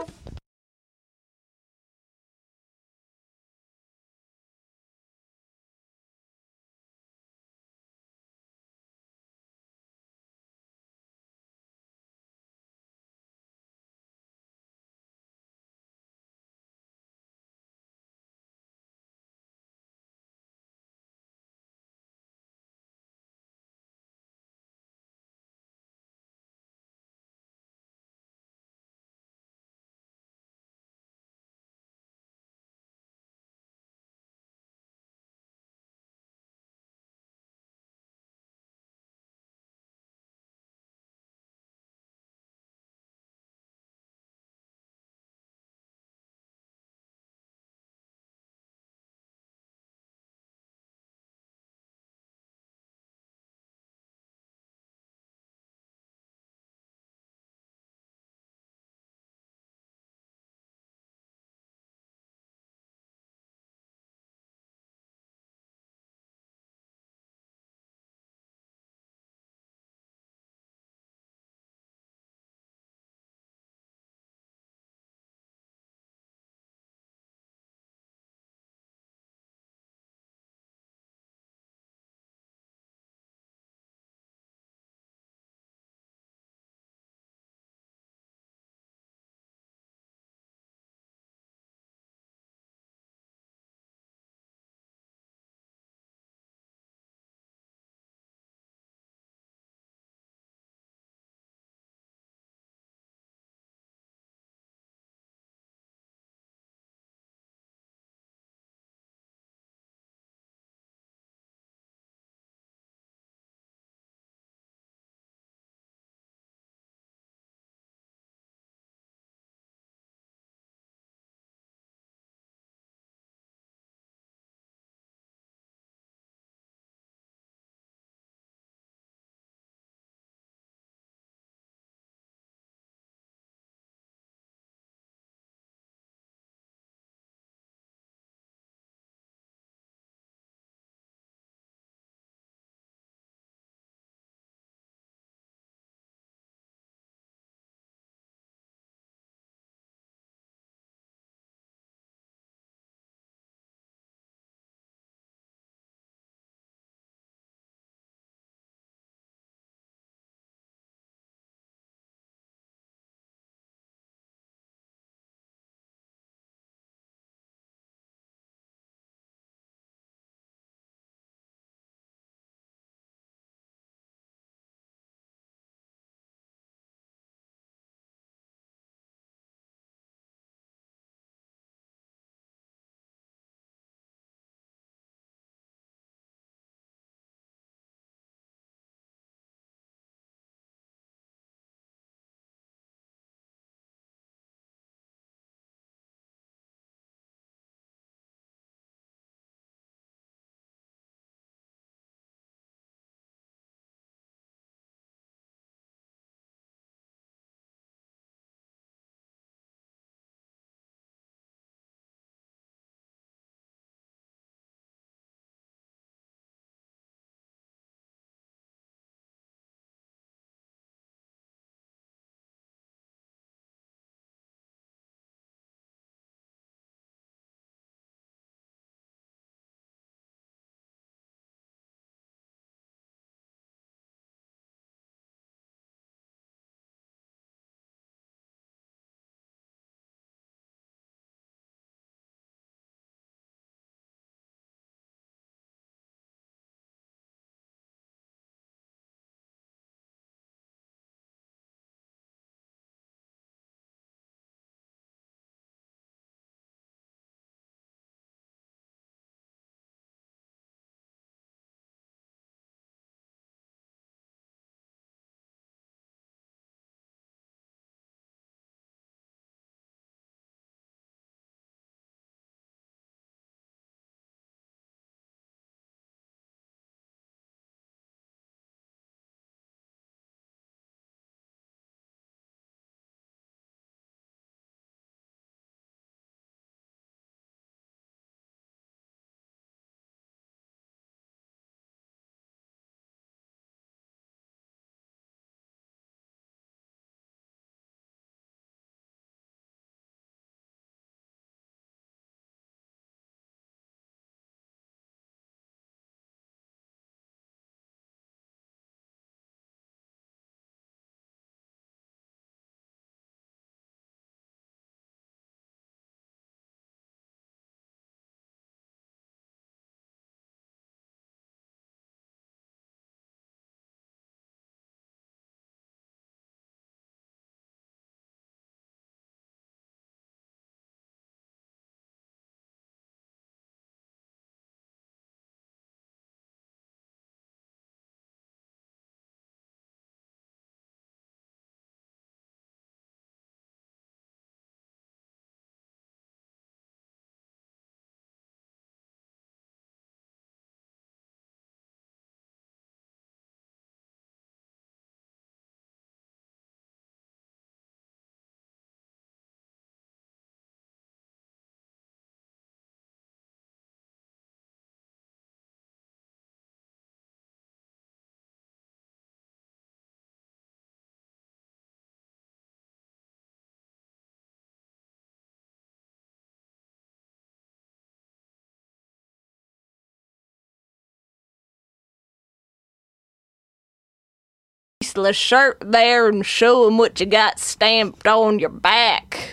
[SPEAKER 5] faceless shirt there and show 'em what you got stamped on your back.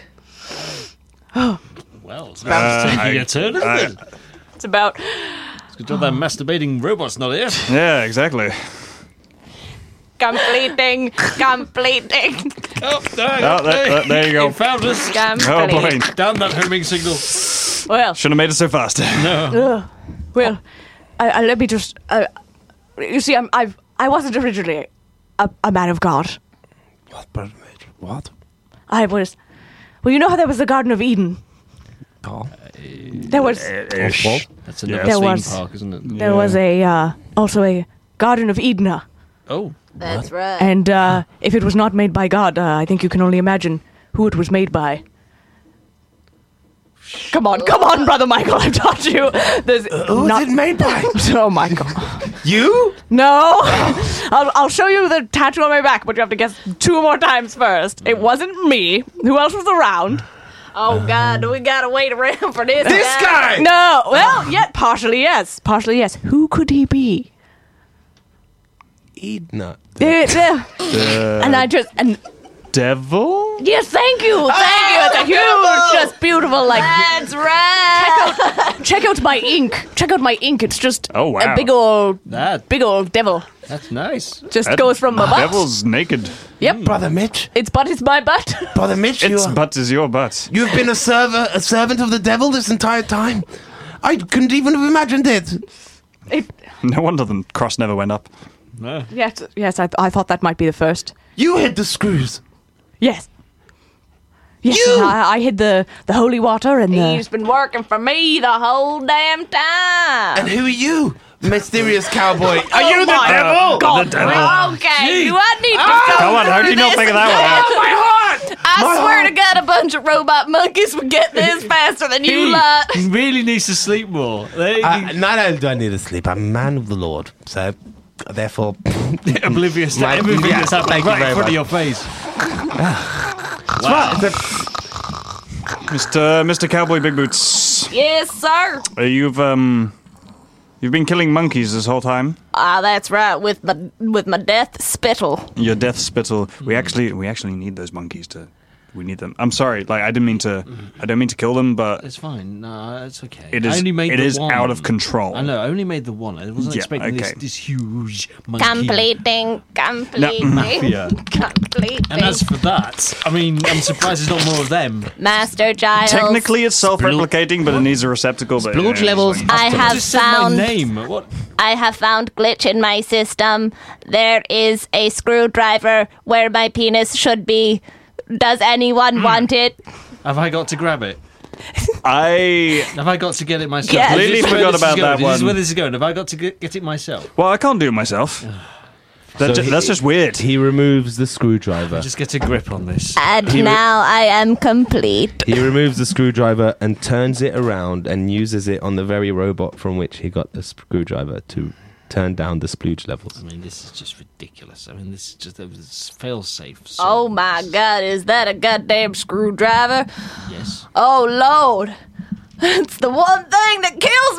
[SPEAKER 3] Well, it's about
[SPEAKER 7] Uh,
[SPEAKER 3] taking
[SPEAKER 7] I-
[SPEAKER 3] a turn, isn't
[SPEAKER 7] I-
[SPEAKER 3] it?
[SPEAKER 5] It's about.
[SPEAKER 3] It's good job that masturbating robot's not here.
[SPEAKER 7] Yeah, exactly.
[SPEAKER 5] Completing, completing.
[SPEAKER 3] Oh,
[SPEAKER 7] Oh, there- there- there you go.
[SPEAKER 3] You found us.
[SPEAKER 7] Oh, boy.
[SPEAKER 3] Damn that homing signal.
[SPEAKER 5] Well,
[SPEAKER 7] Shouldn't have made it so fast. No.
[SPEAKER 6] Ugh. Well, I, I, let me just. Uh, you see, I'm, I've, I wasn't originally a, a man of God.
[SPEAKER 23] What?
[SPEAKER 6] I was. Well, you know how there was the Garden of Eden?
[SPEAKER 23] Carl? Uh,
[SPEAKER 6] There was.
[SPEAKER 3] That's another
[SPEAKER 6] There
[SPEAKER 3] theme
[SPEAKER 6] was-
[SPEAKER 3] park, isn't it?
[SPEAKER 6] There was a uh, also a Garden of Edna,
[SPEAKER 3] Oh.
[SPEAKER 5] That's right.
[SPEAKER 6] and uh, if it was not made by God, uh, I think you can only imagine who it was made by. Come on, come on, brother Michael, I've taught you. There's
[SPEAKER 1] Uh,
[SPEAKER 24] who was
[SPEAKER 6] not-
[SPEAKER 24] it made by?
[SPEAKER 6] oh my god.
[SPEAKER 1] You?
[SPEAKER 6] No. I'll, I'll show you the tattoo on my back, but you have to guess two more times first. It wasn't me. Who else was around?
[SPEAKER 5] Oh God, do we gotta wait around for this?
[SPEAKER 6] This
[SPEAKER 5] guy.
[SPEAKER 6] No. Well, yet partially yes, partially yes. Who could he be?
[SPEAKER 1] No.
[SPEAKER 6] It- uh,
[SPEAKER 7] The
[SPEAKER 6] and I just and
[SPEAKER 7] devil?
[SPEAKER 5] Yes, thank you, thank
[SPEAKER 6] Oh,
[SPEAKER 5] you. It's a huge,
[SPEAKER 6] beautiful.
[SPEAKER 5] just beautiful. Like that's right.
[SPEAKER 6] check out my ink. Check out my ink. It's just
[SPEAKER 7] Oh, wow.
[SPEAKER 6] a big old
[SPEAKER 3] That-
[SPEAKER 6] big old devil.
[SPEAKER 3] That's nice.
[SPEAKER 6] Just goes from my butt.
[SPEAKER 7] Devil's naked.
[SPEAKER 6] Yep.
[SPEAKER 1] Brother Mitch.
[SPEAKER 6] Its butt is my butt.
[SPEAKER 1] Brother Mitch, you
[SPEAKER 7] Its
[SPEAKER 1] are-
[SPEAKER 7] butt is your butt.
[SPEAKER 1] You've been a server, a servant of the devil this entire time. I couldn't even have imagined it.
[SPEAKER 7] No wonder the cross never went up.
[SPEAKER 3] No.
[SPEAKER 6] Yes, yes, I, I thought that might be the first.
[SPEAKER 1] You hid the screws.
[SPEAKER 6] Yes. Yes, I, I hid the, the holy water and
[SPEAKER 5] He's
[SPEAKER 6] the.
[SPEAKER 5] been working for me the whole damn time.
[SPEAKER 1] And who are you, mysterious cowboy? Are
[SPEAKER 5] Oh
[SPEAKER 1] you the
[SPEAKER 5] my
[SPEAKER 1] devil?
[SPEAKER 5] God.
[SPEAKER 1] The devil.
[SPEAKER 5] Okay,
[SPEAKER 1] Gee.
[SPEAKER 5] do I need to
[SPEAKER 1] Ah!
[SPEAKER 5] go
[SPEAKER 1] Come on, how
[SPEAKER 5] through
[SPEAKER 1] did you not
[SPEAKER 5] this
[SPEAKER 1] think of that one out? My
[SPEAKER 5] again? I
[SPEAKER 1] My
[SPEAKER 5] swear
[SPEAKER 1] heart.
[SPEAKER 5] to God, a bunch of robot monkeys would get this faster than you
[SPEAKER 1] He-
[SPEAKER 5] lot.
[SPEAKER 3] really needs to sleep more.
[SPEAKER 1] Uh, not only do I need to sleep, I'm a man of the Lord, so therefore
[SPEAKER 3] Oblivious to
[SPEAKER 1] My-
[SPEAKER 3] everything
[SPEAKER 1] yeah,
[SPEAKER 3] that's happening
[SPEAKER 1] thank you
[SPEAKER 3] right
[SPEAKER 1] very
[SPEAKER 3] in front of your
[SPEAKER 1] much.
[SPEAKER 3] face.
[SPEAKER 7] Wow. Mr. Mr. Cowboy Big Boots,
[SPEAKER 5] Yes, sir.
[SPEAKER 7] uh, you've um, you've been killing monkeys this whole time.
[SPEAKER 5] Ah, that's right. With my with my death spittle.
[SPEAKER 7] Your death spittle.
[SPEAKER 3] Mm-hmm.
[SPEAKER 7] We actually we actually need those monkeys to. We need them. I'm sorry. Like I didn't mean to. I don't mean to kill them, but
[SPEAKER 3] It's fine. No, it's okay.
[SPEAKER 7] It
[SPEAKER 3] I
[SPEAKER 7] is-
[SPEAKER 3] Mm-hmm. Only made
[SPEAKER 7] it
[SPEAKER 3] the
[SPEAKER 7] is
[SPEAKER 3] one.
[SPEAKER 7] out of control.
[SPEAKER 3] I know. I only made the one. I wasn't
[SPEAKER 7] Yeah,
[SPEAKER 3] expecting this,
[SPEAKER 7] okay.
[SPEAKER 3] this huge monkey.
[SPEAKER 5] Completing, completing,
[SPEAKER 3] mafia.
[SPEAKER 5] completing.
[SPEAKER 3] And as for that, I mean, I'm surprised there's not more of them.
[SPEAKER 5] Master Giles.
[SPEAKER 7] technically it's self-replicating, but it needs a receptacle. But
[SPEAKER 3] blood
[SPEAKER 7] yeah,
[SPEAKER 3] levels
[SPEAKER 7] it's
[SPEAKER 5] I have
[SPEAKER 3] Just said
[SPEAKER 5] found
[SPEAKER 3] my name. What?
[SPEAKER 5] I have found glitch in my system. There is a screwdriver where my penis should be. Does anyone want it?
[SPEAKER 3] Have I got to grab it?
[SPEAKER 7] I
[SPEAKER 3] have I got to get it myself.
[SPEAKER 5] Yes.
[SPEAKER 7] Completely
[SPEAKER 3] Is this where
[SPEAKER 7] forgot
[SPEAKER 3] this is
[SPEAKER 7] about
[SPEAKER 3] going?
[SPEAKER 7] that
[SPEAKER 3] This is
[SPEAKER 7] one.
[SPEAKER 3] where this is going. Have I got to get, get it myself?
[SPEAKER 7] Well, I can't do it myself. That
[SPEAKER 1] So
[SPEAKER 7] ju-
[SPEAKER 1] he-
[SPEAKER 7] that's just weird.
[SPEAKER 1] He removes the screwdriver.
[SPEAKER 3] Just get a grip on
[SPEAKER 4] Uh,
[SPEAKER 3] this.
[SPEAKER 5] And
[SPEAKER 1] He re-
[SPEAKER 5] now I am complete.
[SPEAKER 1] He removes the screwdriver and turns it around and uses it on the very robot from which he got the screwdriver to turn down the splooge levels.
[SPEAKER 3] I mean, this is just ridiculous. I mean, this is just a fail safe.
[SPEAKER 5] Oh my god, is that a goddamn screwdriver?
[SPEAKER 3] Yes.
[SPEAKER 5] Oh lord. It's the one thing that kills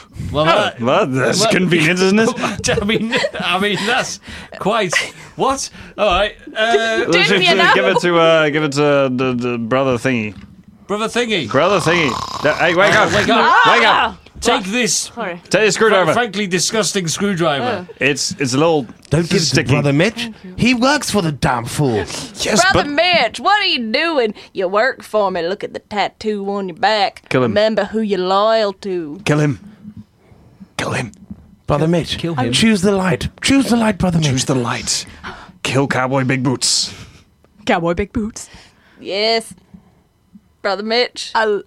[SPEAKER 5] me.
[SPEAKER 3] Well,
[SPEAKER 7] Oh, well, that's convenient, isn't
[SPEAKER 3] it? I mean, I mean, that's quite. What? All right. Uh,
[SPEAKER 7] Let's just, uh, give it to uh, give it to the, the brother thingy.
[SPEAKER 3] brother thingy.
[SPEAKER 7] Brother thingy. Da- hey, wake
[SPEAKER 3] Uh,
[SPEAKER 7] up!
[SPEAKER 3] Wake up!
[SPEAKER 7] Wake up!
[SPEAKER 3] Take this.
[SPEAKER 7] Take the screwdriver.
[SPEAKER 3] Frankly, disgusting screwdriver.
[SPEAKER 7] It's it's a little.
[SPEAKER 1] Don't give it to Brother Mitch. He works for the damn fool. Yes,
[SPEAKER 5] Brother Mitch, what are you doing? You work for me. Look at the tattoo on your back.
[SPEAKER 7] Kill him.
[SPEAKER 5] Remember who you're loyal to.
[SPEAKER 7] Kill him. Kill him.
[SPEAKER 1] Brother Mitch. Kill
[SPEAKER 7] him.
[SPEAKER 1] Choose the light. Choose the light, Brother Mitch.
[SPEAKER 7] Choose the light. Kill Cowboy Big Boots.
[SPEAKER 6] Cowboy Big Boots.
[SPEAKER 5] Yes. Brother Mitch.
[SPEAKER 6] I,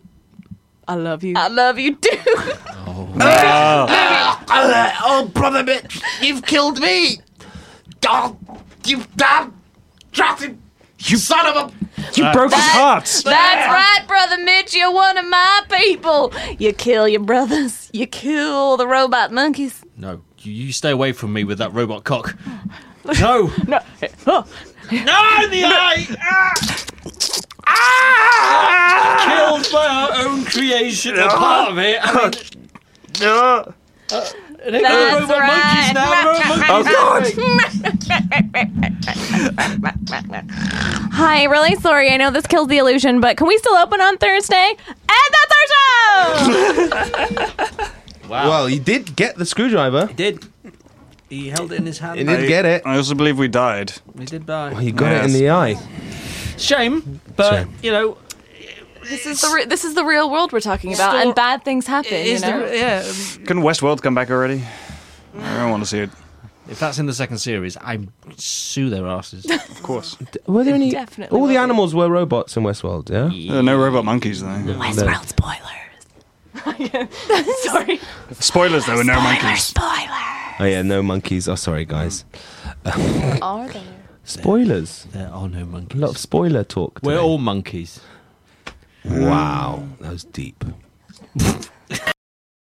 [SPEAKER 6] I love you.
[SPEAKER 5] I love you too.
[SPEAKER 7] Ah.
[SPEAKER 1] oh, Brother Mitch, you've killed me. Oh, you damn drafted. You son of a.
[SPEAKER 7] You broke his heart.
[SPEAKER 5] That's right, Brother Mitch. You're one of my people. You kill your brothers. You kill the robot monkeys.
[SPEAKER 3] No, you, you stay away from me with that robot cock. No.
[SPEAKER 6] no. No,
[SPEAKER 3] in the eye. Ah! Killed by our own creation, a part of it. I mean, uh,
[SPEAKER 7] No.
[SPEAKER 3] That's
[SPEAKER 5] right.
[SPEAKER 3] now, robot monkeys.
[SPEAKER 7] Oh, God.
[SPEAKER 3] Oh,
[SPEAKER 6] Hi, really sorry. I know this killed the illusion, but can we still open on Thursday? And that's our show!
[SPEAKER 2] Wow. Well, you did get the screwdriver. He
[SPEAKER 19] did. He held it in his hand.
[SPEAKER 2] He did get it.
[SPEAKER 18] I also believe we died.
[SPEAKER 19] We did die.
[SPEAKER 2] Well, you got it in
[SPEAKER 18] Yes.
[SPEAKER 2] the eye.
[SPEAKER 3] Shame, but you know,
[SPEAKER 5] This is the re- this is the real world we're talking about, and bad things happen. You
[SPEAKER 3] is the-
[SPEAKER 5] know?
[SPEAKER 3] yeah.
[SPEAKER 18] Couldn't Westworld come back already? I don't want to see it.
[SPEAKER 3] If that's in the second series, I sue their asses. Of
[SPEAKER 18] course.
[SPEAKER 2] Were there any?
[SPEAKER 5] Definitely
[SPEAKER 2] all the animals were robots in Westworld. Yeah.
[SPEAKER 18] There are no robot monkeys though.
[SPEAKER 2] Westworld
[SPEAKER 5] Sorry.
[SPEAKER 18] Spoilers. There were no monkeys.
[SPEAKER 2] Oh yeah, no monkeys. Oh sorry, guys.
[SPEAKER 5] Are there?
[SPEAKER 2] Spoilers.
[SPEAKER 3] There are no monkeys.
[SPEAKER 2] A lot of spoiler talk.
[SPEAKER 3] We're all monkeys.
[SPEAKER 2] Wow, that was deep.